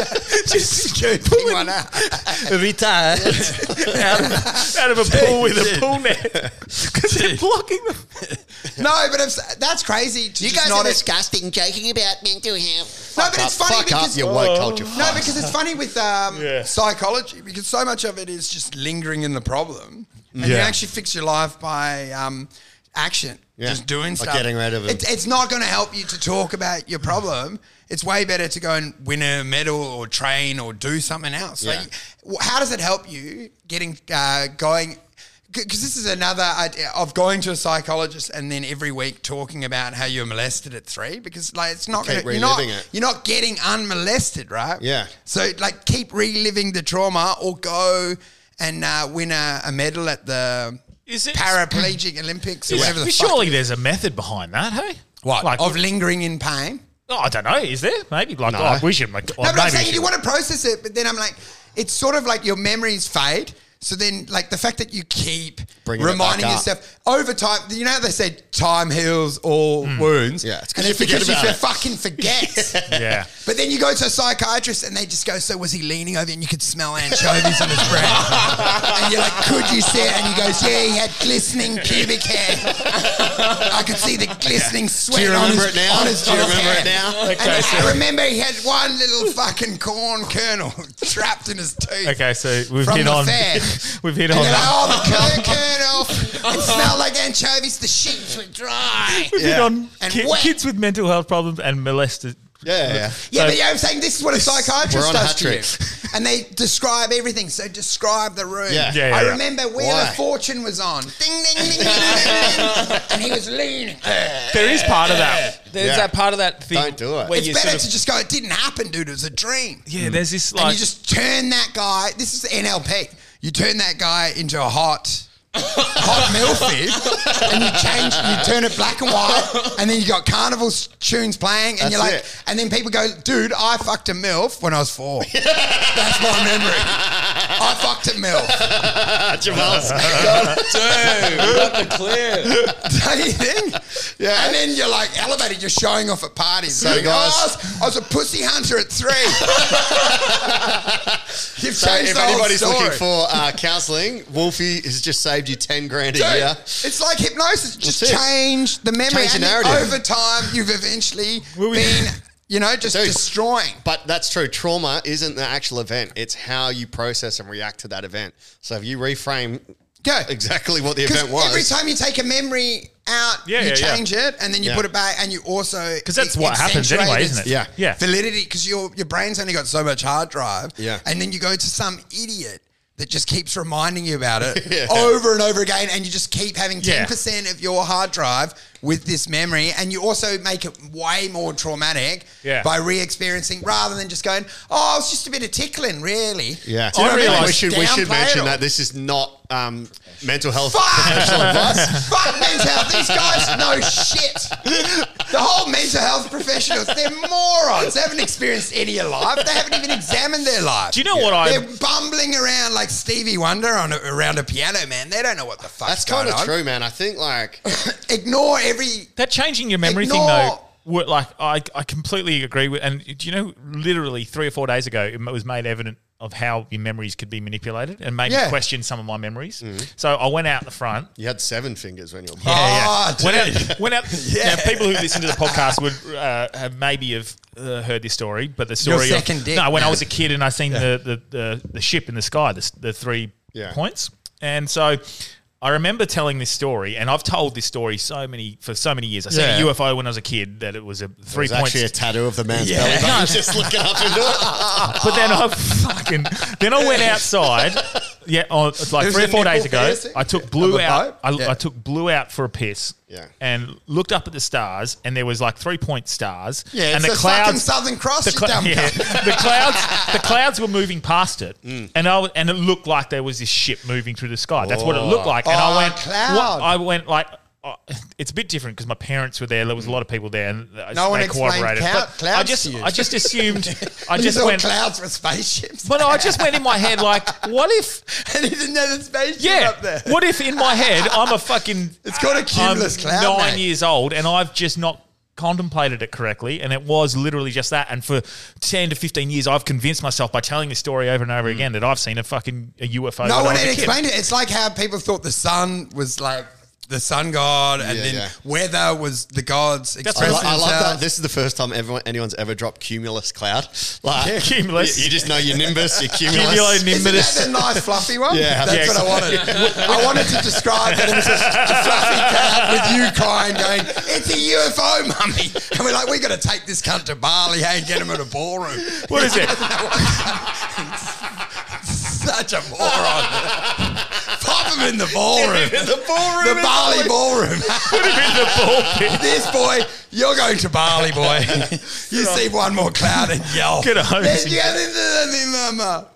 Speaker 3: Just scooping one out.
Speaker 2: Retire.
Speaker 1: out of, out of a
Speaker 3: [LAUGHS]
Speaker 1: pool with a pool net because they're blocking them.
Speaker 3: No, but it's, that's crazy. To
Speaker 7: You
Speaker 3: just
Speaker 7: guys
Speaker 3: not
Speaker 7: are
Speaker 3: ex-
Speaker 7: disgusting, joking about mental health.
Speaker 3: No, but it's funny
Speaker 2: fuck
Speaker 3: because
Speaker 2: up your woke culture. Fuck.
Speaker 3: no, because it's funny with um,
Speaker 1: Oh. Yeah.
Speaker 3: psychology because so much of it is just lingering in the problem, and you
Speaker 1: Yeah.
Speaker 3: actually fix your life by um, action,
Speaker 2: Yeah.
Speaker 3: just doing
Speaker 2: Like
Speaker 3: stuff.
Speaker 2: getting rid of it.
Speaker 3: It's, it's not going to help you to talk about your problem. It's way better to go and win a medal or train or do something else.
Speaker 2: Yeah.
Speaker 3: Like, wh- how does it help you getting uh, going? Because this is another idea of going to a psychologist and then every week talking about how you were molested at three. Because like it's not
Speaker 2: Keep
Speaker 3: gonna, you're not
Speaker 2: reliving it.
Speaker 3: you're not getting unmolested, right?
Speaker 2: Yeah.
Speaker 3: So like keep reliving the trauma or go and uh, win a, a medal at the
Speaker 1: Is it-
Speaker 3: paraplegic Olympics or whatever the fuck.
Speaker 1: Surely there's a method behind that, hey?
Speaker 3: What?
Speaker 1: Like,
Speaker 3: of lingering in pain.
Speaker 1: oh, I don't know. Is there? Maybe like
Speaker 2: No.
Speaker 1: oh, we should make.
Speaker 3: No,
Speaker 1: oh,
Speaker 3: but I'm
Speaker 1: maybe we
Speaker 3: saying
Speaker 1: should.
Speaker 3: you want to process it, but then I'm like, it's sort of like your memories fade. So then, like the fact that you keep
Speaker 2: Bringing it
Speaker 3: reminding
Speaker 2: back up.
Speaker 3: yourself over time, you know how they say time heals all wounds.
Speaker 2: Mm. Yeah, it's 'cause
Speaker 3: and
Speaker 2: you
Speaker 3: it's
Speaker 2: forget
Speaker 3: because
Speaker 2: about
Speaker 3: you
Speaker 2: it. [LAUGHS]
Speaker 3: fucking forget.
Speaker 1: yeah.
Speaker 3: But then you go to a psychiatrist and they just go, So was he leaning over? And you could smell anchovies on his breath. and you're like, Could you see it? And he goes, Yeah, he had glistening pubic hair. I could see the glistening sweat.
Speaker 2: Do you
Speaker 3: on
Speaker 2: remember
Speaker 3: his-
Speaker 2: it now?
Speaker 3: on his
Speaker 2: Do you
Speaker 3: dog's
Speaker 2: remember
Speaker 3: hair.
Speaker 2: it now?
Speaker 3: And
Speaker 1: Okay, so-
Speaker 3: I remember he had one little fucking corn kernel [LAUGHS] trapped in his tooth.
Speaker 1: Okay, so we've
Speaker 3: From
Speaker 1: hit
Speaker 3: the
Speaker 1: on.
Speaker 3: fair.
Speaker 1: [LAUGHS] we've hit
Speaker 3: And
Speaker 1: on.
Speaker 3: you're like, oh, the corn kernel. It smelled like anchovies. The sheets were dry.
Speaker 1: [LAUGHS] we've hit
Speaker 2: yeah.
Speaker 1: on
Speaker 3: And
Speaker 1: ki-
Speaker 3: wet.
Speaker 1: kids with mental health problems and molested.
Speaker 2: Yeah, yeah.
Speaker 3: Yeah,
Speaker 1: So-
Speaker 3: but yeah, I'm saying this is what a
Speaker 2: We're
Speaker 3: psychiatrist
Speaker 2: on a
Speaker 3: does
Speaker 2: hat
Speaker 3: to you.
Speaker 2: trick.
Speaker 3: And they describe everything. So describe the room.
Speaker 2: Yeah.
Speaker 1: Yeah,
Speaker 3: I
Speaker 1: yeah.
Speaker 3: remember Wheel
Speaker 2: Why?
Speaker 3: of Fortune was on. Ding, ding, ding, ding, [LAUGHS] ding, ding. And he was leaning.
Speaker 1: There is part of that. There's
Speaker 2: Yeah.
Speaker 1: that part of that thing.
Speaker 2: Don't do it.
Speaker 1: Where
Speaker 2: [LAUGHS]
Speaker 3: It's
Speaker 1: you
Speaker 3: better
Speaker 1: sort of,
Speaker 3: to just go, it didn't happen, dude. It was a dream.
Speaker 1: yeah, there's this
Speaker 3: and
Speaker 1: like
Speaker 3: you just turn that guy, this is NLP. You turn that guy into a hot
Speaker 2: [LAUGHS]
Speaker 3: hot milfy, and you change, you turn it black and white, and then you got carnival s- tunes playing, and you're
Speaker 2: That's it.
Speaker 3: like, and then people go, dude, I fucked a milf when I
Speaker 2: [LAUGHS]
Speaker 3: was four. That's my memory. I fucked a milf. [LAUGHS]
Speaker 2: Jamal's
Speaker 8: Dude, we got the clear.
Speaker 3: [LAUGHS] Don't you think?
Speaker 2: Yeah.
Speaker 3: And then you're like elevated. You're showing off at parties.
Speaker 2: So,
Speaker 3: You're like, "Oh, I
Speaker 2: guys-
Speaker 3: was, I was a pussy hunter at
Speaker 2: [LAUGHS]
Speaker 3: three. You've
Speaker 2: So
Speaker 3: changed
Speaker 2: if
Speaker 3: the whole
Speaker 2: anybody's
Speaker 3: story.
Speaker 2: looking for uh, counselling, Wolfie has just saved you ten grand a
Speaker 3: Dude,
Speaker 2: year.
Speaker 3: It's like hypnosis. Just
Speaker 2: That's it.
Speaker 3: change the memory.
Speaker 2: Change the
Speaker 3: and then
Speaker 2: narrative.
Speaker 3: Over time, you've eventually
Speaker 1: Will we-
Speaker 3: been, you know, just
Speaker 2: Dude.
Speaker 3: destroying.
Speaker 2: But that's true. Trauma isn't the actual event; it's how you process and react to that event. So if you reframe
Speaker 3: Go.
Speaker 2: exactly what the
Speaker 3: Because
Speaker 2: event was,
Speaker 3: every time you take a memory out,
Speaker 1: Yeah,
Speaker 3: you
Speaker 1: yeah, yeah.
Speaker 3: change it and then you
Speaker 2: Yeah.
Speaker 3: put it back and you also. e-
Speaker 1: Because that's what happens
Speaker 3: accentuate
Speaker 1: anyway,
Speaker 3: its
Speaker 1: isn't it?
Speaker 2: Yeah.
Speaker 1: Yeah.
Speaker 3: Validity, because your, your brain's only got so much hard drive.
Speaker 2: Yeah.
Speaker 3: And then you go to some idiot. That just keeps reminding you about
Speaker 2: [LAUGHS]
Speaker 3: it over and over again, and you just keep having
Speaker 1: Yeah.
Speaker 3: ten percent of your hard drive with this memory, and you also make it way more traumatic
Speaker 1: Yeah.
Speaker 3: by re-experiencing rather than just going, "Oh, it's just a bit of tickling, really."
Speaker 2: yeah,
Speaker 1: I realised-
Speaker 2: we should we should
Speaker 3: Downplay it
Speaker 2: mention
Speaker 3: all.
Speaker 2: that this is not um, mental health
Speaker 3: Fuck!
Speaker 2: professional advice.
Speaker 3: [LAUGHS] Fuck mental health. These guys know shit. The whole mental health professionals, they're morons. They haven't experienced any of life. They haven't even examined their life.
Speaker 1: Do you know what I-
Speaker 3: They're bumbling around like Stevie Wonder on a, around a piano, man. They don't know what the fuck.
Speaker 2: That's kind of true, man. I think like
Speaker 3: Ignore every.
Speaker 1: That changing your memory thing
Speaker 3: Ignore-
Speaker 1: though, were- like I, I completely agree with. And do you know, literally three or four days ago, it was made evident of how your memories could be manipulated, and made
Speaker 3: Yeah. Mm.
Speaker 1: me question some of my memories. So I went out the front.
Speaker 2: you had seven fingers when you were. [LAUGHS]
Speaker 3: Ah, dude.
Speaker 1: Went [LAUGHS] out, went out. Now, people who listen to the podcast would uh, have maybe have uh, heard this story, but the story of-
Speaker 3: second dick.
Speaker 1: No, when I was a kid and I seen the, the, the the ship in the sky, the, s- the three
Speaker 2: Yeah.
Speaker 1: points, and so. I remember telling this story, and I've told this story so many for so many years. I seen
Speaker 3: Yeah.
Speaker 1: a UFO when I was a kid that it was a three points
Speaker 2: It's actually a tattoo of the man's belly button. just looking up into it.
Speaker 1: but then
Speaker 3: Ah.
Speaker 1: I fucking then I went outside. Yeah, on, it's like
Speaker 3: It was
Speaker 1: three or
Speaker 3: a
Speaker 1: four days
Speaker 3: nipple
Speaker 1: ago.
Speaker 3: piercing?
Speaker 1: I took blue
Speaker 3: Of a
Speaker 1: out. I,
Speaker 3: boat? Yeah.
Speaker 1: I took blue out for a piss.
Speaker 2: Yeah.
Speaker 1: And looked up at the stars, and there was like three point stars.
Speaker 3: Yeah,
Speaker 1: and
Speaker 3: it's the
Speaker 1: [LAUGHS]
Speaker 3: fucking Southern Cross,
Speaker 1: The,
Speaker 3: you dumb
Speaker 1: yeah,
Speaker 3: cunt.
Speaker 1: the clouds, the clouds were moving past it,
Speaker 3: Mm.
Speaker 1: and I w- and it looked like there was this ship moving through the sky. That's what it looked like, and
Speaker 3: Oh,
Speaker 1: I went,
Speaker 3: cloud.
Speaker 1: what- I went like. oh, It's a bit different because my parents were there. There was a lot of people there, and uh,
Speaker 3: Mm. No one
Speaker 1: they
Speaker 3: explained
Speaker 1: cooperated.
Speaker 3: clou-
Speaker 1: But I
Speaker 3: clouds
Speaker 1: just,
Speaker 3: to you.
Speaker 1: I just
Speaker 3: [LAUGHS]
Speaker 1: assumed. I
Speaker 3: You
Speaker 1: just
Speaker 3: thought
Speaker 1: went.
Speaker 3: clouds with spaceships.
Speaker 1: [LAUGHS]
Speaker 3: [LAUGHS]
Speaker 1: But I just went in my head like, what if?
Speaker 3: and he didn't know the spaceship
Speaker 1: Yeah.
Speaker 3: up there.
Speaker 1: What if in my head I'm a fucking?
Speaker 3: It's called a cumulus
Speaker 1: I'm
Speaker 3: cloud,
Speaker 1: Nine
Speaker 3: mate.
Speaker 1: years old, and I've just not contemplated it correctly, and it was literally just that. And for ten to fifteen years, I've convinced myself by telling this story over and over again that I've seen a fucking a UFO.
Speaker 3: Mm. No
Speaker 1: when
Speaker 3: one
Speaker 1: I was
Speaker 3: had
Speaker 1: a kid.
Speaker 3: explained it. It's like how people thought the sun was like the sun god, and
Speaker 2: Yeah,
Speaker 3: then
Speaker 2: yeah.
Speaker 3: weather was the gods
Speaker 1: That's
Speaker 2: I,
Speaker 3: expressing
Speaker 2: lo- I love that.
Speaker 3: themselves.
Speaker 2: This is the first time everyone, anyone's ever dropped cumulus cloud. [LAUGHS] Like
Speaker 1: Cumulus.
Speaker 2: You, you just know your nimbus, your [LAUGHS] cumulus.
Speaker 3: Isn't
Speaker 1: Cumulonimbus.
Speaker 3: that the nice fluffy one?
Speaker 2: Yeah,
Speaker 3: that's
Speaker 1: yeah,
Speaker 3: what I wanted. I wanted to describe that it was a, a fluffy cat with you crying, going, "It's a UFO, mummy," and we're like, "We got to take this cunt to Bali, hey, and get him at a ballroom."
Speaker 1: What is it?
Speaker 3: [LAUGHS] Such a moron. Pop him [LAUGHS] in the ballroom.
Speaker 2: the ballroom.
Speaker 3: The Bali ballroom. [LAUGHS]
Speaker 1: In the ball pit.
Speaker 3: this boy, you're going to Bali, boy. you see one more cloud and yell.
Speaker 1: Good on
Speaker 3: Let's
Speaker 1: you.
Speaker 3: get into the um, uh, mama.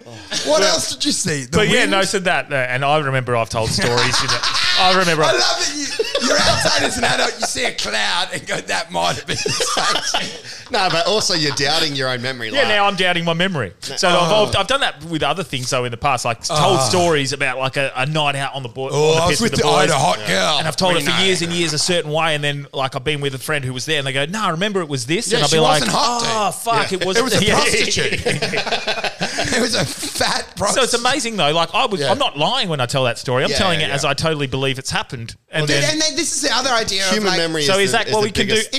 Speaker 3: What else did you see? The
Speaker 1: But yeah,
Speaker 3: wind?
Speaker 1: no, said that, uh, and I remember I've told stories. you know. I remember.
Speaker 3: [LAUGHS] I
Speaker 1: I've-
Speaker 3: love that you, you're outside as an adult, you see a cloud and go, that might have been the spaceship.
Speaker 2: No, but also you're doubting your own memory.
Speaker 1: Yeah,
Speaker 2: like,
Speaker 1: now I'm doubting my memory. So
Speaker 3: Oh.
Speaker 1: I've, I've, I've done that with other things though in the past, like told stories about like a, a night out on the board.
Speaker 3: Ah. Oh, I was with the,
Speaker 1: boys,
Speaker 3: Ida hot girl.
Speaker 1: and I've told
Speaker 3: We
Speaker 1: it for
Speaker 3: know.
Speaker 1: years and years a certain way, and then like I've been with a friend who was there, and they go, "No, I remember it was this,"
Speaker 3: Yeah,
Speaker 1: and I'll
Speaker 3: she
Speaker 1: be like,
Speaker 3: wasn't hot,
Speaker 1: "Oh, fuck, it was
Speaker 3: It was
Speaker 1: [LAUGHS]
Speaker 3: a
Speaker 1: Yeah.
Speaker 3: [LAUGHS] prostitute. It was a fat
Speaker 1: [LAUGHS] So
Speaker 3: prostitute.
Speaker 1: it's amazing though. Like I was,
Speaker 2: Yeah.
Speaker 1: I'm not lying when I tell that story. I'm
Speaker 2: Yeah,
Speaker 1: telling
Speaker 2: yeah,
Speaker 1: it as
Speaker 2: yeah.
Speaker 1: I totally believe it's happened. And
Speaker 3: Dude,
Speaker 1: then,
Speaker 3: and then this is the other idea
Speaker 2: Human
Speaker 3: of like,
Speaker 2: memory
Speaker 1: so is
Speaker 2: is, the,
Speaker 1: that what
Speaker 2: the
Speaker 1: we can do?
Speaker 2: biggest-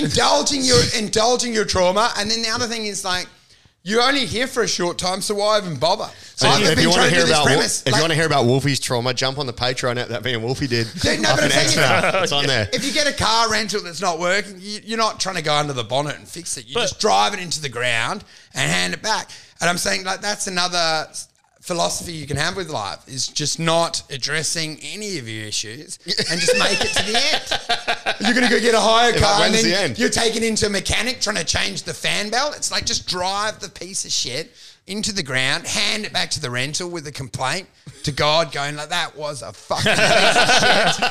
Speaker 2: [LAUGHS]
Speaker 3: indulging your indulging your trauma, and then the other thing is like you're only here for a short time, so why even bother? So
Speaker 2: if you want to hear about Wolf- if you
Speaker 3: like,
Speaker 2: want to hear about Wolfie's trauma, jump on the Patreon app that me and Wolfie did.
Speaker 3: Dude, no,
Speaker 2: Up
Speaker 3: but
Speaker 2: in
Speaker 3: I'm saying
Speaker 2: Exeter.
Speaker 3: if-
Speaker 2: [LAUGHS] it's on there.
Speaker 3: [LAUGHS] if you get a car rental that's not working, you, you're not trying to go under the bonnet and fix it. You
Speaker 1: But-
Speaker 3: just drive it into the ground and hand it back. And I'm saying like that's another s- philosophy you can have with life is just not addressing any of your issues and just make it to the end. You're gonna go get a hire
Speaker 2: Yeah, but
Speaker 3: car and
Speaker 2: when's
Speaker 3: then
Speaker 2: the end?
Speaker 3: you're taken into a mechanic trying to change the fan belt. It's like just drive the piece of shit into the ground, hand it back to the rental with a complaint to God, going like, that was a fucking piece
Speaker 2: [LAUGHS]
Speaker 3: of shit.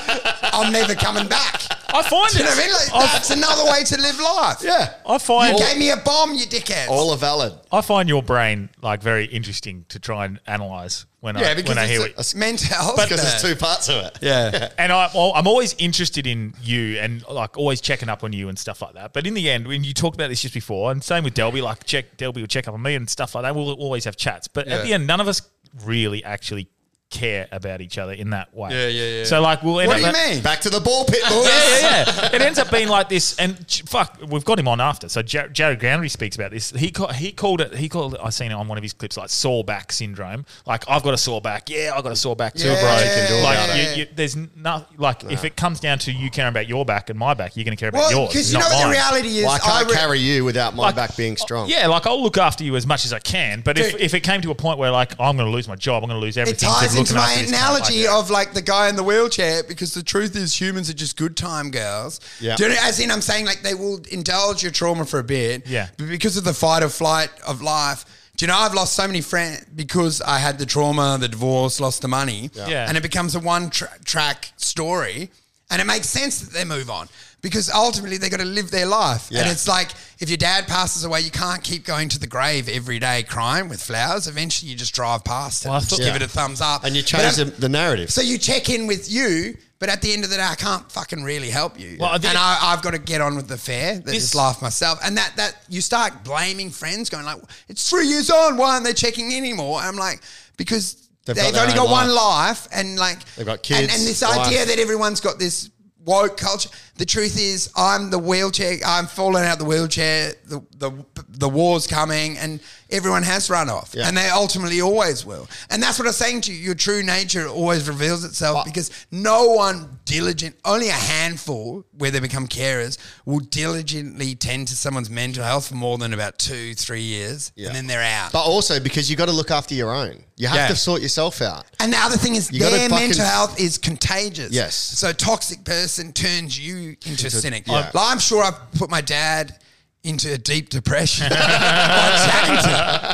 Speaker 3: I'm never coming back. [LAUGHS]
Speaker 1: I find
Speaker 3: Do you
Speaker 1: it.
Speaker 3: know what I mean? Like,
Speaker 1: I-
Speaker 3: that's another way to live life.
Speaker 2: Yeah.
Speaker 1: I
Speaker 3: You
Speaker 1: find
Speaker 3: gave me a bomb, you dickhead.
Speaker 2: All are valid.
Speaker 1: I find your brain like very interesting to try and analyze when I when I hear
Speaker 3: it's,
Speaker 1: what
Speaker 3: it's mental health.
Speaker 2: Because there's two parts of it.
Speaker 3: Yeah.
Speaker 1: and I, well, I'm always interested in you and like always checking up on you and stuff like that. But in the end, when you talked about this just before, and same with Delby, like check Delby will check up on me and stuff like that. We'll always have chats, but at the end, none of us really actually care about each other in that way.
Speaker 8: Yeah, yeah, yeah.
Speaker 1: So like, we'll end
Speaker 3: What
Speaker 1: up
Speaker 3: do you mean?
Speaker 2: Back to the ball pit, boys.
Speaker 1: yeah, yeah, yeah. It ends up being like this, and ch- fuck, we've got him on after. So Jar- Jared Groundry speaks about this. He ca- he called it. He called. It, I seen it on one of his clips, like sore back syndrome. Like I've got a sore back. Yeah, I've got a sore back too,
Speaker 3: Yeah,
Speaker 1: bro.
Speaker 3: you can do
Speaker 1: like
Speaker 3: about it.
Speaker 1: you, you, there's no like if it comes down to you caring about your back and my back, you're gonna care about
Speaker 3: Well,
Speaker 1: yours.
Speaker 3: because you know
Speaker 1: not
Speaker 3: what the
Speaker 1: mine.
Speaker 3: reality is.
Speaker 2: Why can't I, oh,
Speaker 3: re-
Speaker 2: carry you without my
Speaker 1: Like,
Speaker 2: back being strong?
Speaker 1: Yeah, like I'll look after you as much as I can, but if,
Speaker 3: Dude.
Speaker 1: if it came to a point where like I'm going to lose my job, I'm going to lose
Speaker 3: It
Speaker 1: everything.
Speaker 3: ties
Speaker 1: to
Speaker 3: into
Speaker 1: looking
Speaker 3: my
Speaker 1: after this cunt, like,
Speaker 3: analogy of like the guy in the wheelchair because the truth is humans are just good time girls.
Speaker 2: Yeah.
Speaker 3: Do you know, as in I'm saying like they will indulge your trauma for a bit.
Speaker 1: Yeah.
Speaker 3: But because of the fight or flight of life, do you know I've lost so many friends because I had the trauma, the divorce, lost the money.
Speaker 1: Yeah.
Speaker 3: And it becomes a one tra- track story. And it makes sense that they move on because ultimately they got to live their life. And
Speaker 2: Yeah.
Speaker 3: it's like if your dad passes away, you can't keep going to the grave every day crying with flowers. Eventually you just drive past it.
Speaker 1: Well, I
Speaker 3: and just
Speaker 1: thought-
Speaker 3: give it a thumbs up.
Speaker 2: And you
Speaker 3: But
Speaker 2: change
Speaker 3: I'm-
Speaker 2: the, the narrative.
Speaker 3: So you check in with you, but at the end of the day, I can't fucking really help you.
Speaker 1: Well, I think-
Speaker 3: and I, I've got to get on with the fair, that
Speaker 1: This-
Speaker 3: this life myself. And that that you start blaming friends, going like, "It's three years on, why aren't they checking in anymore?" I'm like, because
Speaker 2: They've
Speaker 3: they've,
Speaker 2: got their
Speaker 3: only
Speaker 2: own
Speaker 3: got one
Speaker 2: life.
Speaker 3: life, and like
Speaker 2: They've got
Speaker 3: and-
Speaker 2: kids,
Speaker 3: and, this
Speaker 2: wife.
Speaker 3: idea that everyone's got this woke culture. The truth is, I'm the wheelchair. I'm falling out the wheelchair. The the the war's coming, and everyone has run off,
Speaker 2: Yeah.
Speaker 3: and they ultimately always will. And that's what I'm saying to you. Your true nature always reveals itself because no one diligent, only a handful where they become carers will diligently tend to someone's mental health for more than about two, three years,
Speaker 2: Yeah.
Speaker 3: and then they're out.
Speaker 2: But also because you got to look after your own. You have
Speaker 3: Yeah.
Speaker 2: to sort yourself out.
Speaker 3: And the other thing is,
Speaker 2: You gotta
Speaker 3: their
Speaker 2: fucking-
Speaker 3: mental health is contagious.
Speaker 2: Yes.
Speaker 3: So a toxic person turns you into a cynic.
Speaker 2: yeah.
Speaker 3: Like, I'm sure I've put my dad into a deep
Speaker 2: [LAUGHS]
Speaker 3: depression by chatting to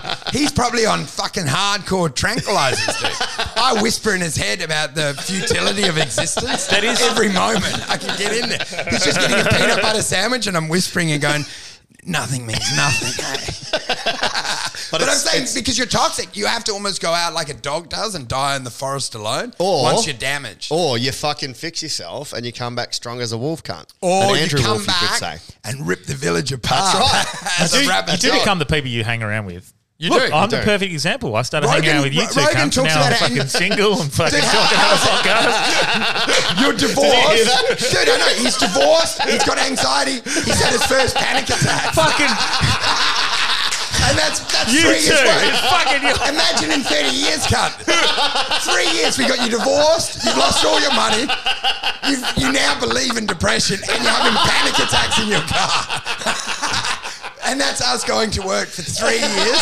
Speaker 3: him. He's probably on fucking hardcore tranquilizers, dude. I whisper in his head about the futility of existence. That is every moment I can get in there. He's just getting a peanut butter sandwich, and I'm whispering and going. Nothing means nothing. eh?" But, I'm saying because you're toxic, you have to almost go out like a dog does and die in the forest alone.
Speaker 2: Or-
Speaker 3: once you're damaged, or,
Speaker 2: Or you fucking fix yourself and you come back strong as a wolf cunt. An
Speaker 3: you
Speaker 2: Andrew
Speaker 3: come
Speaker 2: Wolf,
Speaker 3: back
Speaker 2: you could say.
Speaker 3: and rip the village apart.
Speaker 2: That's right.
Speaker 3: [LAUGHS] as
Speaker 1: you,
Speaker 3: a rabbit
Speaker 1: you do
Speaker 3: dog.
Speaker 1: become the people you hang around with. You
Speaker 2: do.
Speaker 1: I'm
Speaker 2: You
Speaker 1: the
Speaker 2: do.
Speaker 1: perfect example. I started hanging
Speaker 3: Rogan-
Speaker 1: out with you two.
Speaker 3: Rogan
Speaker 1: cunts, and
Speaker 3: talks
Speaker 1: now I'm
Speaker 3: about it in-
Speaker 1: fucking single [LAUGHS]
Speaker 3: [LAUGHS]
Speaker 1: and fucking
Speaker 3: Dude,
Speaker 1: talking about
Speaker 3: how- [LAUGHS]
Speaker 1: podcast.
Speaker 3: You're divorced, dude. I know he's divorced. He's got anxiety. He's had his first panic attack,
Speaker 1: fucking
Speaker 3: and that's that's
Speaker 1: you two.
Speaker 3: three years.
Speaker 1: It's
Speaker 3: worth.
Speaker 1: fucking you.
Speaker 3: Imagine in 30 years, cunt. Three years, we got you divorced, you've lost all your money, you you now believe in depression, and you're having panic attacks in your car. [LAUGHS] and that's us going to work for three years,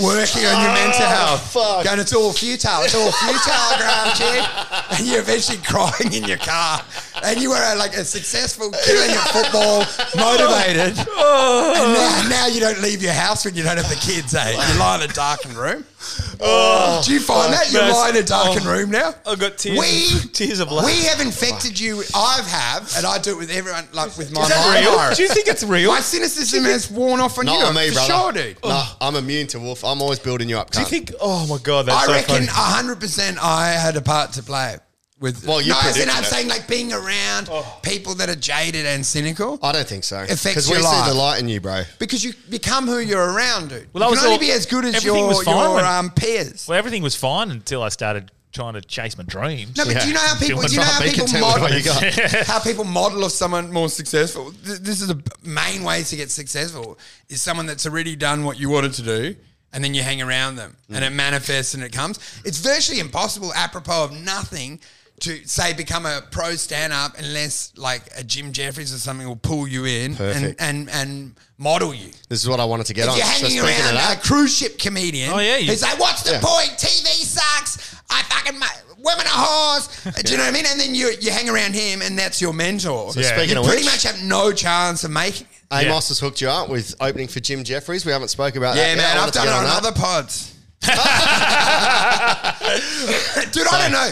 Speaker 3: working on your mental health.
Speaker 2: fuck.
Speaker 3: Going, it's all futile, it's all futile, Graham Chad. And you're eventually [LAUGHS] crying in your car. And you were uh, like a successful killing at football, motivated.
Speaker 1: Oh.
Speaker 3: And now, now you don't leave your house when you don't have the kids, eh? You lie in a
Speaker 1: [LAUGHS]
Speaker 3: darkened room. Do you find that? You
Speaker 1: Oh, That's-
Speaker 3: lie in a darkened room now?
Speaker 1: I've got tears
Speaker 3: We,
Speaker 1: of- [LAUGHS] tears of laugh.
Speaker 3: We have infected you. I've have, and I do it with everyone, like with my
Speaker 1: Is that
Speaker 3: mind
Speaker 1: real?
Speaker 3: virus.
Speaker 1: Do you think it's real?
Speaker 3: My cynicism has worn off on
Speaker 2: Not
Speaker 3: you.
Speaker 2: on me,
Speaker 3: for
Speaker 2: brother.
Speaker 3: sure,
Speaker 1: Oh,
Speaker 3: dude.
Speaker 2: No, I'm immune to wolf. I'm always building you up,
Speaker 1: Do you
Speaker 2: cunt.
Speaker 1: think? Oh my god, that's
Speaker 3: I
Speaker 1: so
Speaker 3: reckon
Speaker 1: funny.
Speaker 3: hundred percent I had a part to play with.
Speaker 2: Well, you
Speaker 3: no, as in
Speaker 2: predicted
Speaker 3: I'm
Speaker 2: it.
Speaker 3: saying like being around
Speaker 1: Oh.
Speaker 3: people that are jaded and cynical.
Speaker 2: I don't think so.
Speaker 3: Affects
Speaker 2: we
Speaker 3: your
Speaker 2: see
Speaker 3: life.
Speaker 2: the light in you, bro.
Speaker 3: because you become who you're around, dude.
Speaker 1: Well, I
Speaker 3: you
Speaker 1: was
Speaker 3: can only
Speaker 1: all-
Speaker 3: be as good as
Speaker 1: everything
Speaker 3: your,
Speaker 1: was fine
Speaker 3: your
Speaker 1: when-
Speaker 3: um, peers.
Speaker 1: Well, everything was fine until I started trying to chase my dreams.
Speaker 3: No, but do you know how people?
Speaker 1: Doing
Speaker 3: Do you know
Speaker 1: my
Speaker 3: how
Speaker 2: Be
Speaker 3: people
Speaker 2: content with
Speaker 3: model?
Speaker 2: what you
Speaker 3: [LAUGHS]
Speaker 2: got.
Speaker 3: how people model of someone more successful? Th- This is the main way to get successful is someone that's already done what you wanted to do, and then you hang around them,
Speaker 2: Mm.
Speaker 3: and it manifests and it comes. It's virtually impossible, apropos of nothing. To say become a pro stand up unless like a Jim Jeffries or something will pull you in and,
Speaker 2: Perfect.
Speaker 3: and and model you.
Speaker 2: This is what I wanted to get
Speaker 3: If
Speaker 2: on.
Speaker 3: you're
Speaker 2: So
Speaker 3: hanging
Speaker 2: speaking of
Speaker 3: around
Speaker 2: that,
Speaker 3: a cruise ship comedian,
Speaker 1: Oh, yeah, you-
Speaker 3: he's like, "What's the
Speaker 2: Yeah.
Speaker 3: point? TV sucks. I fucking ma- women
Speaker 2: [LAUGHS]
Speaker 3: are whores." Do you know what I mean? And then you you hang around him, and that's your mentor.
Speaker 1: Yeah.
Speaker 2: speaking
Speaker 3: You
Speaker 2: of
Speaker 3: pretty
Speaker 2: which,
Speaker 3: much have no chance of making. it.
Speaker 2: Amos has hooked you up with opening for Jim Jeffries. We haven't spoke about that.
Speaker 3: Yeah,
Speaker 2: yet.
Speaker 3: man,
Speaker 2: I
Speaker 3: I've
Speaker 2: wanted to
Speaker 3: done it
Speaker 2: get
Speaker 3: on
Speaker 2: that.
Speaker 3: other
Speaker 2: [LAUGHS]
Speaker 3: pods. Dude, I don't know.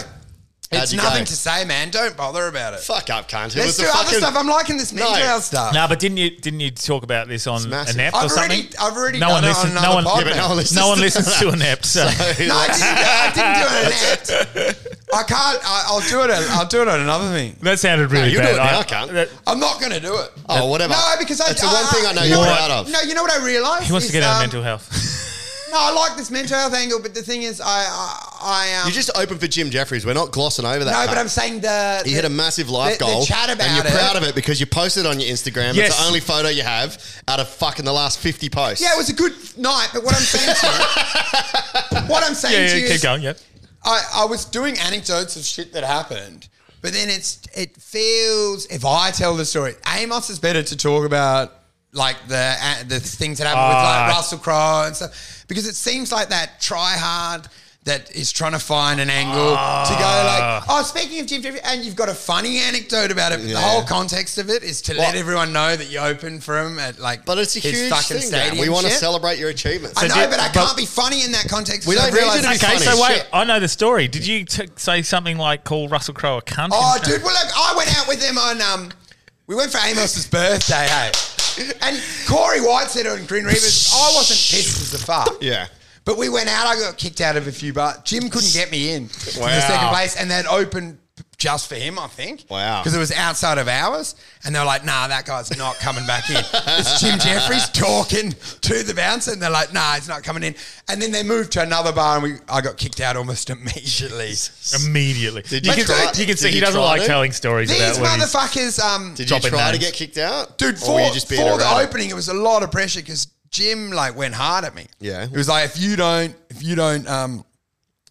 Speaker 2: How'd
Speaker 3: It's
Speaker 2: you
Speaker 3: nothing
Speaker 2: go?
Speaker 3: to say, man. Don't bother about it.
Speaker 2: Fuck up, cunt. It
Speaker 3: Let's
Speaker 2: was
Speaker 3: do
Speaker 2: a
Speaker 3: other
Speaker 2: fucking-
Speaker 3: stuff. I'm liking this
Speaker 2: No.
Speaker 3: mental stuff.
Speaker 1: No, but didn't you didn't you talk about this on
Speaker 2: massive.
Speaker 1: inept or
Speaker 3: I've already-
Speaker 1: something?
Speaker 3: I've already
Speaker 1: no
Speaker 3: done
Speaker 1: one
Speaker 3: it
Speaker 1: listens.
Speaker 3: on
Speaker 1: no
Speaker 3: another
Speaker 1: one.
Speaker 3: pod, Yeah, but
Speaker 2: no man. one listens
Speaker 1: No one
Speaker 2: to
Speaker 1: listens
Speaker 2: that.
Speaker 1: to inept. So.
Speaker 3: No, I didn't, do- I didn't
Speaker 2: [LAUGHS]
Speaker 3: do it on an app. I can't. I, I'll do it. on- I'll do it on another thing.
Speaker 1: that sounded really
Speaker 2: you do
Speaker 1: bad.
Speaker 2: it now,
Speaker 1: I-
Speaker 2: cunt.
Speaker 1: that-
Speaker 3: I'm not going to do it.
Speaker 2: Oh, whatever.
Speaker 3: No, because I.
Speaker 2: It's the one
Speaker 3: I-
Speaker 2: thing I know
Speaker 3: you
Speaker 2: you're
Speaker 3: what-
Speaker 2: proud of.
Speaker 3: No, you know what I realised?
Speaker 1: he wants to
Speaker 3: is,
Speaker 1: get out
Speaker 3: um,
Speaker 1: of mental health.
Speaker 3: No, I like this mental health angle, but the thing is, I, I, I um,
Speaker 2: You just open for Jim Jeffries. We're not glossing over that.
Speaker 3: no,
Speaker 2: cunt.
Speaker 3: but I'm saying the
Speaker 2: You hit a massive life
Speaker 3: the- the
Speaker 2: goal,
Speaker 3: chat about
Speaker 2: and you're
Speaker 3: it.
Speaker 2: proud of it because you posted on your Instagram.
Speaker 1: Yes.
Speaker 2: It's the only photo you have out of fucking the last fifty posts.
Speaker 3: Yeah, it was a good night, but what I'm saying to you,
Speaker 2: [LAUGHS]
Speaker 3: what I'm saying
Speaker 1: yeah,
Speaker 3: to
Speaker 1: yeah,
Speaker 3: you
Speaker 1: keep
Speaker 3: is,
Speaker 1: going. Yeah.
Speaker 3: I, I was doing anecdotes of shit that happened, but then it's it feels if I tell the story, Amos is better to talk about like the uh, the things that happened with like
Speaker 1: Ah.
Speaker 3: Russell Crowe and stuff because it seems like that try hard. That is trying to find an angle to go like, oh, speaking of Jim Jeffries, and you've got a funny anecdote about it. But The
Speaker 2: Yeah.
Speaker 3: whole context of it is to let
Speaker 2: Well-
Speaker 3: everyone know that you open for him at like,
Speaker 2: but it's a
Speaker 3: his
Speaker 2: huge
Speaker 3: fucking
Speaker 2: thing. Dan.
Speaker 3: stadium.
Speaker 2: We want to
Speaker 3: shit.
Speaker 2: celebrate your achievements.
Speaker 3: I know,
Speaker 1: did-
Speaker 3: but I
Speaker 1: but-
Speaker 3: can't be funny in that context.
Speaker 2: We
Speaker 3: so
Speaker 2: don't
Speaker 3: I've
Speaker 2: need you
Speaker 3: realised
Speaker 2: to be
Speaker 3: it's
Speaker 1: Okay,
Speaker 2: funny
Speaker 1: so
Speaker 2: as
Speaker 1: wait,
Speaker 2: shit.
Speaker 1: I know the story. Did you t- say something like call Russell Crowe a cunt?
Speaker 3: Oh, dude, well, look, I went out with them on. Um, we went for Amos's birthday,
Speaker 2: [LAUGHS]
Speaker 3: hey. And Corey White said on Green Reavers, I wasn't pissed as a fuck.
Speaker 2: Yeah.
Speaker 3: But we went out, I got kicked out of a few bars. Jim couldn't get me in to the
Speaker 2: Wow.
Speaker 3: second place, and they'd opened just for him, I think.
Speaker 2: Wow.
Speaker 3: Because it was outside of hours. And they were like, nah, that guy's not coming
Speaker 2: [LAUGHS]
Speaker 3: back in. it's Jim Jeffries talking to the bouncer, and they're like, nah, he's not coming in. And then they moved to another bar, and we I got kicked out almost [LAUGHS] immediately.
Speaker 1: immediately.
Speaker 2: you
Speaker 1: can,
Speaker 2: try-
Speaker 1: you can
Speaker 2: did
Speaker 1: see he
Speaker 2: you
Speaker 1: doesn't
Speaker 2: try
Speaker 1: like
Speaker 2: to?
Speaker 1: telling stories
Speaker 3: These
Speaker 1: about what he's-
Speaker 3: motherfuckers, um,
Speaker 2: Did you
Speaker 1: Dropping
Speaker 2: try to
Speaker 1: names.
Speaker 2: get kicked out,
Speaker 3: dude.
Speaker 2: Or
Speaker 3: For,
Speaker 2: were you just being
Speaker 3: for the
Speaker 2: erratic?
Speaker 3: opening, it was a lot of pressure because Jim like went hard at me.
Speaker 2: Yeah.
Speaker 3: it was like if you don't, if you don't, um,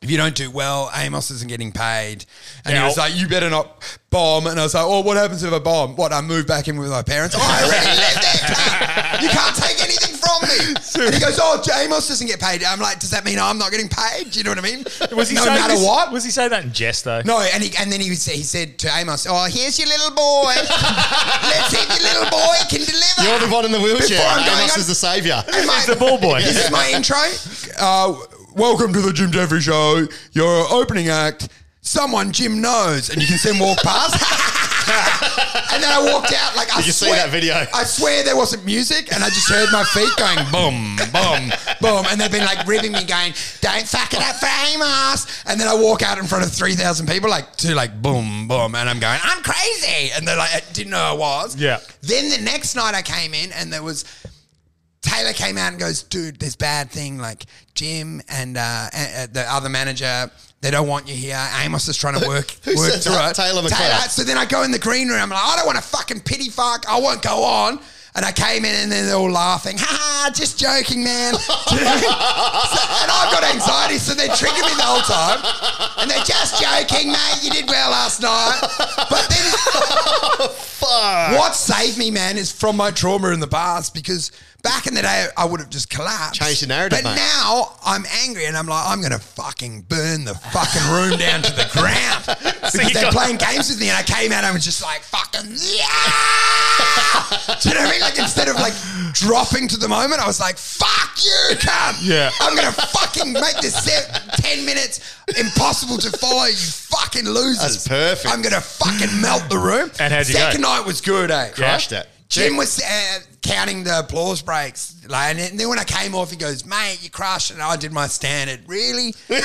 Speaker 3: if you don't do well, Amos isn't getting paid. And he
Speaker 1: Yeah.
Speaker 3: was like, you better not bomb. And I was like, oh, what happens if I bomb? What? I move back in with my parents. oh, I already left that. cunt. You can't take anything from me. And he goes, oh, Amos doesn't get paid. I'm like, does that mean I'm not getting paid? Do you know what I mean?
Speaker 1: Was he
Speaker 3: no
Speaker 1: saying
Speaker 3: matter
Speaker 1: this-
Speaker 3: what?
Speaker 1: Was he saying that in jest though?
Speaker 3: No, and he, and then he was, he said to Amos, "Oh, here's your little boy. Let's see if your little boy can deliver."
Speaker 2: You're the one in the wheelchair.
Speaker 3: Before I'm going
Speaker 2: Amos
Speaker 3: on-
Speaker 2: is the
Speaker 3: [LAUGHS]
Speaker 2: savior.
Speaker 3: Hey, mate,
Speaker 1: He's the ball boy.
Speaker 3: [LAUGHS] This is my intro. Uh, welcome to the Jim Jeffrey Show. Your opening act. Someone Jim knows, and you can see him walk past. [LAUGHS] and then I walked out like I
Speaker 2: Did you see
Speaker 3: swear,
Speaker 2: that video?
Speaker 3: I swear there wasn't music, and I just heard my feet going boom, boom, boom, and they've been like ribbing me, going, "Don't fuck it up for Amos." And then I walk out in front of three thousand people, like to like boom, boom, and I'm going, "I'm crazy," and they're like, I "Didn't know I was."
Speaker 1: Yeah.
Speaker 3: Then the next night I came in, and there was. Taylor came out and goes, dude, this bad thing. Like Jim and uh, a- a- the other manager, they don't want you here. Amos is trying to work
Speaker 2: Who
Speaker 3: work
Speaker 2: said
Speaker 3: through
Speaker 2: that?
Speaker 3: it.
Speaker 2: Taylor McLeod.
Speaker 3: So then I go in the green room. I'm like, I don't want to fucking pity fuck. I won't go on. And I came in and then they're all laughing. Ha ha, just
Speaker 2: [LAUGHS]
Speaker 3: joking, man. Do you know what I mean? So- and I've got anxiety, so they triggered me the whole time. And they're just joking, mate. You did well last night. But then what saved me, man, is from my trauma in the past because back in the day, I would have just collapsed.
Speaker 2: Change the narrative,
Speaker 3: But
Speaker 2: mate.
Speaker 3: now I'm angry and I'm like, I'm going to fucking burn the fucking room down to the
Speaker 1: [LAUGHS]
Speaker 3: ground because
Speaker 1: you
Speaker 3: they're
Speaker 1: got-
Speaker 3: playing games with me. And I came out and was just like, fucking, yeah. [LAUGHS] Do you know what I mean? Like, instead of like dropping to the moment, I was like, fuck you, cunt.
Speaker 1: Yeah.
Speaker 3: I'm going to fucking make this set 10 minutes impossible to follow, you fucking losers.
Speaker 2: That's perfect.
Speaker 3: I'm going to fucking melt the room.
Speaker 1: And how'd you go?
Speaker 3: Second night was good, eh?
Speaker 2: Crushed it.
Speaker 3: Jim was uh, counting the applause breaks, like, and then when I came off, he goes, "Mate, you crushed," and I did my standard.
Speaker 2: [LAUGHS]
Speaker 3: Really? and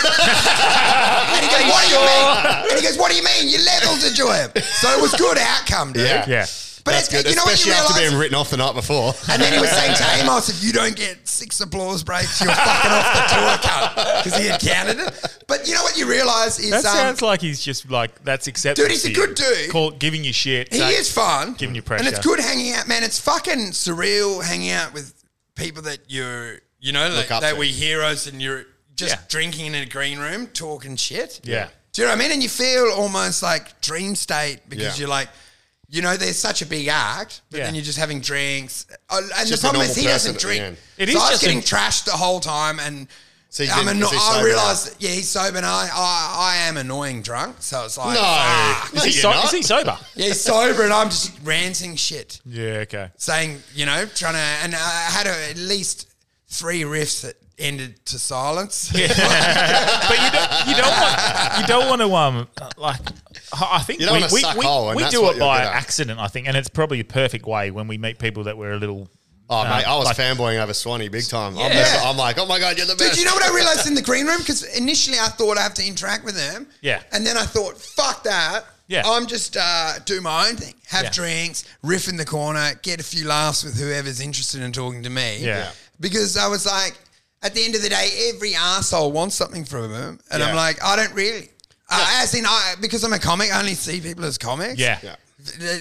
Speaker 3: he goes, "What do you mean?" And he goes, "What do you mean? You leveled the job." So it was good outcome, dude.
Speaker 2: Yeah.
Speaker 1: Yeah.
Speaker 3: But
Speaker 2: That's
Speaker 3: it's,
Speaker 2: good,
Speaker 3: you know what
Speaker 2: especially
Speaker 3: you
Speaker 2: after
Speaker 3: realise?
Speaker 2: being written off the night
Speaker 3: [LAUGHS]
Speaker 2: before.
Speaker 3: And then he was saying to Amos, if you don't get six applause breaks, you're fucking off the tour cut because he had counted it. But you know what you realise is
Speaker 1: That
Speaker 3: um,
Speaker 1: sounds like he's just like that's acceptable.
Speaker 3: Dude, he's a good dude.
Speaker 1: Call, giving you shit.
Speaker 3: He
Speaker 1: so-
Speaker 3: is fun.
Speaker 1: Giving you pressure.
Speaker 3: And it's good hanging out, man. It's fucking surreal hanging out with people that you're, you know, like,
Speaker 2: up
Speaker 3: that
Speaker 2: to.
Speaker 3: were heroes and you're just
Speaker 1: Yeah.
Speaker 3: drinking in a green room, talking shit.
Speaker 1: Yeah.
Speaker 3: Do you know what I mean? And you feel almost like dream state because
Speaker 2: Yeah.
Speaker 3: you're like, you know, there's such a big act, but
Speaker 1: Yeah.
Speaker 3: then you're just having drinks. Uh, And
Speaker 2: just
Speaker 3: the
Speaker 2: a
Speaker 3: problem is
Speaker 2: normal person
Speaker 3: he doesn't
Speaker 2: at the
Speaker 3: drink.
Speaker 2: end.
Speaker 1: It is
Speaker 3: so I was
Speaker 1: just
Speaker 3: getting
Speaker 1: an-
Speaker 3: trashed the whole time and
Speaker 2: So he's
Speaker 3: I'm
Speaker 2: been-
Speaker 3: anno-
Speaker 2: is he
Speaker 3: I
Speaker 2: sober
Speaker 3: realised, yeah, he's sober and I, I, I am annoying drunk. So it's
Speaker 2: [LAUGHS]
Speaker 3: like,
Speaker 2: No.
Speaker 3: fuck.
Speaker 2: No,
Speaker 1: Is he,
Speaker 2: you're
Speaker 1: so-
Speaker 2: not.
Speaker 1: is he sober?
Speaker 3: Yeah, he's sober and I'm just ranting shit.
Speaker 1: Yeah,
Speaker 2: [LAUGHS]
Speaker 1: okay.
Speaker 3: Saying, you know, trying to, and I had a, at least three riffs that ended to silence.
Speaker 1: but you don't, you don't want you don't want to um like I I think
Speaker 2: You don't
Speaker 1: we
Speaker 2: wanna
Speaker 1: we,
Speaker 2: suck
Speaker 1: we,
Speaker 2: hole, and
Speaker 1: we
Speaker 2: that's
Speaker 1: do
Speaker 2: what
Speaker 1: it
Speaker 2: you're
Speaker 1: by
Speaker 2: good at.
Speaker 1: accident I think and it's probably a perfect way when we meet people that we're a little
Speaker 2: Oh,
Speaker 1: uh,
Speaker 2: mate, I was
Speaker 1: like-
Speaker 2: fanboying over Swanee big time. I'm,
Speaker 3: Yeah.
Speaker 2: I'm like, oh my God, you're the best.
Speaker 3: Dude, you know what I realized in the green room? Because initially I thought I have to interact with them.
Speaker 1: Yeah.
Speaker 3: And then I thought, fuck that.
Speaker 1: Yeah.
Speaker 3: I'm just uh, do my own thing, have
Speaker 1: Yeah.
Speaker 3: drinks, riff in the corner, get a few laughs with whoever's interested in talking to me.
Speaker 1: Yeah.
Speaker 3: Because I was like, at the end of the day, every asshole wants something from them, and I'm
Speaker 1: Yeah.
Speaker 3: like, I don't really. Uh, as in, I because I'm a comic, I only see people as comics.
Speaker 1: yeah
Speaker 2: Yeah.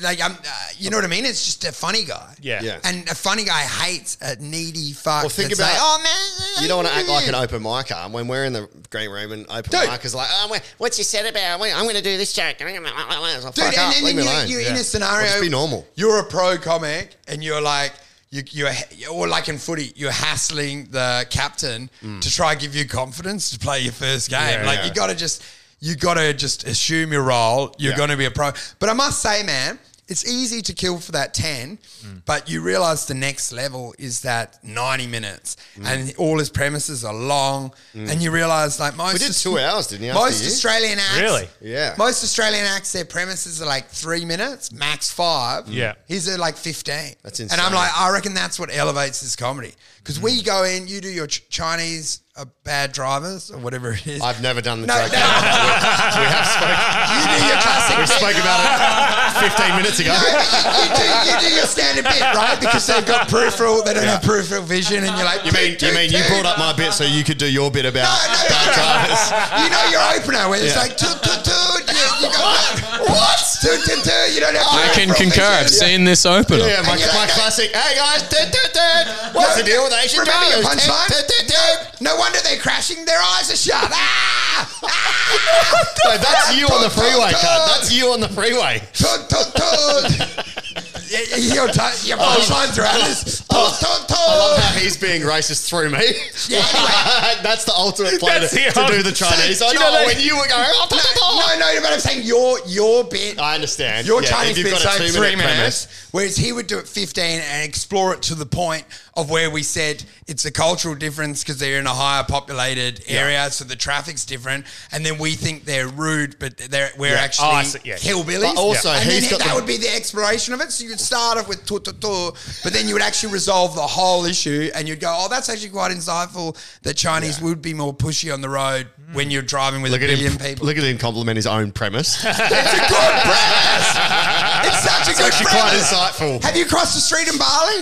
Speaker 3: Like I'm, uh, you know what I mean? It's just a funny guy.
Speaker 1: yeah
Speaker 2: Yeah.
Speaker 3: And a funny guy hates a needy fuck.
Speaker 2: Well, think
Speaker 3: that's
Speaker 2: about-
Speaker 3: like, oh man,
Speaker 2: You don't want to act like an open micer. And when we're in the green room and open
Speaker 3: Dude.
Speaker 2: micer's like, oh, wha- what's he said about? I'm going to do this joke. Dude,
Speaker 3: Dude, and then
Speaker 2: leave me
Speaker 3: you,
Speaker 2: alone.
Speaker 3: you're in
Speaker 1: Yeah.
Speaker 3: a scenario.
Speaker 2: Or just be normal.
Speaker 3: You're a pro comic, and you're like, you, you're, or like in footy, you're hassling the captain
Speaker 2: Mm.
Speaker 3: to try and give you confidence to play your first game.
Speaker 1: Yeah,
Speaker 3: like
Speaker 1: yeah.
Speaker 3: you got to just, you got to just assume your role. You're
Speaker 2: Yeah.
Speaker 3: going to be a pro. But I must say, man, it's easy to kill for that ten,
Speaker 2: Mm.
Speaker 3: but you realise the next level is that ninety minutes,
Speaker 2: Mm.
Speaker 3: and all his premises are long, and you realise like most
Speaker 2: did
Speaker 3: Aus-
Speaker 2: two hours, didn't you,
Speaker 3: Most
Speaker 2: after you?
Speaker 3: Australian acts,
Speaker 1: Really?
Speaker 2: Yeah.
Speaker 3: Most Australian acts, their premises are like three minutes, max five.
Speaker 1: Yeah.
Speaker 3: His are like 15.
Speaker 2: That's
Speaker 3: And I'm
Speaker 2: insane.
Speaker 3: like, I reckon that's what elevates this comedy. Because we go in, you do your ch- Chinese uh, bad drivers or whatever it is.
Speaker 2: I've never done the
Speaker 3: No,
Speaker 2: joke. [LAUGHS]
Speaker 3: no.
Speaker 2: we
Speaker 3: you do your classic
Speaker 2: We spoke about it 15 minutes ago.
Speaker 3: No, you, you do, you do your standard bit, right? Because they've got peripheral, they don't have peripheral vision, and you're like,
Speaker 2: You mean you mean you brought up my bit so you could do your bit about
Speaker 3: No, no,
Speaker 2: bad
Speaker 3: no.
Speaker 2: drivers?
Speaker 3: you know your opener where it's
Speaker 2: Yeah.
Speaker 3: like, toot, toot, toot, you, you go, what? Toot, toot, toot, you don't have
Speaker 8: [LAUGHS] I can
Speaker 3: peripheral
Speaker 8: concur.
Speaker 3: vision.
Speaker 8: I've seen this opener.
Speaker 2: Yeah, my,
Speaker 3: And you're
Speaker 2: my
Speaker 3: like-
Speaker 2: classic. Hey guys, dun, dun, dun. what's the deal with Asian
Speaker 3: Remember your
Speaker 2: drivers? Dun,
Speaker 3: punchline?
Speaker 2: dun, dun, dun.
Speaker 3: No wonder they're crashing. Their eyes are shut. Ah! ah!
Speaker 2: No, that's you on the freeway, cut. That's you on the freeway.
Speaker 3: Tut, tut,
Speaker 2: [LAUGHS]
Speaker 3: tut. Yeah, Your, t- your punchline throughout is tut, tut,
Speaker 2: Oh. I love how
Speaker 3: tut.
Speaker 2: he's being racist through me.
Speaker 3: Yeah, anyway.
Speaker 2: [LAUGHS] that's the ultimate play to,
Speaker 1: That's the
Speaker 2: to do the
Speaker 1: ultimate-
Speaker 2: Chinese. I
Speaker 1: Do
Speaker 2: know,
Speaker 1: you know that-
Speaker 2: when you were going, oh, da, da, da.
Speaker 3: No, no, but I'm saying your your bit.
Speaker 2: I understand.
Speaker 3: Your
Speaker 2: Yeah,
Speaker 3: Chinese
Speaker 2: if you've
Speaker 3: bit's
Speaker 2: got a
Speaker 3: like
Speaker 2: two-minute
Speaker 3: three minutes, whereas he would do it 15 and explore it to the point of where we said it's a cultural difference because they're in a higher populated area, so the traffic's different, and then we think they're rude, but they're, we're
Speaker 1: Yeah.
Speaker 3: actually
Speaker 1: Oh, I see. Yeah.
Speaker 3: hillbillies.
Speaker 2: But also,
Speaker 3: and then
Speaker 2: he's got
Speaker 3: that
Speaker 2: the-
Speaker 3: would be the exploration of it. So you'd start off with tu tu tu, but then you would actually resolve the whole issue, and you'd go, "Oh, that's actually quite insightful." That Chinese would be more pushy on the road when you're driving with
Speaker 2: Look
Speaker 3: a
Speaker 2: at
Speaker 3: billion
Speaker 2: him.
Speaker 3: people.
Speaker 2: Look at him compliment his own
Speaker 3: [LAUGHS]
Speaker 2: premise.
Speaker 3: It's a good premise. [LAUGHS] It's such a good
Speaker 2: actually quite
Speaker 3: premise.
Speaker 2: insightful.
Speaker 3: Have you crossed the street
Speaker 2: [LAUGHS]
Speaker 3: in Bali?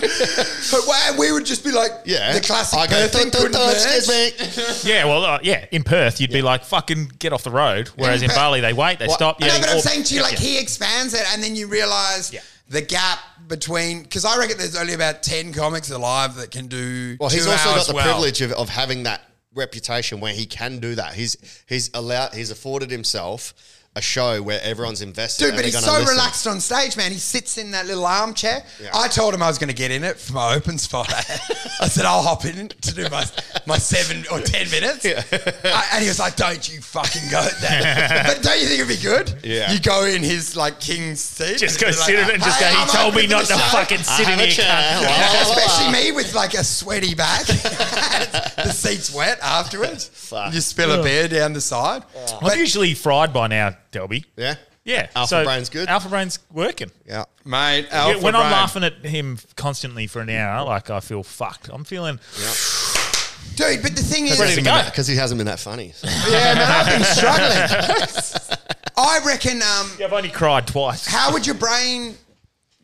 Speaker 3: but where we would just be like,
Speaker 2: yeah,
Speaker 3: the classic
Speaker 2: I go,
Speaker 3: Perth thing
Speaker 2: "Dun, dun,
Speaker 3: couldn't
Speaker 2: dun,
Speaker 3: merge."
Speaker 2: excuse me.
Speaker 1: yeah well uh, yeah in Perth you'd be like fucking get off the road whereas in
Speaker 3: Perth-
Speaker 1: Bali they wait they stop
Speaker 3: No,
Speaker 1: yelling,
Speaker 3: but I'm
Speaker 1: or-
Speaker 3: saying to you,
Speaker 1: Yeah,
Speaker 3: like
Speaker 1: yeah.
Speaker 3: he expands it, and then you realize
Speaker 1: Yeah.
Speaker 3: the gap between. Because I reckon there's only about ten comics alive that can do.
Speaker 2: Well, he's
Speaker 3: two
Speaker 2: also
Speaker 3: hours
Speaker 2: got the
Speaker 3: well.
Speaker 2: privilege of, of having that reputation where he can do that. He's he's allowed he's afforded himself a show where everyone's invested.
Speaker 3: Dude,
Speaker 2: and
Speaker 3: but
Speaker 2: they're
Speaker 3: he's so
Speaker 2: gonna listen.
Speaker 3: relaxed on stage, man. He sits in that little armchair.
Speaker 2: Yeah.
Speaker 3: I told him I was going to get in it for my open spot. [LAUGHS] I said, I'll hop in to do my, my seven or ten minutes. [LAUGHS] I- and he was like, don't you fucking go
Speaker 1: [LAUGHS]
Speaker 3: there. but don't you think it'd be good?
Speaker 2: Yeah.
Speaker 3: You go in his like king's seat.
Speaker 1: just go
Speaker 3: and be like,
Speaker 1: sit in it and just
Speaker 3: "Hey,
Speaker 1: go
Speaker 3: I'm
Speaker 1: he told
Speaker 3: open
Speaker 1: me
Speaker 3: for
Speaker 1: not
Speaker 3: the
Speaker 1: to
Speaker 3: show." [LAUGHS]
Speaker 1: fucking
Speaker 2: I
Speaker 1: sit in
Speaker 2: have a
Speaker 1: here
Speaker 2: chair.
Speaker 1: cunt.
Speaker 3: Especially me with like a sweaty back. [LAUGHS] the seat's wet afterwards.
Speaker 2: Fuck.
Speaker 3: You spill a beer down the side.
Speaker 1: I'm usually fried by now Delby
Speaker 2: Yeah,
Speaker 1: yeah
Speaker 2: Alpha
Speaker 1: so
Speaker 2: brain's good.
Speaker 1: alpha brain's working
Speaker 2: yeah.
Speaker 3: Mate,
Speaker 1: Yeah,
Speaker 3: Alpha
Speaker 1: when I'm
Speaker 3: brain.
Speaker 1: laughing at him constantly for an hour, like I feel fucked. I'm feeling
Speaker 3: Dude, but the thing is.
Speaker 1: Ready to go.
Speaker 2: Because he hasn't been that funny. So.
Speaker 3: Yeah, man, I've been struggling. [LAUGHS] I reckon. Um,
Speaker 1: Yeah, I've only cried twice.
Speaker 3: How would your brain,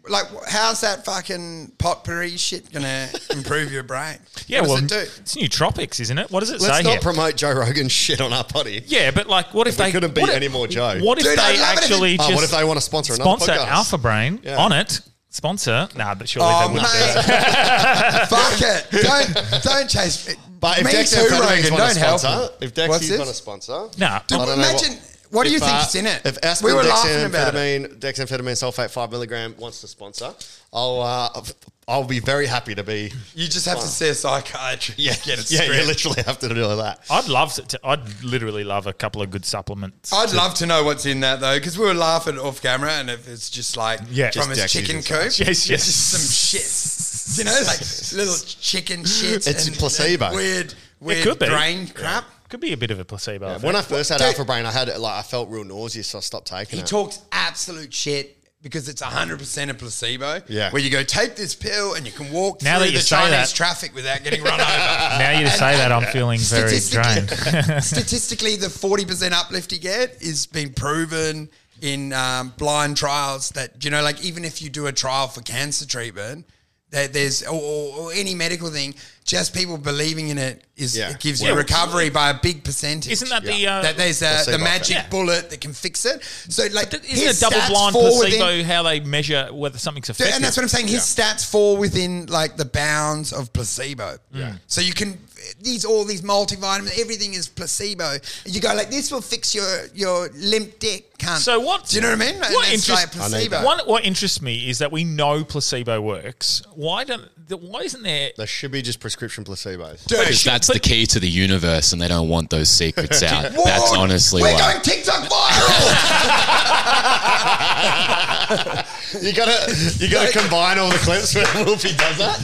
Speaker 3: like, wh- how's that fucking potpourri shit gonna improve your brain?
Speaker 1: Yeah,
Speaker 3: what
Speaker 1: well,
Speaker 3: does it do?
Speaker 1: it's nootropics, isn't it? What does it
Speaker 2: Let's
Speaker 1: say
Speaker 2: not
Speaker 1: here?
Speaker 2: promote Joe Rogan shit on our potty.
Speaker 1: yeah, but like, what if,
Speaker 2: we
Speaker 1: they
Speaker 2: couldn't beat
Speaker 1: what if-
Speaker 2: any more Joe.
Speaker 1: What if
Speaker 3: Dude, I'd
Speaker 1: they
Speaker 3: love it if
Speaker 1: actually
Speaker 3: it-
Speaker 1: just
Speaker 2: Oh, what if they want to sponsor another
Speaker 1: sponsor
Speaker 2: podcast?
Speaker 1: Alpha Brain
Speaker 2: Yeah.
Speaker 1: on it? Sponsor? Nah, but surely
Speaker 3: Oh
Speaker 1: they
Speaker 3: mate,
Speaker 1: wouldn't. do that.
Speaker 3: fuck it! Don't don't chase.
Speaker 2: But if
Speaker 3: me
Speaker 2: Dex
Speaker 3: too, Rogan.
Speaker 2: Amphetamines want
Speaker 3: Don't
Speaker 2: to
Speaker 3: help.
Speaker 2: sponsor,
Speaker 3: him.
Speaker 2: if
Speaker 3: What's
Speaker 2: Dexy's
Speaker 3: this?
Speaker 2: want to sponsor,
Speaker 1: Nah,
Speaker 3: Dude,
Speaker 2: I don't know
Speaker 3: imagine What do you
Speaker 2: If,
Speaker 3: think
Speaker 2: uh,
Speaker 3: is in it?
Speaker 2: If Aspen
Speaker 3: we were laughing about it.
Speaker 2: dexamphetamine, dexamphetamine sulfate five milligram wants to sponsor, I'll uh, I'll be very happy to be. [LAUGHS]
Speaker 3: You just have to see a psychiatrist.
Speaker 2: Yeah,
Speaker 3: get it Oh,
Speaker 2: yeah,
Speaker 3: yeah,
Speaker 2: you literally have to do all that.
Speaker 1: I'd love to, to. I'd literally love a couple of good supplements.
Speaker 3: I'd love to know what's in that though, because we were laughing off camera, and if it's just like
Speaker 1: Yeah.
Speaker 3: from
Speaker 1: Just
Speaker 3: his
Speaker 2: Dexys
Speaker 3: chicken
Speaker 2: and
Speaker 3: coop,
Speaker 1: such. Yes, yes. [LAUGHS]
Speaker 3: it's just some shit, you know, like little chicken shit.
Speaker 2: It's placebo.
Speaker 3: Weird, weird
Speaker 1: could be.
Speaker 3: brain crap.
Speaker 1: Could be a bit of a placebo. effect.
Speaker 2: When I first had
Speaker 3: Dude.
Speaker 2: Alpha Brain, I had it like I felt real nauseous, so I stopped taking
Speaker 3: He
Speaker 2: it.
Speaker 3: talks absolute shit because it's hundred percent a placebo.
Speaker 2: Yeah.
Speaker 3: where you go take this pill and you can walk
Speaker 1: Now
Speaker 3: through
Speaker 1: that you
Speaker 3: the
Speaker 1: say
Speaker 3: Chinese
Speaker 1: that-
Speaker 3: traffic without
Speaker 1: [LAUGHS]
Speaker 3: getting run over.
Speaker 1: now you say that, I'm feeling very drained. [LAUGHS]
Speaker 3: Statistically, [LAUGHS] statistically, the forty percent uplift you get is been proven in um, blind trials. That you know, like even if you do a trial for cancer treatment, that there's or, or, or any medical thing, just people believing in it is
Speaker 2: Yeah.
Speaker 3: it gives
Speaker 2: Yeah.
Speaker 3: you recovery by a big percentage.
Speaker 1: Isn't that the,
Speaker 3: Yeah.
Speaker 1: uh,
Speaker 3: that there's uh, the
Speaker 2: Placebo effect.
Speaker 3: magic
Speaker 1: Yeah.
Speaker 3: bullet that can fix it? So like, his
Speaker 1: Isn't a double
Speaker 3: stats
Speaker 1: blind
Speaker 3: fall
Speaker 1: placebo
Speaker 3: within-
Speaker 1: how they measure whether something's
Speaker 3: Dude,
Speaker 1: effective?
Speaker 3: and that's what I'm saying. His stats fall within like the bounds of placebo. Yeah. So you can these all these multivitamins, everything is placebo. You go like this will fix your your limp dick, cunt.
Speaker 1: So what?
Speaker 3: Do you know what I mean? And
Speaker 1: What,
Speaker 3: it's like
Speaker 1: interest,
Speaker 3: placebo.
Speaker 1: One, what interests me is that we know placebo works. Why don't? th- Why isn't there?
Speaker 2: There should be just prescription placebos.
Speaker 3: Dude,
Speaker 8: Because that's the key to the universe, and they don't want those
Speaker 3: [LAUGHS]
Speaker 8: secrets out.
Speaker 3: Ward,
Speaker 8: That's honestly
Speaker 3: we're
Speaker 8: why.
Speaker 3: going TikTok viral. [LAUGHS]
Speaker 2: You gotta you gotta combine all the clips [LAUGHS] where Wolfie does that.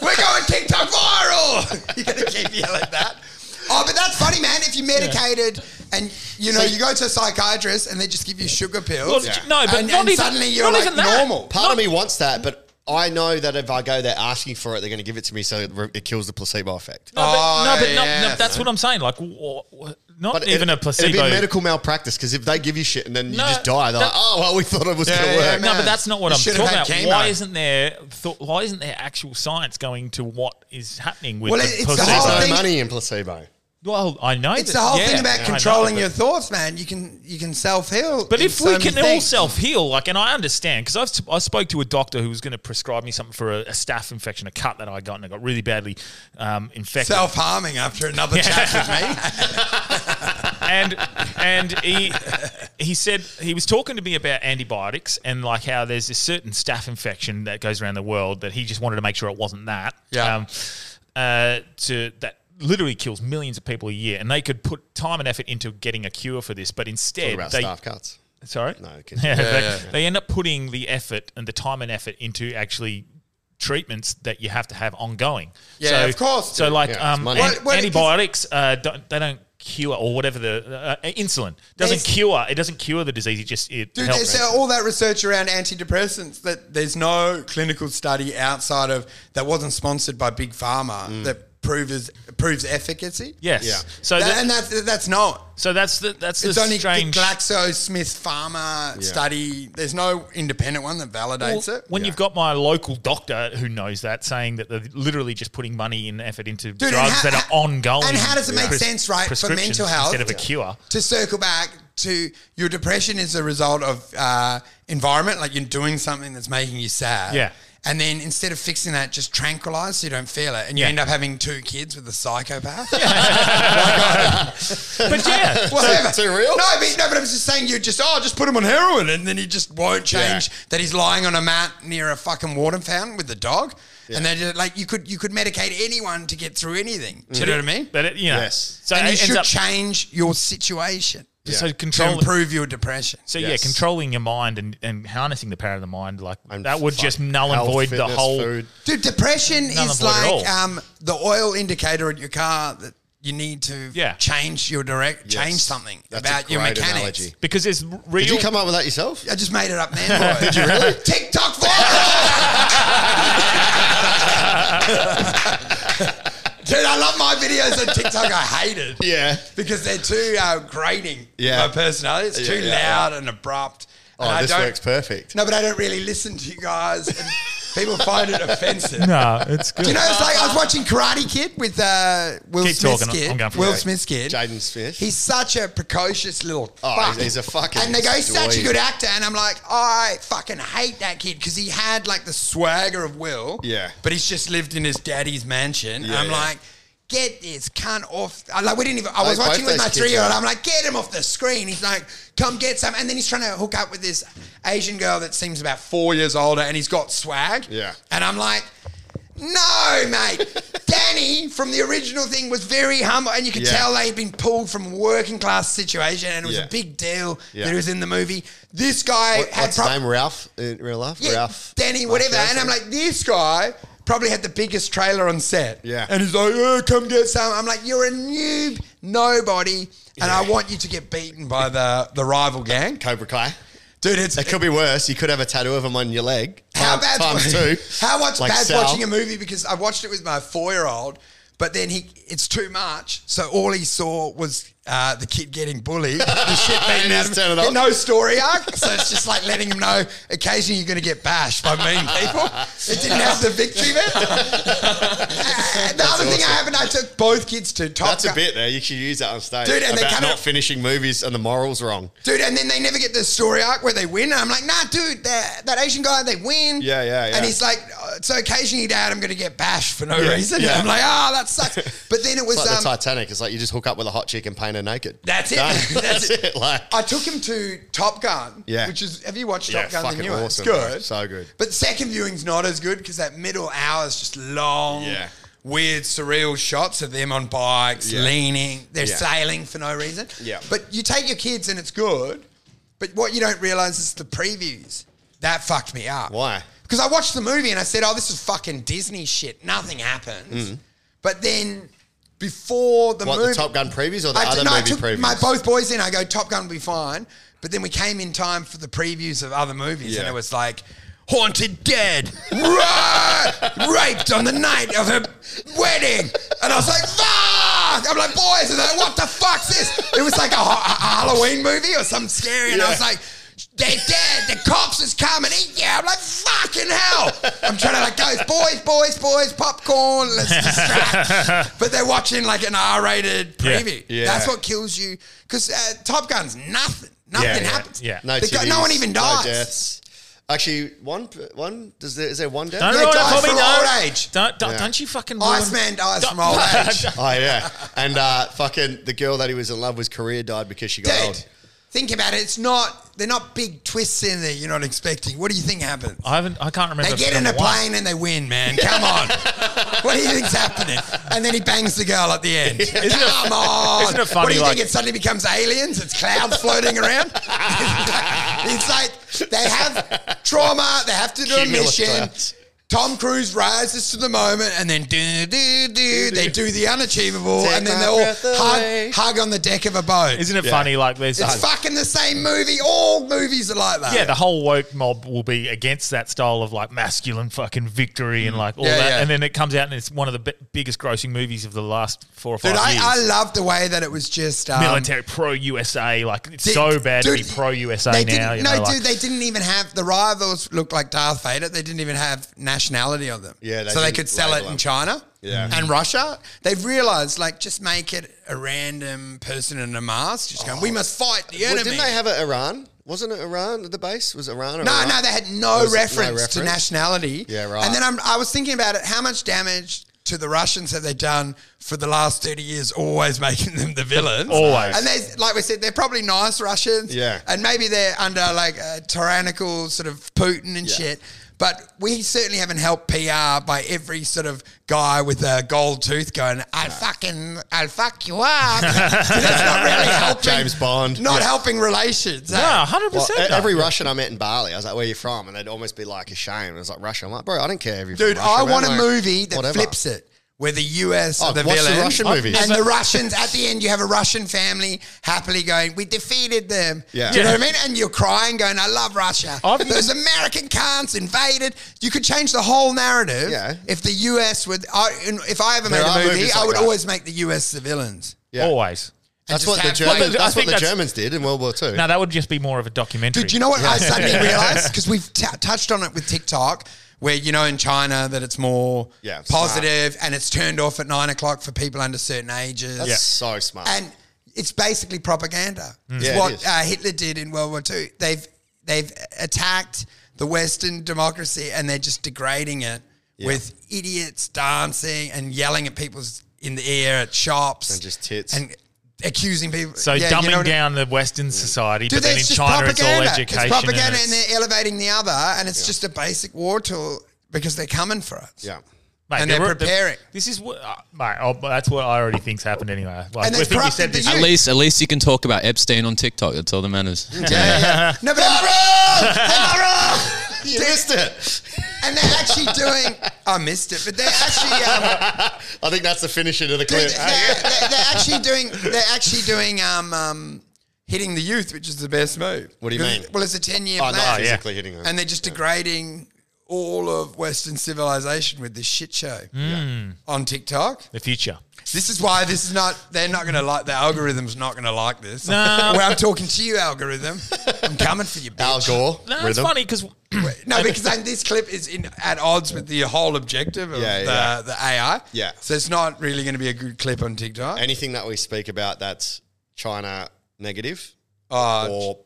Speaker 3: we're going TikTok viral. [LAUGHS] You're gonna keep yelling that. Oh, but that's funny, man. If you're medicated and you know
Speaker 2: So-
Speaker 3: you go to a psychiatrist and they just give you sugar pills,
Speaker 1: Well, No, but
Speaker 3: and,
Speaker 1: not
Speaker 3: and
Speaker 1: even-
Speaker 3: suddenly you're
Speaker 1: not
Speaker 3: like
Speaker 1: even that.
Speaker 3: normal.
Speaker 2: Part of me wants that, but I know that if I go there asking for it, they're going to give it to me, so it, re- it kills the placebo effect.
Speaker 1: No, but, no,
Speaker 3: Oh,
Speaker 1: but no,
Speaker 3: yeah.
Speaker 1: no, that's what I'm saying. Like, wh- wh- not
Speaker 2: But
Speaker 1: even
Speaker 2: it,
Speaker 1: a placebo.
Speaker 2: It'd be medical malpractice because if they give you shit and then you
Speaker 1: No,
Speaker 2: just die, they're
Speaker 1: that-
Speaker 2: like, "Oh well, we thought it was going
Speaker 3: yeah,
Speaker 2: to work."
Speaker 3: man.
Speaker 1: no, but that's not what
Speaker 3: You
Speaker 1: I'm
Speaker 3: should
Speaker 1: talking
Speaker 3: have
Speaker 1: about.
Speaker 3: had chemo.
Speaker 1: Why isn't there? Th- why isn't there actual science going to what is happening with
Speaker 3: Well,
Speaker 1: the
Speaker 3: it- it's the
Speaker 1: placebo?
Speaker 3: whole
Speaker 2: There's no
Speaker 3: thing-
Speaker 2: money in placebo.
Speaker 1: well, I know
Speaker 3: It's
Speaker 1: that-
Speaker 3: the whole
Speaker 1: yeah,
Speaker 3: thing
Speaker 1: I
Speaker 3: about
Speaker 1: know,
Speaker 3: controlling
Speaker 1: but-
Speaker 3: your thoughts, man. You can you can self heal.
Speaker 1: But if we can all self heal, like, and I understand because I've sp- I spoke to a doctor who was going to prescribe me something for a, a staph infection, a cut that I got, and I got really badly um, infected.
Speaker 3: self harming after another chat with me,
Speaker 1: and and he he said he was talking to me about antibiotics and like how there's this certain staph infection that goes around the world that he just wanted to make sure it wasn't that.
Speaker 3: Yeah.
Speaker 1: Um, uh, to that literally kills millions of people a year, and they could put time and effort into getting a cure for this, but
Speaker 2: What
Speaker 1: instead
Speaker 2: about
Speaker 1: they
Speaker 2: staff cuts?
Speaker 1: sorry
Speaker 2: No, okay.
Speaker 1: [LAUGHS] yeah, they, they end up putting the effort and the time and effort into actually treatments that you have to have ongoing.
Speaker 3: Yeah,
Speaker 1: so,
Speaker 3: of course,
Speaker 1: So
Speaker 3: dude.
Speaker 1: like
Speaker 2: Yeah, it's
Speaker 1: um,
Speaker 2: money.
Speaker 1: an-
Speaker 3: Well, well, it-
Speaker 1: antibiotics, uh, don't, they don't cure or whatever the uh, insulin doesn't
Speaker 3: There's-
Speaker 1: cure. It doesn't cure the disease. It just it
Speaker 3: dude.
Speaker 1: helps.
Speaker 3: There's uh, all that research around antidepressants that there's no clinical study outside of that wasn't sponsored by big pharma that proves proves efficacy.
Speaker 1: Yes.
Speaker 2: Yeah.
Speaker 1: Mm. So
Speaker 3: That-
Speaker 1: that,
Speaker 3: and that's that's not.
Speaker 1: so that's the that's
Speaker 3: It's
Speaker 1: the
Speaker 3: only
Speaker 1: strange.
Speaker 3: the GlaxoSmithPharma study. There's no independent one that validates
Speaker 1: Well,
Speaker 3: it.
Speaker 1: When you've got my local doctor who knows that, saying that they're literally just putting money and effort into
Speaker 3: Dude, and
Speaker 1: drugs
Speaker 3: how-
Speaker 1: that are ongoing,
Speaker 3: And how does it make
Speaker 1: pres-
Speaker 3: sense, right, for
Speaker 1: prescriptions
Speaker 3: mental health
Speaker 1: instead of a cure?
Speaker 3: To circle back to your depression is a result of uh, environment, like you're doing something that's making you sad.
Speaker 1: Yeah.
Speaker 3: And then instead of fixing that, just tranquilize so you don't feel it, and you
Speaker 1: Yeah.
Speaker 3: end up having two kids with a psychopath.
Speaker 1: [LAUGHS] But yeah,
Speaker 3: [LAUGHS] Whatever.
Speaker 2: too real?
Speaker 3: No, but, no, but I was just saying you just oh just put him on heroin and then he just won't change that he's lying on a mat near a fucking water fountain with the dog. And they just like you could you could medicate anyone to get through anything. Do you know what I mean?
Speaker 1: But it, you know,
Speaker 2: Yes.
Speaker 1: so
Speaker 3: and
Speaker 1: it
Speaker 3: you
Speaker 1: ends
Speaker 3: should
Speaker 1: up,
Speaker 3: change your situation
Speaker 1: so
Speaker 3: to
Speaker 1: control.
Speaker 3: improve your depression.
Speaker 1: So
Speaker 2: Yes.
Speaker 1: yeah, controlling your mind and, and harnessing the power of the mind, like
Speaker 2: And
Speaker 1: that would
Speaker 2: fuck,
Speaker 1: just null and
Speaker 2: health,
Speaker 1: void the
Speaker 2: fitness,
Speaker 1: whole.
Speaker 2: food.
Speaker 3: Dude, depression
Speaker 1: None
Speaker 3: is
Speaker 1: of what at
Speaker 3: like
Speaker 1: all.
Speaker 3: um, the oil indicator in your car that you need to
Speaker 1: Yeah.
Speaker 3: change your direct
Speaker 2: Yes.
Speaker 3: change something
Speaker 2: That's
Speaker 3: about
Speaker 2: a
Speaker 3: your
Speaker 2: great
Speaker 3: mechanics.
Speaker 2: analogy.
Speaker 1: Because there's real.
Speaker 2: Did
Speaker 1: [LAUGHS]
Speaker 2: you come up with that yourself?
Speaker 3: I just made it
Speaker 2: [LAUGHS]
Speaker 3: up, man. Did you
Speaker 2: really?
Speaker 3: [LAUGHS] TikTok viral. Dude, I love my videos on TikTok. I hate it.
Speaker 2: Yeah.
Speaker 3: Because they're too uh, grating.
Speaker 2: Yeah.
Speaker 3: My personality. It's
Speaker 2: Yeah,
Speaker 3: too
Speaker 2: yeah, yeah.
Speaker 3: loud and abrupt.
Speaker 2: Oh,
Speaker 3: and I
Speaker 2: this
Speaker 3: don't-
Speaker 2: works perfect.
Speaker 3: No, but I don't really listen to you guys. And people
Speaker 2: [LAUGHS]
Speaker 3: find it offensive.
Speaker 1: no, it's good.
Speaker 3: Do you know, it's like I was watching Karate Kid with uh, Will
Speaker 1: Keep
Speaker 3: Smith's
Speaker 1: talking,
Speaker 3: kid.
Speaker 1: I'm going for
Speaker 3: Will
Speaker 1: it.
Speaker 3: Smith's kid.
Speaker 2: Jaden Smith.
Speaker 3: He's such a precocious little
Speaker 2: Oh,
Speaker 3: fuck.
Speaker 2: he's- he's a fucking
Speaker 3: And they go, he's such a
Speaker 2: dweeb.
Speaker 3: good actor. And I'm like, I fucking hate that kid because he had like the swagger of Will.
Speaker 2: Yeah.
Speaker 3: But he's just lived in his daddy's mansion.
Speaker 2: Yeah,
Speaker 3: I'm
Speaker 2: yeah.
Speaker 3: like, get this cunt off. I, like, we didn't even, I was
Speaker 2: Like,
Speaker 3: watching
Speaker 2: both
Speaker 3: with my
Speaker 2: those kids
Speaker 3: three year old.
Speaker 2: are-
Speaker 3: I'm like, get him off the screen. He's like, come get some. And then he's trying to hook up with this Asian girl that seems about four years older and he's got swag.
Speaker 2: Yeah.
Speaker 3: And I'm like, no, mate.
Speaker 2: [LAUGHS]
Speaker 3: Danny from the original thing was very humble, and you could
Speaker 2: Yeah.
Speaker 3: tell they'd been pulled from working class situation, and it was
Speaker 2: Yeah.
Speaker 3: a big deal
Speaker 2: Yeah.
Speaker 3: that it was in the movie. This guy
Speaker 2: What,
Speaker 3: had
Speaker 2: what's his
Speaker 3: prob-
Speaker 2: name? Ralph in real life?
Speaker 3: yeah,
Speaker 2: Ralph.
Speaker 3: Danny, whatever.
Speaker 2: Ralph
Speaker 3: And I'm
Speaker 2: Johnson?
Speaker 3: like, this guy probably had the biggest trailer on set.
Speaker 2: Yeah.
Speaker 3: And he's like, oh, come get some. I'm like, you're a noob, nobody, and I want you to get beaten by the, the rival gang.
Speaker 2: Cobra Kai.
Speaker 3: Dude, it's
Speaker 2: It could be worse. You could have a tattoo of him on your leg.
Speaker 3: how
Speaker 2: Time-
Speaker 3: bad
Speaker 2: Times two.
Speaker 3: [LAUGHS] How much
Speaker 2: Like
Speaker 3: bad
Speaker 2: Sal.
Speaker 3: watching a movie because I watched it with my four year old, but then he it's too much, so all he saw was uh, the kid getting
Speaker 2: [LAUGHS]
Speaker 3: bullied, the shit
Speaker 2: And
Speaker 3: being
Speaker 2: he
Speaker 3: out
Speaker 2: just
Speaker 3: of
Speaker 2: turned it off.
Speaker 3: no story arc. So it's just like letting him know occasionally you're going to get bashed by mean people. It didn't have the
Speaker 2: [LAUGHS]
Speaker 3: victory bit. And the other thing
Speaker 2: awesome.
Speaker 3: I happened, I took both kids to Top
Speaker 2: That's a
Speaker 3: Gun.
Speaker 2: bit there. You should use that on stage.
Speaker 3: Dude, and they
Speaker 2: about
Speaker 3: come
Speaker 2: not
Speaker 3: out-
Speaker 2: finishing movies and the morals wrong.
Speaker 3: dude. And then they never get the story arc where they win. And I'm like, nah, dude, that, that Asian guy, they win.
Speaker 2: Yeah, yeah, yeah.
Speaker 3: And he's like, oh, so occasionally, Dad, I'm going to get bashed for no
Speaker 2: Yeah,
Speaker 3: reason.
Speaker 2: yeah.
Speaker 3: I'm like, ah, that sucks.
Speaker 2: [LAUGHS]
Speaker 3: But then it was
Speaker 2: It's like the
Speaker 3: um,
Speaker 2: Titanic. It's like you just hook up with a hot chick and paint her naked.
Speaker 3: That's it. [LAUGHS]
Speaker 2: Done. [LAUGHS]
Speaker 3: That's
Speaker 2: that's
Speaker 3: it.
Speaker 2: it. Like
Speaker 3: I took him to Top Gun.
Speaker 2: Yeah.
Speaker 3: Which is have you watched
Speaker 2: Yeah,
Speaker 3: Top Gun? The
Speaker 2: fucking
Speaker 3: new one?
Speaker 2: awesome,
Speaker 3: It's
Speaker 2: bro.
Speaker 3: good.
Speaker 2: So good.
Speaker 3: But second viewing's not as good because that middle hour is just long.
Speaker 2: Yeah.
Speaker 3: Weird, surreal shots of them on bikes,
Speaker 2: Yeah.
Speaker 3: leaning. They're
Speaker 2: Yeah.
Speaker 3: sailing for no reason.
Speaker 2: Yeah.
Speaker 3: But you take your kids and it's good. But what you don't realize is the previews. That fucked me up.
Speaker 2: Why?
Speaker 3: Because I watched the movie and I said, "Oh, this is fucking Disney shit. Nothing happens." But then before the
Speaker 2: Mm. What, the
Speaker 3: movie,
Speaker 2: Top Gun previews or the
Speaker 3: I
Speaker 2: other
Speaker 3: no, I
Speaker 2: movie
Speaker 3: took
Speaker 2: previews?
Speaker 3: My both boys in. I go, Top Gun will be fine. But then we came in time for the previews of other movies, and
Speaker 2: Yeah.
Speaker 3: it was like. Haunted dead, Ra- raped on the night of her wedding, and I was like, "Fuck!" I'm like, "Boys," and they're like, "What the fuck's this?" It was like a, ha- a Halloween movie or something scary, and I was
Speaker 2: Yeah.
Speaker 3: like, "They're dead. The cops is coming, eat you!" I'm like, "Fucking hell!" I'm trying to like, "Guys, boys, boys, boys, popcorn, let's
Speaker 2: [LAUGHS]
Speaker 3: distract." but they're watching like an R-rated
Speaker 1: Yeah.
Speaker 3: preview.
Speaker 2: Yeah.
Speaker 3: That's what kills you because uh, Top Gun's nothing. Nothing
Speaker 1: yeah,
Speaker 3: happens.
Speaker 1: yeah.
Speaker 2: no,
Speaker 3: They go- no
Speaker 2: titties,
Speaker 3: one even
Speaker 2: no
Speaker 3: dies.
Speaker 2: deaths. Actually, one one does there, is there one death?
Speaker 1: Don't
Speaker 3: They
Speaker 1: ruin it
Speaker 3: die
Speaker 1: for me.
Speaker 3: from
Speaker 1: Don't.
Speaker 3: old age.
Speaker 1: Don't, don't,
Speaker 2: Yeah.
Speaker 1: don't you fucking ruin
Speaker 3: Iceman dies from
Speaker 1: [LAUGHS]
Speaker 3: old age.
Speaker 2: Oh yeah, and uh, fucking the girl that he was in love with, career died because she got
Speaker 3: Dead.
Speaker 2: old.
Speaker 3: Think about it. It's not. They're not big twists in there. You're not expecting. What do you think happens?
Speaker 1: I haven't. I can't remember.
Speaker 3: They
Speaker 1: if
Speaker 3: get
Speaker 1: it's
Speaker 3: in a
Speaker 1: number one.
Speaker 3: plane and they win, man.
Speaker 1: [LAUGHS]
Speaker 3: Come on. what do you think's happening? And then he bangs the girl at
Speaker 1: [LAUGHS]
Speaker 3: the end.
Speaker 1: it
Speaker 3: Come on.
Speaker 1: isn't it funny,
Speaker 3: what do you
Speaker 1: like-
Speaker 3: think? It suddenly becomes aliens? It's clouds
Speaker 1: [LAUGHS]
Speaker 3: floating around? it's like they have trauma. They have to do a
Speaker 2: Cumulus
Speaker 3: mission.
Speaker 2: clouds.
Speaker 3: Tom Cruise rises to the moment and then do, do, do. They do the unachievable
Speaker 2: Take
Speaker 3: and then
Speaker 2: my
Speaker 3: they all
Speaker 2: breath away.
Speaker 3: hug, hug on the deck of a boat.
Speaker 1: Isn't it funny? Like there's.
Speaker 3: it's fucking the same movie. All movies are like that.
Speaker 1: yeah, the whole woke mob will be against that style of like masculine fucking victory and like all
Speaker 3: Mm. Yeah,
Speaker 1: that,
Speaker 3: yeah.
Speaker 1: and then it comes out and it's one of the bi- biggest grossing movies of the last four or five
Speaker 3: Dude, I, I
Speaker 1: years.
Speaker 3: love the way that it was just um,
Speaker 1: Military pro USA, like it's
Speaker 3: Did-
Speaker 1: so bad to
Speaker 3: dude,
Speaker 1: be pro USA
Speaker 3: They
Speaker 1: now.
Speaker 3: didn't,
Speaker 1: You
Speaker 3: no,
Speaker 1: know, like,
Speaker 3: dude, they didn't even have the rivals looked like Darth Vader. They didn't even have nationality on them.
Speaker 2: Yeah, they
Speaker 3: so they
Speaker 2: didn't
Speaker 3: could sell it
Speaker 2: label
Speaker 3: in
Speaker 2: them.
Speaker 3: China
Speaker 2: Yeah.
Speaker 3: and Russia. They've realized like just make it a random person in a mask. Just going, we must fight the
Speaker 2: Well,
Speaker 3: enemy.
Speaker 2: didn't they have it Iran? Wasn't it Iran at the base? Was it Iran? Or
Speaker 3: no,
Speaker 2: Iraq?
Speaker 3: no, they had no
Speaker 2: Was it
Speaker 3: reference, to
Speaker 2: reference?
Speaker 3: nationality.
Speaker 2: Yeah, right.
Speaker 3: And then I'm, I was thinking about it. How much damage to the Russians have they done for the last 30 years, always [LAUGHS] making them the villains?
Speaker 1: Always.
Speaker 3: And they, like we said, they're probably nice Russians.
Speaker 2: Yeah.
Speaker 3: And maybe they're under like a tyrannical sort of Putin and
Speaker 2: Yeah.
Speaker 3: shit. But we certainly haven't helped PR by every sort of guy with a gold tooth going, I'll fucking, I'll fuck you up. [LAUGHS] That's not really
Speaker 2: [LAUGHS]
Speaker 3: helping.
Speaker 2: James Bond.
Speaker 3: Not
Speaker 2: Yeah.
Speaker 3: helping relations. eh?
Speaker 1: no, Ah, hundred
Speaker 2: Well,
Speaker 1: percent.
Speaker 2: e- every Russian I met in Bali, I was like, "Where are you from?" And they'd almost be like ashamed. I was like, "Russia." I'm like, "Bro, I don't care if you're
Speaker 3: Dude,
Speaker 2: from Russia,
Speaker 3: I
Speaker 2: man."
Speaker 3: want a
Speaker 2: Like,
Speaker 3: movie that
Speaker 2: whatever.
Speaker 3: flips it. Where the US
Speaker 2: Oh,
Speaker 3: are the
Speaker 2: watch the
Speaker 3: villains,
Speaker 2: Russian movies.
Speaker 3: and the Russians at the end, you have a Russian family happily going, "We defeated them."
Speaker 2: Yeah.
Speaker 3: Do you know
Speaker 1: Yeah.
Speaker 3: what I mean? And you're crying, going, "I love Russia."
Speaker 1: I've-
Speaker 3: Those American cunts invaded. You could change the whole narrative
Speaker 2: Yeah.
Speaker 3: if the US would. I, if I ever
Speaker 2: There
Speaker 3: made
Speaker 2: are
Speaker 3: a movie,
Speaker 2: movies
Speaker 3: I
Speaker 2: like
Speaker 3: would
Speaker 2: that.
Speaker 3: always make the US the villains.
Speaker 2: Yeah.
Speaker 1: Always.
Speaker 2: That's
Speaker 3: just
Speaker 2: what the
Speaker 3: have-
Speaker 1: Well,
Speaker 2: Germans.
Speaker 1: but I
Speaker 2: That's what
Speaker 1: think
Speaker 2: the
Speaker 1: that's-
Speaker 2: Germans did in World War Two.
Speaker 1: No, that would just be more of a documentary.
Speaker 3: Dude, you know what
Speaker 2: [LAUGHS]
Speaker 3: I suddenly realized? Because we've t- touched on it with TikTok, where you know in China that it's more
Speaker 2: Yeah, it's
Speaker 3: positive and it's turned off at nine o'clock for people under certain ages.
Speaker 2: That's so smart.
Speaker 3: And it's basically propaganda. It's
Speaker 2: Mm. Yeah, it
Speaker 3: what
Speaker 2: is.
Speaker 3: uh, Hitler did in World War II. They've they've attacked the Western democracy and they're just degrading it with idiots dancing and yelling at people's in the air at shops
Speaker 2: And just tits.
Speaker 3: and accusing people.
Speaker 1: So
Speaker 3: Yeah, you
Speaker 1: dumbing
Speaker 3: know what I-
Speaker 1: down the Western society,
Speaker 3: Dude,
Speaker 1: but then in
Speaker 3: that's just
Speaker 1: China it's all
Speaker 3: propaganda.
Speaker 1: education.
Speaker 3: It's propaganda, and,
Speaker 1: it's-
Speaker 3: they're elevating the other, and it's just a basic war tool because they're coming for us.
Speaker 2: Yeah.
Speaker 3: and
Speaker 1: they
Speaker 3: they're
Speaker 1: were- they-
Speaker 3: preparing.
Speaker 1: This is what, uh, mate. Oh, but that's what I already think's happened anyway. Like,
Speaker 3: And
Speaker 1: I
Speaker 3: they've
Speaker 1: think you
Speaker 3: corrupted
Speaker 1: said
Speaker 3: the
Speaker 1: this.
Speaker 8: At
Speaker 3: youth.
Speaker 8: least, at least you can talk about Epstein on TikTok. That's all that matters.
Speaker 3: [LAUGHS] Yeah, [LAUGHS] yeah. No, but [LAUGHS]
Speaker 1: [LAUGHS]
Speaker 2: You missed it.
Speaker 3: and they're actually doing. I missed it, but they're actually. Um,
Speaker 1: [LAUGHS]
Speaker 2: I think that's the finisher to the
Speaker 3: Dude,
Speaker 2: clip.
Speaker 3: they're, they're- they're actually doing. They're actually doing. Um, um, hitting the youth, which is the best move.
Speaker 2: What do you
Speaker 3: Because-
Speaker 2: mean?
Speaker 3: Well, it's a ten-year
Speaker 2: Oh,
Speaker 3: plan,
Speaker 2: not
Speaker 1: yeah.
Speaker 2: physically hitting them.
Speaker 3: and they're just degrading all of Western civilization with this shit show on TikTok.
Speaker 1: The future.
Speaker 3: This is why this is not. They're not going to like the algorithm's not going to like this. [LAUGHS]
Speaker 1: No.
Speaker 3: Where I'm talking to you, algorithm. I'm coming for you,
Speaker 2: Al
Speaker 3: bitch.
Speaker 2: Gore.
Speaker 1: No, it's
Speaker 2: rhythm.
Speaker 1: funny because
Speaker 3: No, because then this clip is in at odds with the whole objective of
Speaker 2: Yeah,
Speaker 3: the,
Speaker 2: yeah.
Speaker 3: the AI.
Speaker 2: Yeah.
Speaker 3: So it's not really going to be a good clip on TikTok.
Speaker 2: Anything that we speak about that's China negative
Speaker 3: Uh,
Speaker 2: or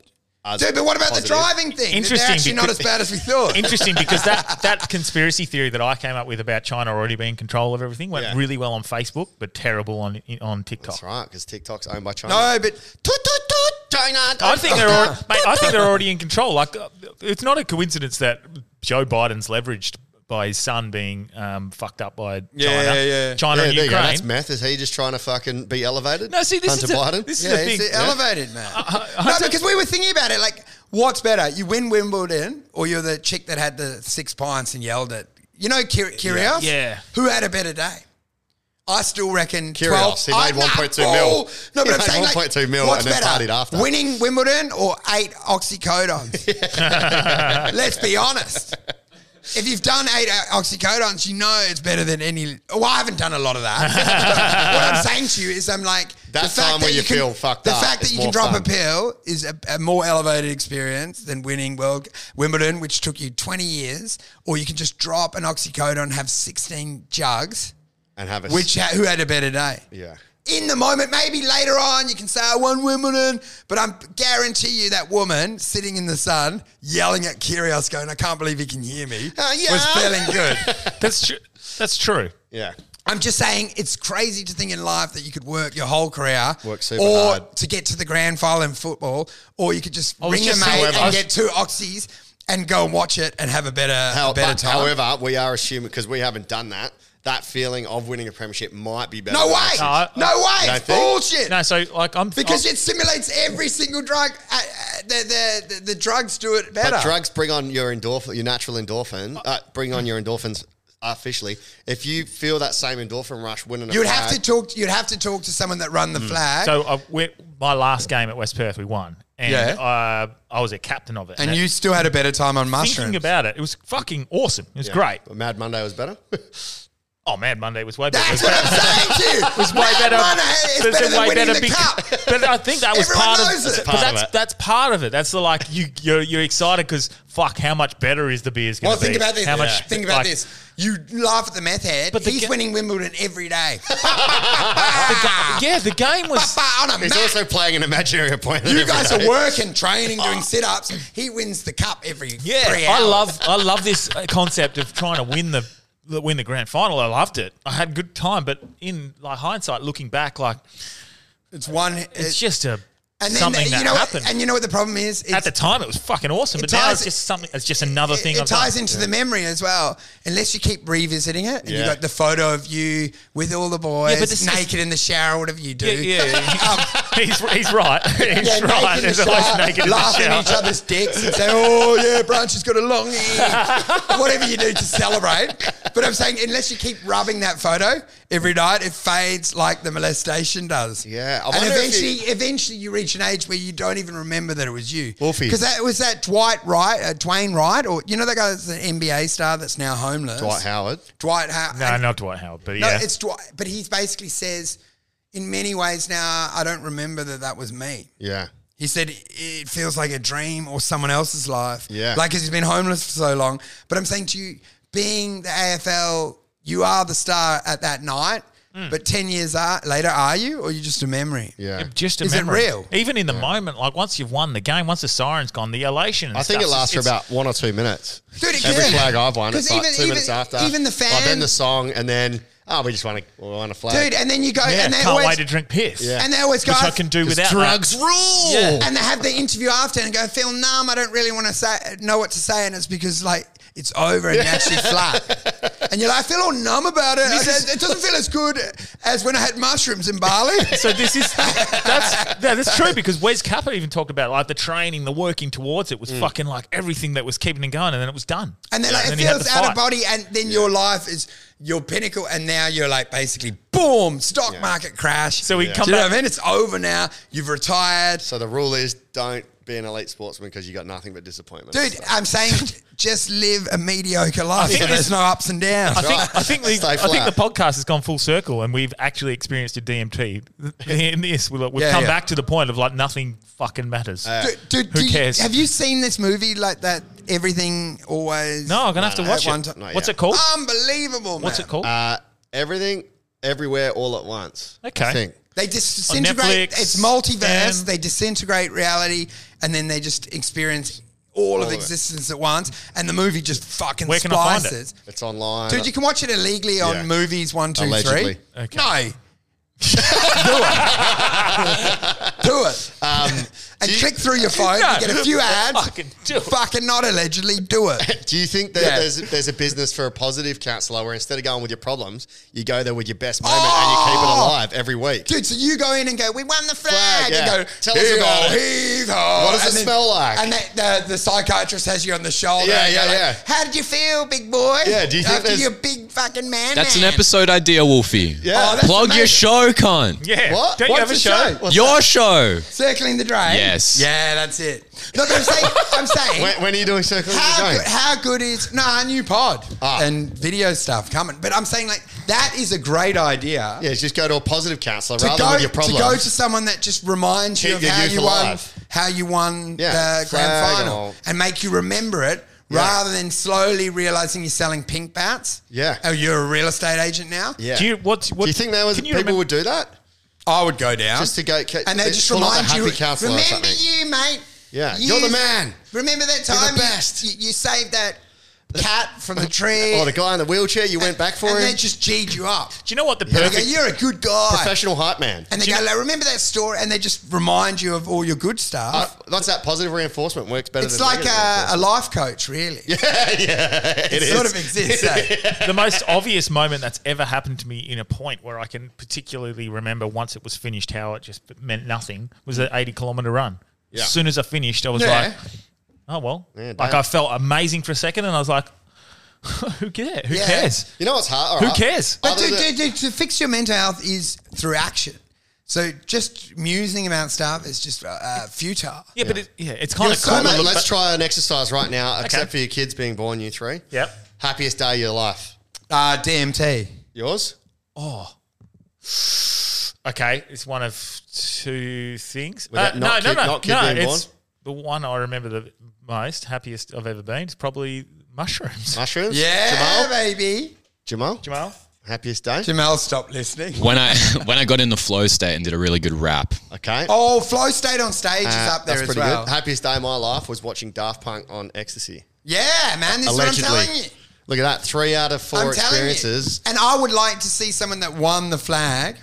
Speaker 2: us
Speaker 3: Dude, but what about
Speaker 2: positive.
Speaker 3: the driving thing? Interesting.
Speaker 1: Interesting,
Speaker 3: They're actually not
Speaker 1: because-
Speaker 3: as bad as we
Speaker 1: [COUGHS]
Speaker 3: thought.
Speaker 1: interesting because that that conspiracy theory that I came up with about China already being in control of everything went
Speaker 2: Yeah.
Speaker 1: really well on Facebook, but terrible on on TikTok.
Speaker 2: That's right, because TikTok's owned by China.
Speaker 3: No, but toot, toot, toot.
Speaker 2: China.
Speaker 1: I think they're already,
Speaker 3: [LAUGHS]
Speaker 1: mate, I think they're already in control. Like, uh, it's not a coincidence that Joe Biden's leveraged by his son being um, fucked up by China,
Speaker 3: Yeah, yeah, yeah.
Speaker 1: China
Speaker 2: Yeah,
Speaker 1: and
Speaker 2: there you go.
Speaker 1: Ukraine.
Speaker 2: That's meth. Is he just trying to fucking be elevated?
Speaker 1: No, see, this
Speaker 2: Hunter
Speaker 1: is the-
Speaker 2: Biden.
Speaker 1: this is
Speaker 3: yeah,
Speaker 1: the
Speaker 3: it's
Speaker 1: thing.
Speaker 3: elevated,
Speaker 2: [LAUGHS]
Speaker 3: man. no, because we were thinking about it. Like, what's better? You win Wimbledon, or you're the chick that had the six pints and yelled at you know Kir- Kyrgios?
Speaker 1: Yeah.
Speaker 3: Who had a better day? I still reckon
Speaker 2: Kyrgios,
Speaker 3: 12,
Speaker 2: he made
Speaker 3: I- nah,
Speaker 2: 1.2
Speaker 3: oh,
Speaker 2: mil.
Speaker 3: No, but
Speaker 2: He
Speaker 3: I'm
Speaker 2: made
Speaker 3: saying
Speaker 2: 1.2
Speaker 3: like,
Speaker 2: mil
Speaker 3: what's
Speaker 2: and then
Speaker 3: better?
Speaker 2: partied after.
Speaker 3: Winning Wimbledon or
Speaker 2: [LAUGHS]
Speaker 3: eight oxycodones? Let's be honest. If you've done eight uh, oxycodones, you know it's better than any. Oh, I haven't done a lot of that. [LAUGHS] what I'm saying to you is, I'm like
Speaker 2: That time where you
Speaker 3: can-
Speaker 2: feel fucked
Speaker 3: The
Speaker 2: up
Speaker 3: fact
Speaker 2: is
Speaker 3: that you can
Speaker 2: more
Speaker 3: drop
Speaker 2: fun.
Speaker 3: a pill is a, a more elevated experience than winning World Wimbledon, which took you 20 years, or you can just drop an oxycodone, have 16 jugs.
Speaker 2: and have a
Speaker 3: Which ha- who had a better day?
Speaker 2: yeah.
Speaker 3: in the moment. Maybe later on you can say I won Wimbledon, but I'm guarantee you that woman sitting in the sun yelling at Kyrgios, going, "I can't believe he can hear me,"
Speaker 2: Uh, yeah.
Speaker 3: was feeling good. [LAUGHS]
Speaker 1: That's true. That's true.
Speaker 2: Yeah.
Speaker 3: I'm just saying it's crazy to think in life that you could work your whole career,
Speaker 2: Work super
Speaker 3: or
Speaker 2: hard.
Speaker 3: to get to the grand final in football, or you could just
Speaker 1: was
Speaker 3: ring a
Speaker 1: just
Speaker 3: mate
Speaker 1: thinking- I
Speaker 3: and
Speaker 1: was-
Speaker 3: get two oxys and go and watch it and have a better,
Speaker 2: How,
Speaker 3: a better
Speaker 2: but
Speaker 3: time.
Speaker 2: However, we are assuming because we haven't done that. That feeling of winning a premiership might be better.
Speaker 3: no
Speaker 2: than
Speaker 3: way,
Speaker 1: No, I-
Speaker 3: no, way,
Speaker 2: Don't
Speaker 3: it's
Speaker 2: think?
Speaker 3: bullshit.
Speaker 1: No, so like I'm
Speaker 3: Because
Speaker 1: I'm-
Speaker 3: it simulates every single drug. Uh, uh, the, the, the, the drugs do it better.
Speaker 2: But drugs bring on your endorphin, your natural endorphin. Uh, bring on your endorphins artificially. If you feel that same endorphin rush winning, a
Speaker 3: you'd have to
Speaker 2: flag-
Speaker 3: talk. You'd have to talk to someone that run the flag.
Speaker 1: So uh, we my last game at West Perth, we won, and
Speaker 3: Yeah.
Speaker 1: uh, I was a captain of it.
Speaker 3: and
Speaker 1: it-
Speaker 3: you still had a better time on
Speaker 1: thinking
Speaker 3: mushrooms.
Speaker 1: about it, it was fucking awesome. It was great.
Speaker 2: Mad Monday was better. [LAUGHS]
Speaker 1: Oh man, Monday was way better.
Speaker 3: [LAUGHS] That's
Speaker 1: It was
Speaker 3: what I'm
Speaker 1: better.
Speaker 3: saying to you.
Speaker 1: It's way
Speaker 3: Mad
Speaker 1: better.
Speaker 3: Monday
Speaker 1: It's
Speaker 3: is better than
Speaker 1: way
Speaker 3: winning the
Speaker 1: bec-
Speaker 3: cup.
Speaker 1: [LAUGHS] But I think that was
Speaker 3: Everyone
Speaker 1: part of,
Speaker 3: knows it.
Speaker 1: but
Speaker 3: Part
Speaker 2: of
Speaker 1: that's
Speaker 2: it.
Speaker 1: that's part of it. That's the like you you're, you're excited because fuck, how much better is the beers going
Speaker 3: Well,
Speaker 1: to
Speaker 3: think
Speaker 1: be?
Speaker 3: about this.
Speaker 1: How much?
Speaker 3: Think about
Speaker 1: like,
Speaker 3: this. You laugh at the meth head,
Speaker 1: But
Speaker 3: but
Speaker 1: the
Speaker 3: he's
Speaker 1: ga-
Speaker 3: winning Wimbledon
Speaker 1: [LAUGHS]
Speaker 3: every day. [LAUGHS]
Speaker 1: The
Speaker 3: Ah.
Speaker 1: ga- yeah, the game was.
Speaker 3: on a
Speaker 2: He's
Speaker 3: mat.
Speaker 2: also playing an imaginary opponent.
Speaker 3: You
Speaker 2: every
Speaker 3: guys
Speaker 2: day.
Speaker 3: are working, training, doing sit-ups. He wins the cup every
Speaker 1: Oh. Yeah,
Speaker 3: three
Speaker 1: I
Speaker 3: hours.
Speaker 1: love I love this uh, concept of trying to win the the- win the grand final. I loved it. I had a good time, but in like hindsight, looking back, like
Speaker 3: It's one.
Speaker 1: it's just a
Speaker 3: and then
Speaker 1: something
Speaker 3: you
Speaker 1: that
Speaker 3: know what-
Speaker 1: happened.
Speaker 3: and you know what the problem is? It's,
Speaker 1: at the time, it was fucking awesome,
Speaker 3: it
Speaker 1: but now
Speaker 3: ties-
Speaker 1: it's just something. It's just another
Speaker 3: it-
Speaker 1: thing.
Speaker 3: It,
Speaker 1: I've
Speaker 3: ties
Speaker 1: done.
Speaker 3: into the memory as well. Unless you keep revisiting it, and you
Speaker 2: Yeah.
Speaker 3: got the photo of you with all the boys
Speaker 1: Yeah, but this is-
Speaker 3: naked in the shower, whatever you do. Um,
Speaker 1: Yeah, yeah,
Speaker 3: [LAUGHS]
Speaker 1: yeah. he's, he's [LAUGHS] right. He's
Speaker 3: Yeah,
Speaker 1: right.
Speaker 3: naked in
Speaker 1: There's
Speaker 3: the
Speaker 1: always
Speaker 3: shower,
Speaker 1: naked in the
Speaker 3: laughing
Speaker 1: shower.
Speaker 3: at each other's dicks and saying, "Oh yeah, Branch has got a long
Speaker 1: [LAUGHS]
Speaker 3: ear." Whatever you do to celebrate, but I'm saying unless you keep rubbing that photo every night, it fades like the molestation does.
Speaker 2: Yeah, I
Speaker 3: and
Speaker 2: wonder if
Speaker 3: eventually,
Speaker 2: you-
Speaker 3: eventually, you reach an age where you don't even remember that it was you.
Speaker 2: Wolfie.
Speaker 3: because that was that Dwight Wright, uh, Dwayne Wright, or you know that guy that's an NBA star that's now homeless.
Speaker 2: Dwight Howard.
Speaker 3: Uh, Dwight Howard.
Speaker 1: No, not Dwight Howard, but
Speaker 3: No,
Speaker 1: yeah.
Speaker 3: it's Dwight. But he basically says, in many ways now, I don't remember that that was me.
Speaker 2: Yeah.
Speaker 3: He said it feels like a dream or someone else's life.
Speaker 2: Yeah.
Speaker 3: Like, he he's been homeless for so long. But I'm saying to you, being the AFL, you are the star at that night.
Speaker 1: Mm.
Speaker 3: But 10 years a- later, are you? Or are you just a memory?
Speaker 2: Yeah.
Speaker 1: just a
Speaker 3: Is it
Speaker 1: memory.
Speaker 3: real?
Speaker 1: Even in the moment, like once you've won the game, once the siren's gone, the elation. And
Speaker 2: I think
Speaker 1: stuff,
Speaker 2: it lasts for
Speaker 1: it's-
Speaker 2: about one or two minutes.
Speaker 3: Dude, it
Speaker 2: Every
Speaker 3: can.
Speaker 2: flag I've won,
Speaker 3: 'Cause
Speaker 2: it's like
Speaker 3: even-
Speaker 2: two
Speaker 3: even-
Speaker 2: minutes after.
Speaker 3: even the
Speaker 2: Like, then
Speaker 3: fan-
Speaker 2: the song, and then Oh, we just want to we want to flag.
Speaker 3: dude. And then you go,
Speaker 1: Yeah,
Speaker 3: and they
Speaker 1: can't
Speaker 3: always,
Speaker 1: wait to drink piss.
Speaker 2: Yeah.
Speaker 3: and they always go,
Speaker 1: Which I can do without
Speaker 2: drugs rule.
Speaker 1: Yeah.
Speaker 3: and they have the interview after and go, Phil, numb. I don't really want to say know what to say, and it's because like it's over and you
Speaker 1: [LAUGHS]
Speaker 3: actually flat, and you're like, I feel all numb about it. I said, it doesn't feel as good as when I had mushrooms in Bali.
Speaker 1: That. [LAUGHS] [LAUGHS] So this is that's yeah, that's true because Wes Kappa even talked about like the training, the working towards it was fucking like everything that was keeping it going, and then it was done.
Speaker 3: And then
Speaker 1: Yeah,
Speaker 3: like, it
Speaker 1: he had
Speaker 3: feels
Speaker 1: the
Speaker 3: out of
Speaker 1: fight.
Speaker 3: body, and then your life is your pinnacle, and now you're like basically boom, stock market crash.
Speaker 1: So we
Speaker 3: Do
Speaker 1: come
Speaker 3: you know what
Speaker 1: back-
Speaker 3: I mean? It's over now. You've retired,
Speaker 2: So the rule is don't be an elite sportsman because you got nothing but disappointment.
Speaker 3: dude.
Speaker 1: [LAUGHS]
Speaker 3: I'm saying just live a mediocre life.
Speaker 1: think
Speaker 3: So
Speaker 1: this-
Speaker 3: there's no ups and downs.
Speaker 1: I think, I, think the,
Speaker 2: [LAUGHS] Stay
Speaker 1: I think
Speaker 2: flat.
Speaker 1: the podcast has gone full circle and we've actually experienced a DMT. In this, we're like, we've
Speaker 3: Yeah,
Speaker 1: come
Speaker 3: yeah.
Speaker 1: back to the point of like nothing fucking matters.
Speaker 3: Dude, dude,
Speaker 1: Who
Speaker 3: do you-
Speaker 1: cares?
Speaker 3: have you seen this movie like that? Everything always.
Speaker 1: no, I'm going to have to
Speaker 3: at
Speaker 1: watch
Speaker 3: one
Speaker 1: it.
Speaker 3: ti-
Speaker 2: Not
Speaker 1: What's
Speaker 2: yet.
Speaker 1: it called?
Speaker 3: Unbelievable,
Speaker 1: What's
Speaker 3: man.
Speaker 1: it called?
Speaker 2: Ah, Uh, everything, everywhere, all at once. I
Speaker 1: Okay.
Speaker 2: think.
Speaker 3: They just disintegrate.
Speaker 1: Netflix,
Speaker 3: it's multiverse.
Speaker 1: um,
Speaker 3: they disintegrate reality, and then they just experience all, of
Speaker 2: of it.
Speaker 3: existence at once. And the movie just fucking
Speaker 1: Where can I find it?
Speaker 3: spices.
Speaker 2: It's online.
Speaker 3: Dude, you can watch it illegally
Speaker 2: Yeah.
Speaker 3: on movies one, two, three.
Speaker 2: Allegedly.
Speaker 1: Okay.
Speaker 3: No. Do it. Do it. and click through your phone.
Speaker 1: No.
Speaker 3: You get a few ads.
Speaker 1: [LAUGHS] Fucking do it.
Speaker 3: Fucking not allegedly. Do it.
Speaker 2: Do you think that
Speaker 3: Yeah.
Speaker 2: there's there's a business for a positive counselor where instead of going with your problems, you go there with your best moment and you keep it
Speaker 3: Oh!
Speaker 2: alive every week?
Speaker 3: Dude, so you go in and go, we won the flag.
Speaker 2: Flag, yeah.
Speaker 3: You go,
Speaker 2: Tell us
Speaker 3: "Heave-ho,
Speaker 2: about it."
Speaker 3: heave-ho."
Speaker 2: What does
Speaker 3: And
Speaker 2: it smell like?
Speaker 3: And they, the, the psychiatrist has you on the shoulder.
Speaker 2: Yeah,
Speaker 3: and
Speaker 2: yeah,
Speaker 3: they're
Speaker 2: yeah.
Speaker 3: like, How did you feel, big boy?
Speaker 2: Yeah, do you think
Speaker 3: After
Speaker 2: there's-
Speaker 3: you're a big fucking man.
Speaker 8: That's an
Speaker 3: man."
Speaker 8: episode idea, Wolfie.
Speaker 2: Yeah.
Speaker 3: Oh, that's
Speaker 8: Plug your
Speaker 3: amazing.
Speaker 8: show, con.
Speaker 1: yeah.
Speaker 2: What?
Speaker 1: Don't you
Speaker 2: What's
Speaker 1: have a
Speaker 2: the
Speaker 1: show?
Speaker 2: show? What's
Speaker 8: Your show.
Speaker 3: Circling the drain.
Speaker 8: Yes.
Speaker 3: Yeah, that's it. No, but I'm saying,
Speaker 2: [LAUGHS]
Speaker 3: I'm saying
Speaker 2: When, when are you doing circles of the
Speaker 3: how,
Speaker 2: Game?
Speaker 3: good, how good is no a new pod
Speaker 2: Ah.
Speaker 3: and video stuff coming? But I'm saying like that is a great idea.
Speaker 2: Yeah, just go to a positive counselor
Speaker 3: To
Speaker 2: rather
Speaker 3: go,
Speaker 2: than with your
Speaker 3: to
Speaker 2: problems.
Speaker 3: go to someone that just reminds you
Speaker 2: Keep
Speaker 3: of
Speaker 2: your
Speaker 3: how
Speaker 2: youth
Speaker 3: you, won,
Speaker 2: alive.
Speaker 3: how you won
Speaker 2: Yeah,
Speaker 3: the grand
Speaker 2: flag
Speaker 3: final
Speaker 2: or-
Speaker 3: and make you remember it
Speaker 2: Yeah.
Speaker 3: rather than slowly realizing you're selling pink bats.
Speaker 2: Yeah.
Speaker 3: Oh, you're a real estate agent now?
Speaker 2: yeah.
Speaker 1: Do you, what, what,
Speaker 2: do you think there was
Speaker 1: can you
Speaker 2: people
Speaker 1: remember-
Speaker 2: would do that?
Speaker 3: I would go down.
Speaker 2: Just to go ca-
Speaker 3: and they
Speaker 2: they
Speaker 3: just
Speaker 2: pull out the
Speaker 3: remind you.
Speaker 2: happy counselor or
Speaker 3: Remember
Speaker 2: something."
Speaker 3: you, mate.
Speaker 2: Yeah, you're the man.
Speaker 3: Remember that
Speaker 2: You're the
Speaker 3: time you-
Speaker 2: best.
Speaker 3: You, you saved that cat from
Speaker 2: [LAUGHS]
Speaker 3: the tree.
Speaker 2: Or Oh, the guy in the wheelchair, you went back for
Speaker 3: and they
Speaker 2: him.
Speaker 3: just G'd you up.
Speaker 1: Do you know what the
Speaker 3: They go,
Speaker 1: perfect?
Speaker 3: you're a good guy.
Speaker 2: Professional hype man.
Speaker 3: and they
Speaker 1: Do you
Speaker 3: go, like, remember that story? And they just remind you of all your good stuff.
Speaker 2: Uh, that's that positive reinforcement works better
Speaker 3: it's
Speaker 2: than
Speaker 3: like uh,
Speaker 2: negative
Speaker 3: a, a
Speaker 2: reinforcement.
Speaker 3: life coach, really.
Speaker 2: [LAUGHS]
Speaker 3: Yeah, yeah, it,
Speaker 2: is.
Speaker 3: sort of exists. eh?
Speaker 1: the most obvious moment that's ever happened to me in a point where I can particularly remember once it was finished how it just meant nothing was an 80 kilometer run.
Speaker 2: Yeah.
Speaker 1: As soon as I finished, I was
Speaker 3: Yeah.
Speaker 1: like, oh, well.
Speaker 2: Yeah,
Speaker 1: like,
Speaker 2: damn.
Speaker 1: I felt amazing for a second and I was like, [LAUGHS] who cares? Who
Speaker 3: Yeah.
Speaker 1: cares?
Speaker 2: [LAUGHS] You know what's hard?
Speaker 1: Who
Speaker 2: alright.
Speaker 1: cares?
Speaker 3: But
Speaker 2: Other
Speaker 3: to,
Speaker 2: than-
Speaker 3: to, to, to fix your mental health is through action. So just musing about stuff is just uh, uh, futile.
Speaker 1: Yeah, but it, yeah, it's kind
Speaker 3: You're
Speaker 1: of
Speaker 3: so
Speaker 1: cool.
Speaker 2: Well,
Speaker 1: to
Speaker 2: mate,
Speaker 1: look
Speaker 2: let's
Speaker 1: back-
Speaker 2: try an exercise right now, except
Speaker 1: Okay.
Speaker 2: for your kids being born, you three.
Speaker 1: Yep.
Speaker 2: Happiest day of your life.
Speaker 3: Uh, DMT.
Speaker 2: Yours?
Speaker 1: Okay, it's one of two things. Uh,
Speaker 2: Was that not
Speaker 1: no,
Speaker 2: kid-
Speaker 1: no, no,
Speaker 2: not kid
Speaker 1: no.
Speaker 2: being
Speaker 1: it's the one I remember the most happiest I've ever been. is probably mushrooms.
Speaker 2: Mushrooms?
Speaker 3: Yeah,
Speaker 2: Jamal?
Speaker 3: baby.
Speaker 2: Jamal?
Speaker 1: Jamal,
Speaker 2: Happiest day?
Speaker 3: Jamal stopped listening.
Speaker 8: When I [LAUGHS] when I got in the flow state and did a really good rap.
Speaker 2: Okay.
Speaker 3: Oh, Flow stayed on stage
Speaker 2: Uh,
Speaker 3: is up there as well.
Speaker 2: Happiest day of my life was watching Daft Punk on Ecstasy.
Speaker 3: Yeah, man, this is what I'm telling you.
Speaker 2: Look at that. Three out of 4
Speaker 3: I'm telling you.
Speaker 2: experiences.
Speaker 3: And I would like to see someone that won the flag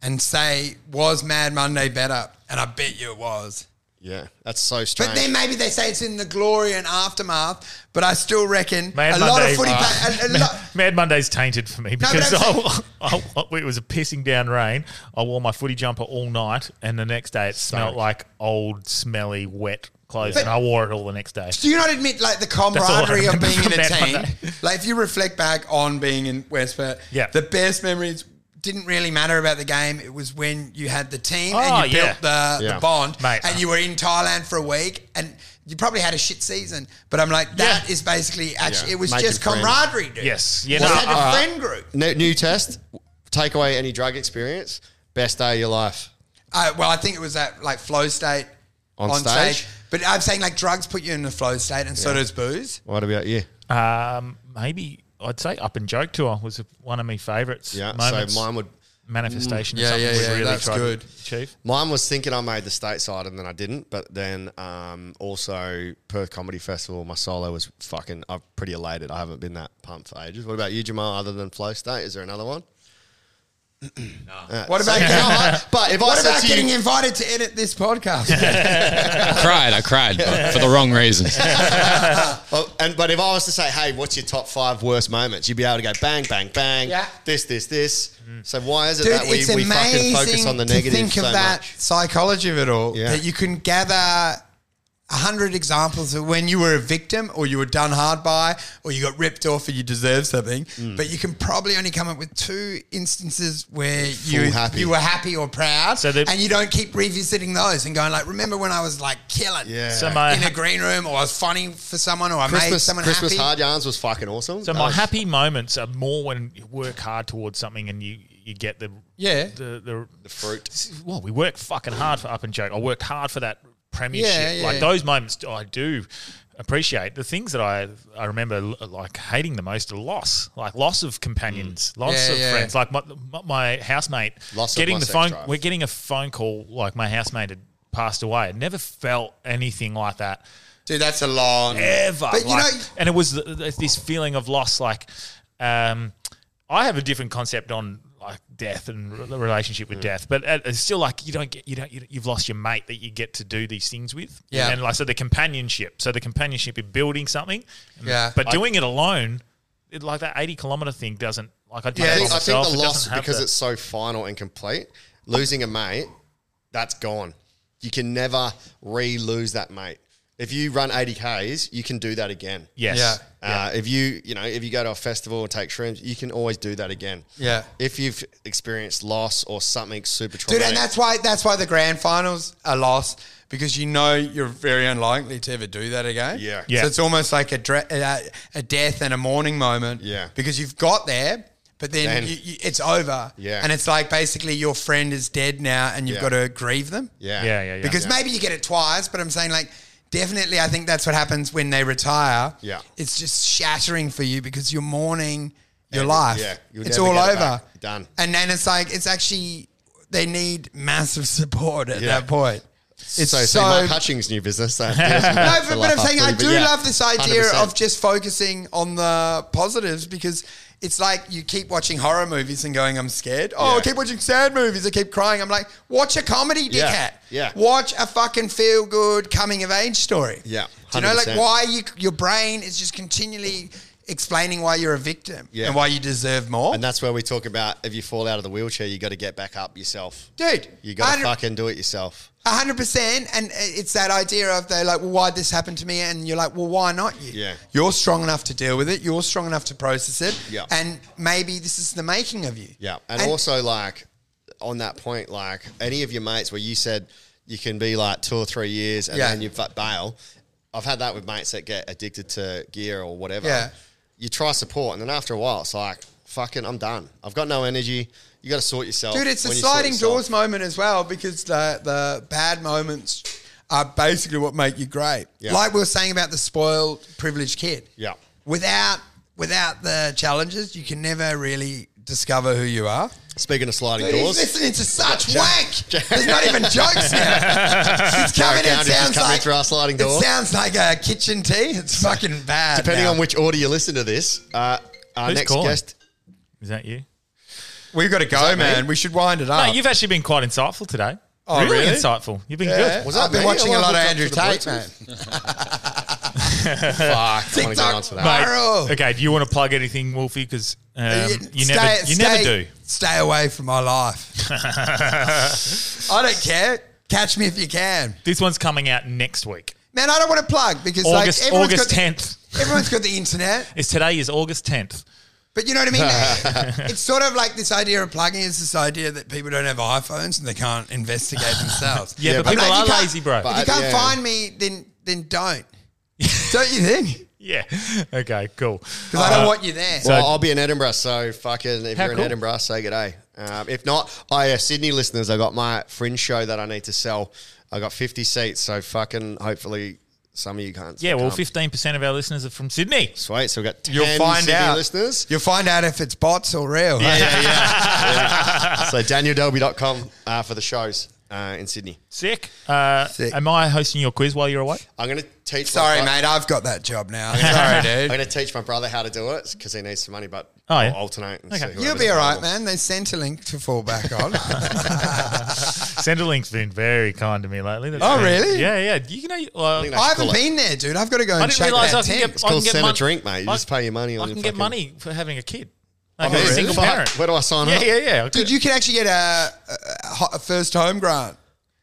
Speaker 3: and say, was Mad Monday better? And I bet you it was.
Speaker 2: Yeah, that's so strange.
Speaker 3: But then maybe they say it's in the glory and aftermath, but I still reckon
Speaker 1: Mad
Speaker 3: a lot
Speaker 1: Monday,
Speaker 3: of footy.
Speaker 1: uh,
Speaker 3: pa-
Speaker 1: [LAUGHS]
Speaker 3: a, a lot,
Speaker 1: Mad Monday's tainted for me
Speaker 3: but
Speaker 1: because
Speaker 3: I'm
Speaker 1: I, I- it was a pissing down rain. I wore my footy jumper all night, and the next day it smelled like old, smelly, wet clothes, and I wore it all the next day.
Speaker 3: do you not admit like the
Speaker 1: all I
Speaker 3: camaraderie of
Speaker 1: remember
Speaker 3: being in
Speaker 1: from
Speaker 3: a
Speaker 1: Mad
Speaker 3: team?
Speaker 1: Monday.
Speaker 3: Like if you reflect back on being in West Perth,
Speaker 1: Yeah.
Speaker 3: the best memories didn't really matter about the game. It was when you had the team
Speaker 1: Oh,
Speaker 3: and you
Speaker 1: yeah.
Speaker 3: built the,
Speaker 2: Yeah.
Speaker 3: the bond,
Speaker 1: Mate.
Speaker 3: and you were in Thailand for a week, and you probably had a shit season. But I'm like, that is basically actually
Speaker 2: Yeah.
Speaker 3: it was
Speaker 2: Making
Speaker 3: just
Speaker 2: friends.
Speaker 3: camaraderie, dude.
Speaker 1: Yes. Yeah,
Speaker 3: we
Speaker 1: no,
Speaker 3: had a
Speaker 1: uh,
Speaker 3: friend group.
Speaker 2: New, new test. Take away any drug experience. Best day of your life.
Speaker 3: Uh, well, I think it was at like flow state
Speaker 2: On stage?
Speaker 3: But I'm saying like drugs put you in a flow state, and so does booze.
Speaker 2: What about you?
Speaker 1: Um, maybe I'd say Up and Joke Tour was one of my favourites.
Speaker 2: Yeah.
Speaker 1: moments.
Speaker 2: So mine would.
Speaker 1: manifestation.
Speaker 3: Mm, yeah,
Speaker 1: of something
Speaker 3: yeah,
Speaker 1: we've
Speaker 3: yeah,
Speaker 1: Really
Speaker 3: that's
Speaker 1: tried
Speaker 3: good.
Speaker 1: To achieve.
Speaker 2: Mine was thinking I made the stateside and then I didn't. But then um, also Perth Comedy Festival, my solo was fucking. I'm pretty elated. I haven't been that pumped for ages. What about you, Jamal? Other than Flow State, is there another one?
Speaker 3: What about,
Speaker 2: [LAUGHS] How
Speaker 3: getting,
Speaker 2: hard- but if I
Speaker 3: what
Speaker 2: said
Speaker 3: about
Speaker 2: to you,
Speaker 3: getting invited to edit this podcast?
Speaker 8: I cried, I
Speaker 3: [LAUGHS]
Speaker 8: cried, but for the wrong reasons.
Speaker 2: Well, oh, and but if I was to say, hey, what's your top five worst moments? You'd be able to go bang, bang, bang.
Speaker 3: Yeah.
Speaker 2: This, this, this.
Speaker 1: Mm.
Speaker 2: So why is it
Speaker 3: Dude,
Speaker 2: that we,
Speaker 3: it's
Speaker 2: we
Speaker 3: amazing
Speaker 2: fucking focus on the negative
Speaker 3: to think
Speaker 2: so
Speaker 3: of that
Speaker 2: much?
Speaker 3: psychology of it all.
Speaker 2: Yeah.
Speaker 3: That you can gather a hundred examples of when you were a victim, or you were done hard by, or you got ripped off, and you deserve something.
Speaker 2: Mm.
Speaker 3: But you can probably only come up with two instances where you
Speaker 2: happy.
Speaker 3: you were happy or proud,
Speaker 1: So the-
Speaker 3: and you don't keep revisiting those and going like, remember when I was like killing
Speaker 2: Yeah.
Speaker 1: So my-
Speaker 3: in a green room, or I was funny for someone, or I made
Speaker 2: Christmas,
Speaker 3: someone
Speaker 2: Christmas
Speaker 3: happy.
Speaker 2: hard yarns was fucking awesome.
Speaker 1: So
Speaker 2: That
Speaker 1: my
Speaker 2: was-
Speaker 1: happy moments are more when you work hard towards something and you, you get the
Speaker 3: Yeah.
Speaker 1: the the, the
Speaker 2: fruit.
Speaker 1: Well, we work fucking hard for up and joke. I worked hard for that premiership.
Speaker 3: Yeah, yeah,
Speaker 1: like
Speaker 3: yeah.
Speaker 1: those moments, I do appreciate the things that I I remember l- like hating the most are loss, like loss of companions, loss
Speaker 3: Mm. Yeah,
Speaker 1: of
Speaker 3: yeah.
Speaker 1: friends. Like my my- my housemate
Speaker 2: Loss of
Speaker 1: getting
Speaker 2: my
Speaker 1: the
Speaker 2: sex
Speaker 1: phone.
Speaker 2: drive.
Speaker 1: We're getting a phone call. Like my housemate had passed away. I never felt anything like that
Speaker 3: Dude, that's a long.
Speaker 1: ever.
Speaker 3: But you
Speaker 1: like-
Speaker 3: know-
Speaker 1: and it was th- th- this feeling of loss. Like, um, I have a different concept on like death and re- the relationship with death, but uh, it's still like you don't get you don't you, you've lost your mate that you get to do these things with.
Speaker 3: Yeah.
Speaker 1: and like so the companionship. So the companionship in building something.
Speaker 3: Yeah.
Speaker 1: but doing it alone, it, like that eighty kilometer thing doesn't. Like I did
Speaker 2: I
Speaker 1: it
Speaker 2: think,
Speaker 1: by
Speaker 2: I think
Speaker 1: myself.
Speaker 2: the
Speaker 1: it
Speaker 2: loss
Speaker 1: doesn't have
Speaker 2: because
Speaker 1: the-
Speaker 2: it's so final and complete. Losing a mate, that's gone. You can never re-lose that mate. If you run 80 k's, you can do that again.
Speaker 1: yes.
Speaker 3: Yeah.
Speaker 2: Uh, if you you know if you go to a festival and take shrooms, you can always do that again.
Speaker 3: Yeah.
Speaker 2: If you've experienced loss or something super
Speaker 3: Dude,
Speaker 2: traumatic,
Speaker 3: and that's why that's why the grand finals are lost because you know you're very unlikely to ever do that again.
Speaker 2: Yeah.
Speaker 1: Yeah.
Speaker 3: So it's almost like a dre- a, a death and a mourning moment.
Speaker 2: Yeah.
Speaker 3: Because you've got there, but then,
Speaker 2: Then-
Speaker 3: you, you, it's over.
Speaker 2: Yeah.
Speaker 3: And it's like basically your friend is dead now, and you've
Speaker 2: Yeah.
Speaker 3: got to grieve them.
Speaker 2: yeah,
Speaker 1: Yeah, yeah, yeah.
Speaker 3: Because maybe you get it twice, but I'm saying like. Definitely, I think that's what happens when they retire.
Speaker 2: Yeah.
Speaker 3: it's just shattering for you because you're mourning your life.
Speaker 2: yeah, you'll
Speaker 3: it's all
Speaker 2: never get it
Speaker 3: over.
Speaker 2: back. Done.
Speaker 3: And then it's like it's actually they need massive [LAUGHS] support at
Speaker 2: Yeah.
Speaker 3: that point. It's
Speaker 2: So, see,
Speaker 3: so,
Speaker 2: Mark Hutchings' new business.
Speaker 3: [LAUGHS]
Speaker 2: So
Speaker 3: no, but, but I'm saying I do love this idea
Speaker 2: 100%.
Speaker 3: of just focusing on the positives because it's like you keep watching horror movies and going, I'm scared. Oh, I
Speaker 2: Yeah.
Speaker 3: keep watching sad movies. I keep crying. I'm like, watch a comedy, dickhead.
Speaker 2: Yeah, yeah.
Speaker 3: Watch a fucking feel good coming of age story.
Speaker 2: Yeah,
Speaker 3: Do you know, like
Speaker 2: 100%.
Speaker 3: why you, your brain is just continually explaining why you're a victim
Speaker 2: Yeah.
Speaker 3: and why you deserve more.
Speaker 2: And that's where we talk about if you fall out of the wheelchair, you got to get back up yourself.
Speaker 3: Dude,
Speaker 2: you got to
Speaker 3: I-
Speaker 2: fucking do it yourself.
Speaker 3: A hundred percent, and uh, it's that idea of they're like, well, why'd this happen to me? And you're like, well, why not you?
Speaker 2: Yeah.
Speaker 3: you're strong enough to deal with it. You're strong enough to process it.
Speaker 2: Yeah.
Speaker 3: and maybe this is the making of you.
Speaker 2: Yeah, and, also like on that point, like any of your mates where you said you can be like two or three years and
Speaker 3: Yeah.
Speaker 2: then you f- bail. I've had that with mates that get addicted to gear or whatever.
Speaker 3: Yeah.
Speaker 2: you try support, and then after a while, it's like fucking, I'm done. I've got no energy. You got to sort yourself,
Speaker 3: dude, it's a
Speaker 2: When you sort
Speaker 3: sliding
Speaker 2: yourself-
Speaker 3: doors moment as well because the the bad moments are basically what make you great.
Speaker 2: Yeah.
Speaker 3: Like we were saying about the spoiled, privileged kid.
Speaker 2: Yeah.
Speaker 3: without without the challenges, you can never really discover who you are.
Speaker 2: Speaking of sliding
Speaker 3: Dude,
Speaker 2: doors,
Speaker 3: He's listening to such wank. There's
Speaker 2: [LAUGHS]
Speaker 3: not even jokes now. It's coming.
Speaker 2: Gareth Boundary's
Speaker 3: It
Speaker 2: just
Speaker 3: sounds
Speaker 2: coming
Speaker 3: like
Speaker 2: through our sliding door.
Speaker 3: It sounds like a kitchen tea. It's fucking bad.
Speaker 2: depending
Speaker 3: now.
Speaker 2: on which order you listen to this, uh, our
Speaker 1: Who's
Speaker 2: next
Speaker 1: calling? [LAUGHS]
Speaker 2: guest.
Speaker 1: Is that you?
Speaker 3: we've got to go, man. We should wind it up.
Speaker 1: Mate, you've actually been quite insightful today.
Speaker 3: Oh,
Speaker 1: really,
Speaker 3: really?
Speaker 1: insightful. You've been
Speaker 3: yeah.
Speaker 1: good.
Speaker 2: Was that
Speaker 3: I've been
Speaker 2: me?
Speaker 3: watching
Speaker 2: Or
Speaker 3: a lot of
Speaker 2: was I
Speaker 3: Andrew
Speaker 2: hooked
Speaker 3: Tate,
Speaker 2: up to
Speaker 3: man.
Speaker 2: Fuck, I want to get
Speaker 3: TikTok
Speaker 2: on to that.
Speaker 1: Mate,
Speaker 3: viral.
Speaker 1: okay, do you want to plug anything, Wolfie? Because um, you,
Speaker 3: Uh, Stay-
Speaker 1: never, you never
Speaker 3: stay-
Speaker 1: do.
Speaker 3: Stay away from
Speaker 1: [LAUGHS]
Speaker 3: my life. I don't care. Catch me if you can,
Speaker 1: This one's coming out next week,
Speaker 3: man. I don't want to plug because
Speaker 1: August
Speaker 3: like everyone's
Speaker 1: August
Speaker 3: got the-
Speaker 1: tenth.
Speaker 3: everyone's got the internet.
Speaker 1: Is today is August tenth.
Speaker 3: But you know what I
Speaker 1: [LAUGHS]
Speaker 3: mean? it's sort of like this idea of plugging is this idea that people don't have iPhones and they can't investigate themselves.
Speaker 1: [LAUGHS] Yeah, but
Speaker 3: I'm
Speaker 1: people
Speaker 3: like,
Speaker 1: are
Speaker 3: you can't-
Speaker 1: lazy, bro.
Speaker 3: If you
Speaker 2: But,
Speaker 3: can't
Speaker 2: yeah.
Speaker 3: find me, then then don't. don't you think?
Speaker 1: Yeah. [LAUGHS] Okay. Cool. Uh,
Speaker 3: Because I don't want you there.
Speaker 2: Well, I'll be in Edinburgh, so fucking if
Speaker 1: How
Speaker 2: you're
Speaker 1: cool.
Speaker 2: in Edinburgh, say g'day. Um, if not, I uh, Sydney listeners, I got my fringe show that I need to sell. I got 50 seats, so fucking hopefully some of you can't.
Speaker 1: Yeah. Well,
Speaker 2: come.
Speaker 1: fifteen percent of our listeners are from Sydney.
Speaker 2: Sweet, so we got 10
Speaker 3: You'll find
Speaker 2: Sydney
Speaker 1: [LAUGHS]
Speaker 3: out.
Speaker 2: listeners.
Speaker 3: You'll find out if it's bots or real.
Speaker 2: Yeah, yeah, yeah. yeah. So danieldelby.com uh, for the shows. uh, in Sydney.
Speaker 1: Sick. Uh,
Speaker 3: Sick.
Speaker 1: Am I hosting your quiz while you're away? [LAUGHS]
Speaker 2: I'm going to teach. my
Speaker 3: Sorry,
Speaker 2: bro-
Speaker 3: mate. I've got that job now. Sorry,
Speaker 2: I'm
Speaker 3: dude.
Speaker 2: going to teach my brother how to do it because he needs some money, but
Speaker 1: Oh, yeah.
Speaker 2: I'll alternate. And
Speaker 1: Okay.
Speaker 2: see who
Speaker 3: You'll
Speaker 2: it
Speaker 3: be
Speaker 2: is
Speaker 3: all right,
Speaker 2: available.
Speaker 3: man. There's Centrelink to fall back
Speaker 1: [LAUGHS]
Speaker 3: on.
Speaker 1: Centrelink's been very kind to me lately. That's
Speaker 3: Oh,
Speaker 1: been-
Speaker 3: really?
Speaker 1: Yeah, yeah. You know, well, I,
Speaker 2: think that's
Speaker 3: I haven't
Speaker 2: cool.
Speaker 3: been there, dude. I've got to go and
Speaker 1: didn't
Speaker 3: check
Speaker 1: realize I
Speaker 3: that
Speaker 1: can
Speaker 3: tent.
Speaker 1: get.
Speaker 2: It's
Speaker 1: I can
Speaker 2: called
Speaker 1: get
Speaker 2: send
Speaker 1: money.
Speaker 2: a drink, mate. You
Speaker 1: I-
Speaker 2: just pay your money.
Speaker 1: I
Speaker 2: on your
Speaker 1: can get
Speaker 2: fucking-
Speaker 1: money for having a kid.
Speaker 2: Oh,
Speaker 1: Like, I'm a
Speaker 2: really?
Speaker 1: single
Speaker 2: Fuck.
Speaker 1: parent.
Speaker 2: Where do I sign
Speaker 1: Yeah,
Speaker 2: up?
Speaker 1: yeah, yeah.
Speaker 3: Dude, you can actually get a, a, ho- a first home grant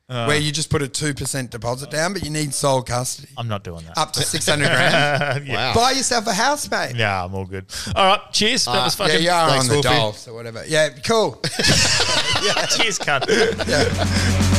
Speaker 3: where you just put a two percent deposit down, but you need sole custody
Speaker 1: I'm not doing that.
Speaker 3: up to six hundred grand.
Speaker 2: Wow.
Speaker 3: Buy yourself a house, mate.
Speaker 1: Yeah, I'm all good. All right, cheers. That was
Speaker 3: Uh, Yeah,
Speaker 1: fucking.
Speaker 3: you are
Speaker 2: Thanks,
Speaker 3: on the
Speaker 2: Wolfie.
Speaker 1: [LAUGHS]
Speaker 3: dole, so whatever. Yeah, cool.
Speaker 1: yeah, cheers, cunt.
Speaker 3: Yeah.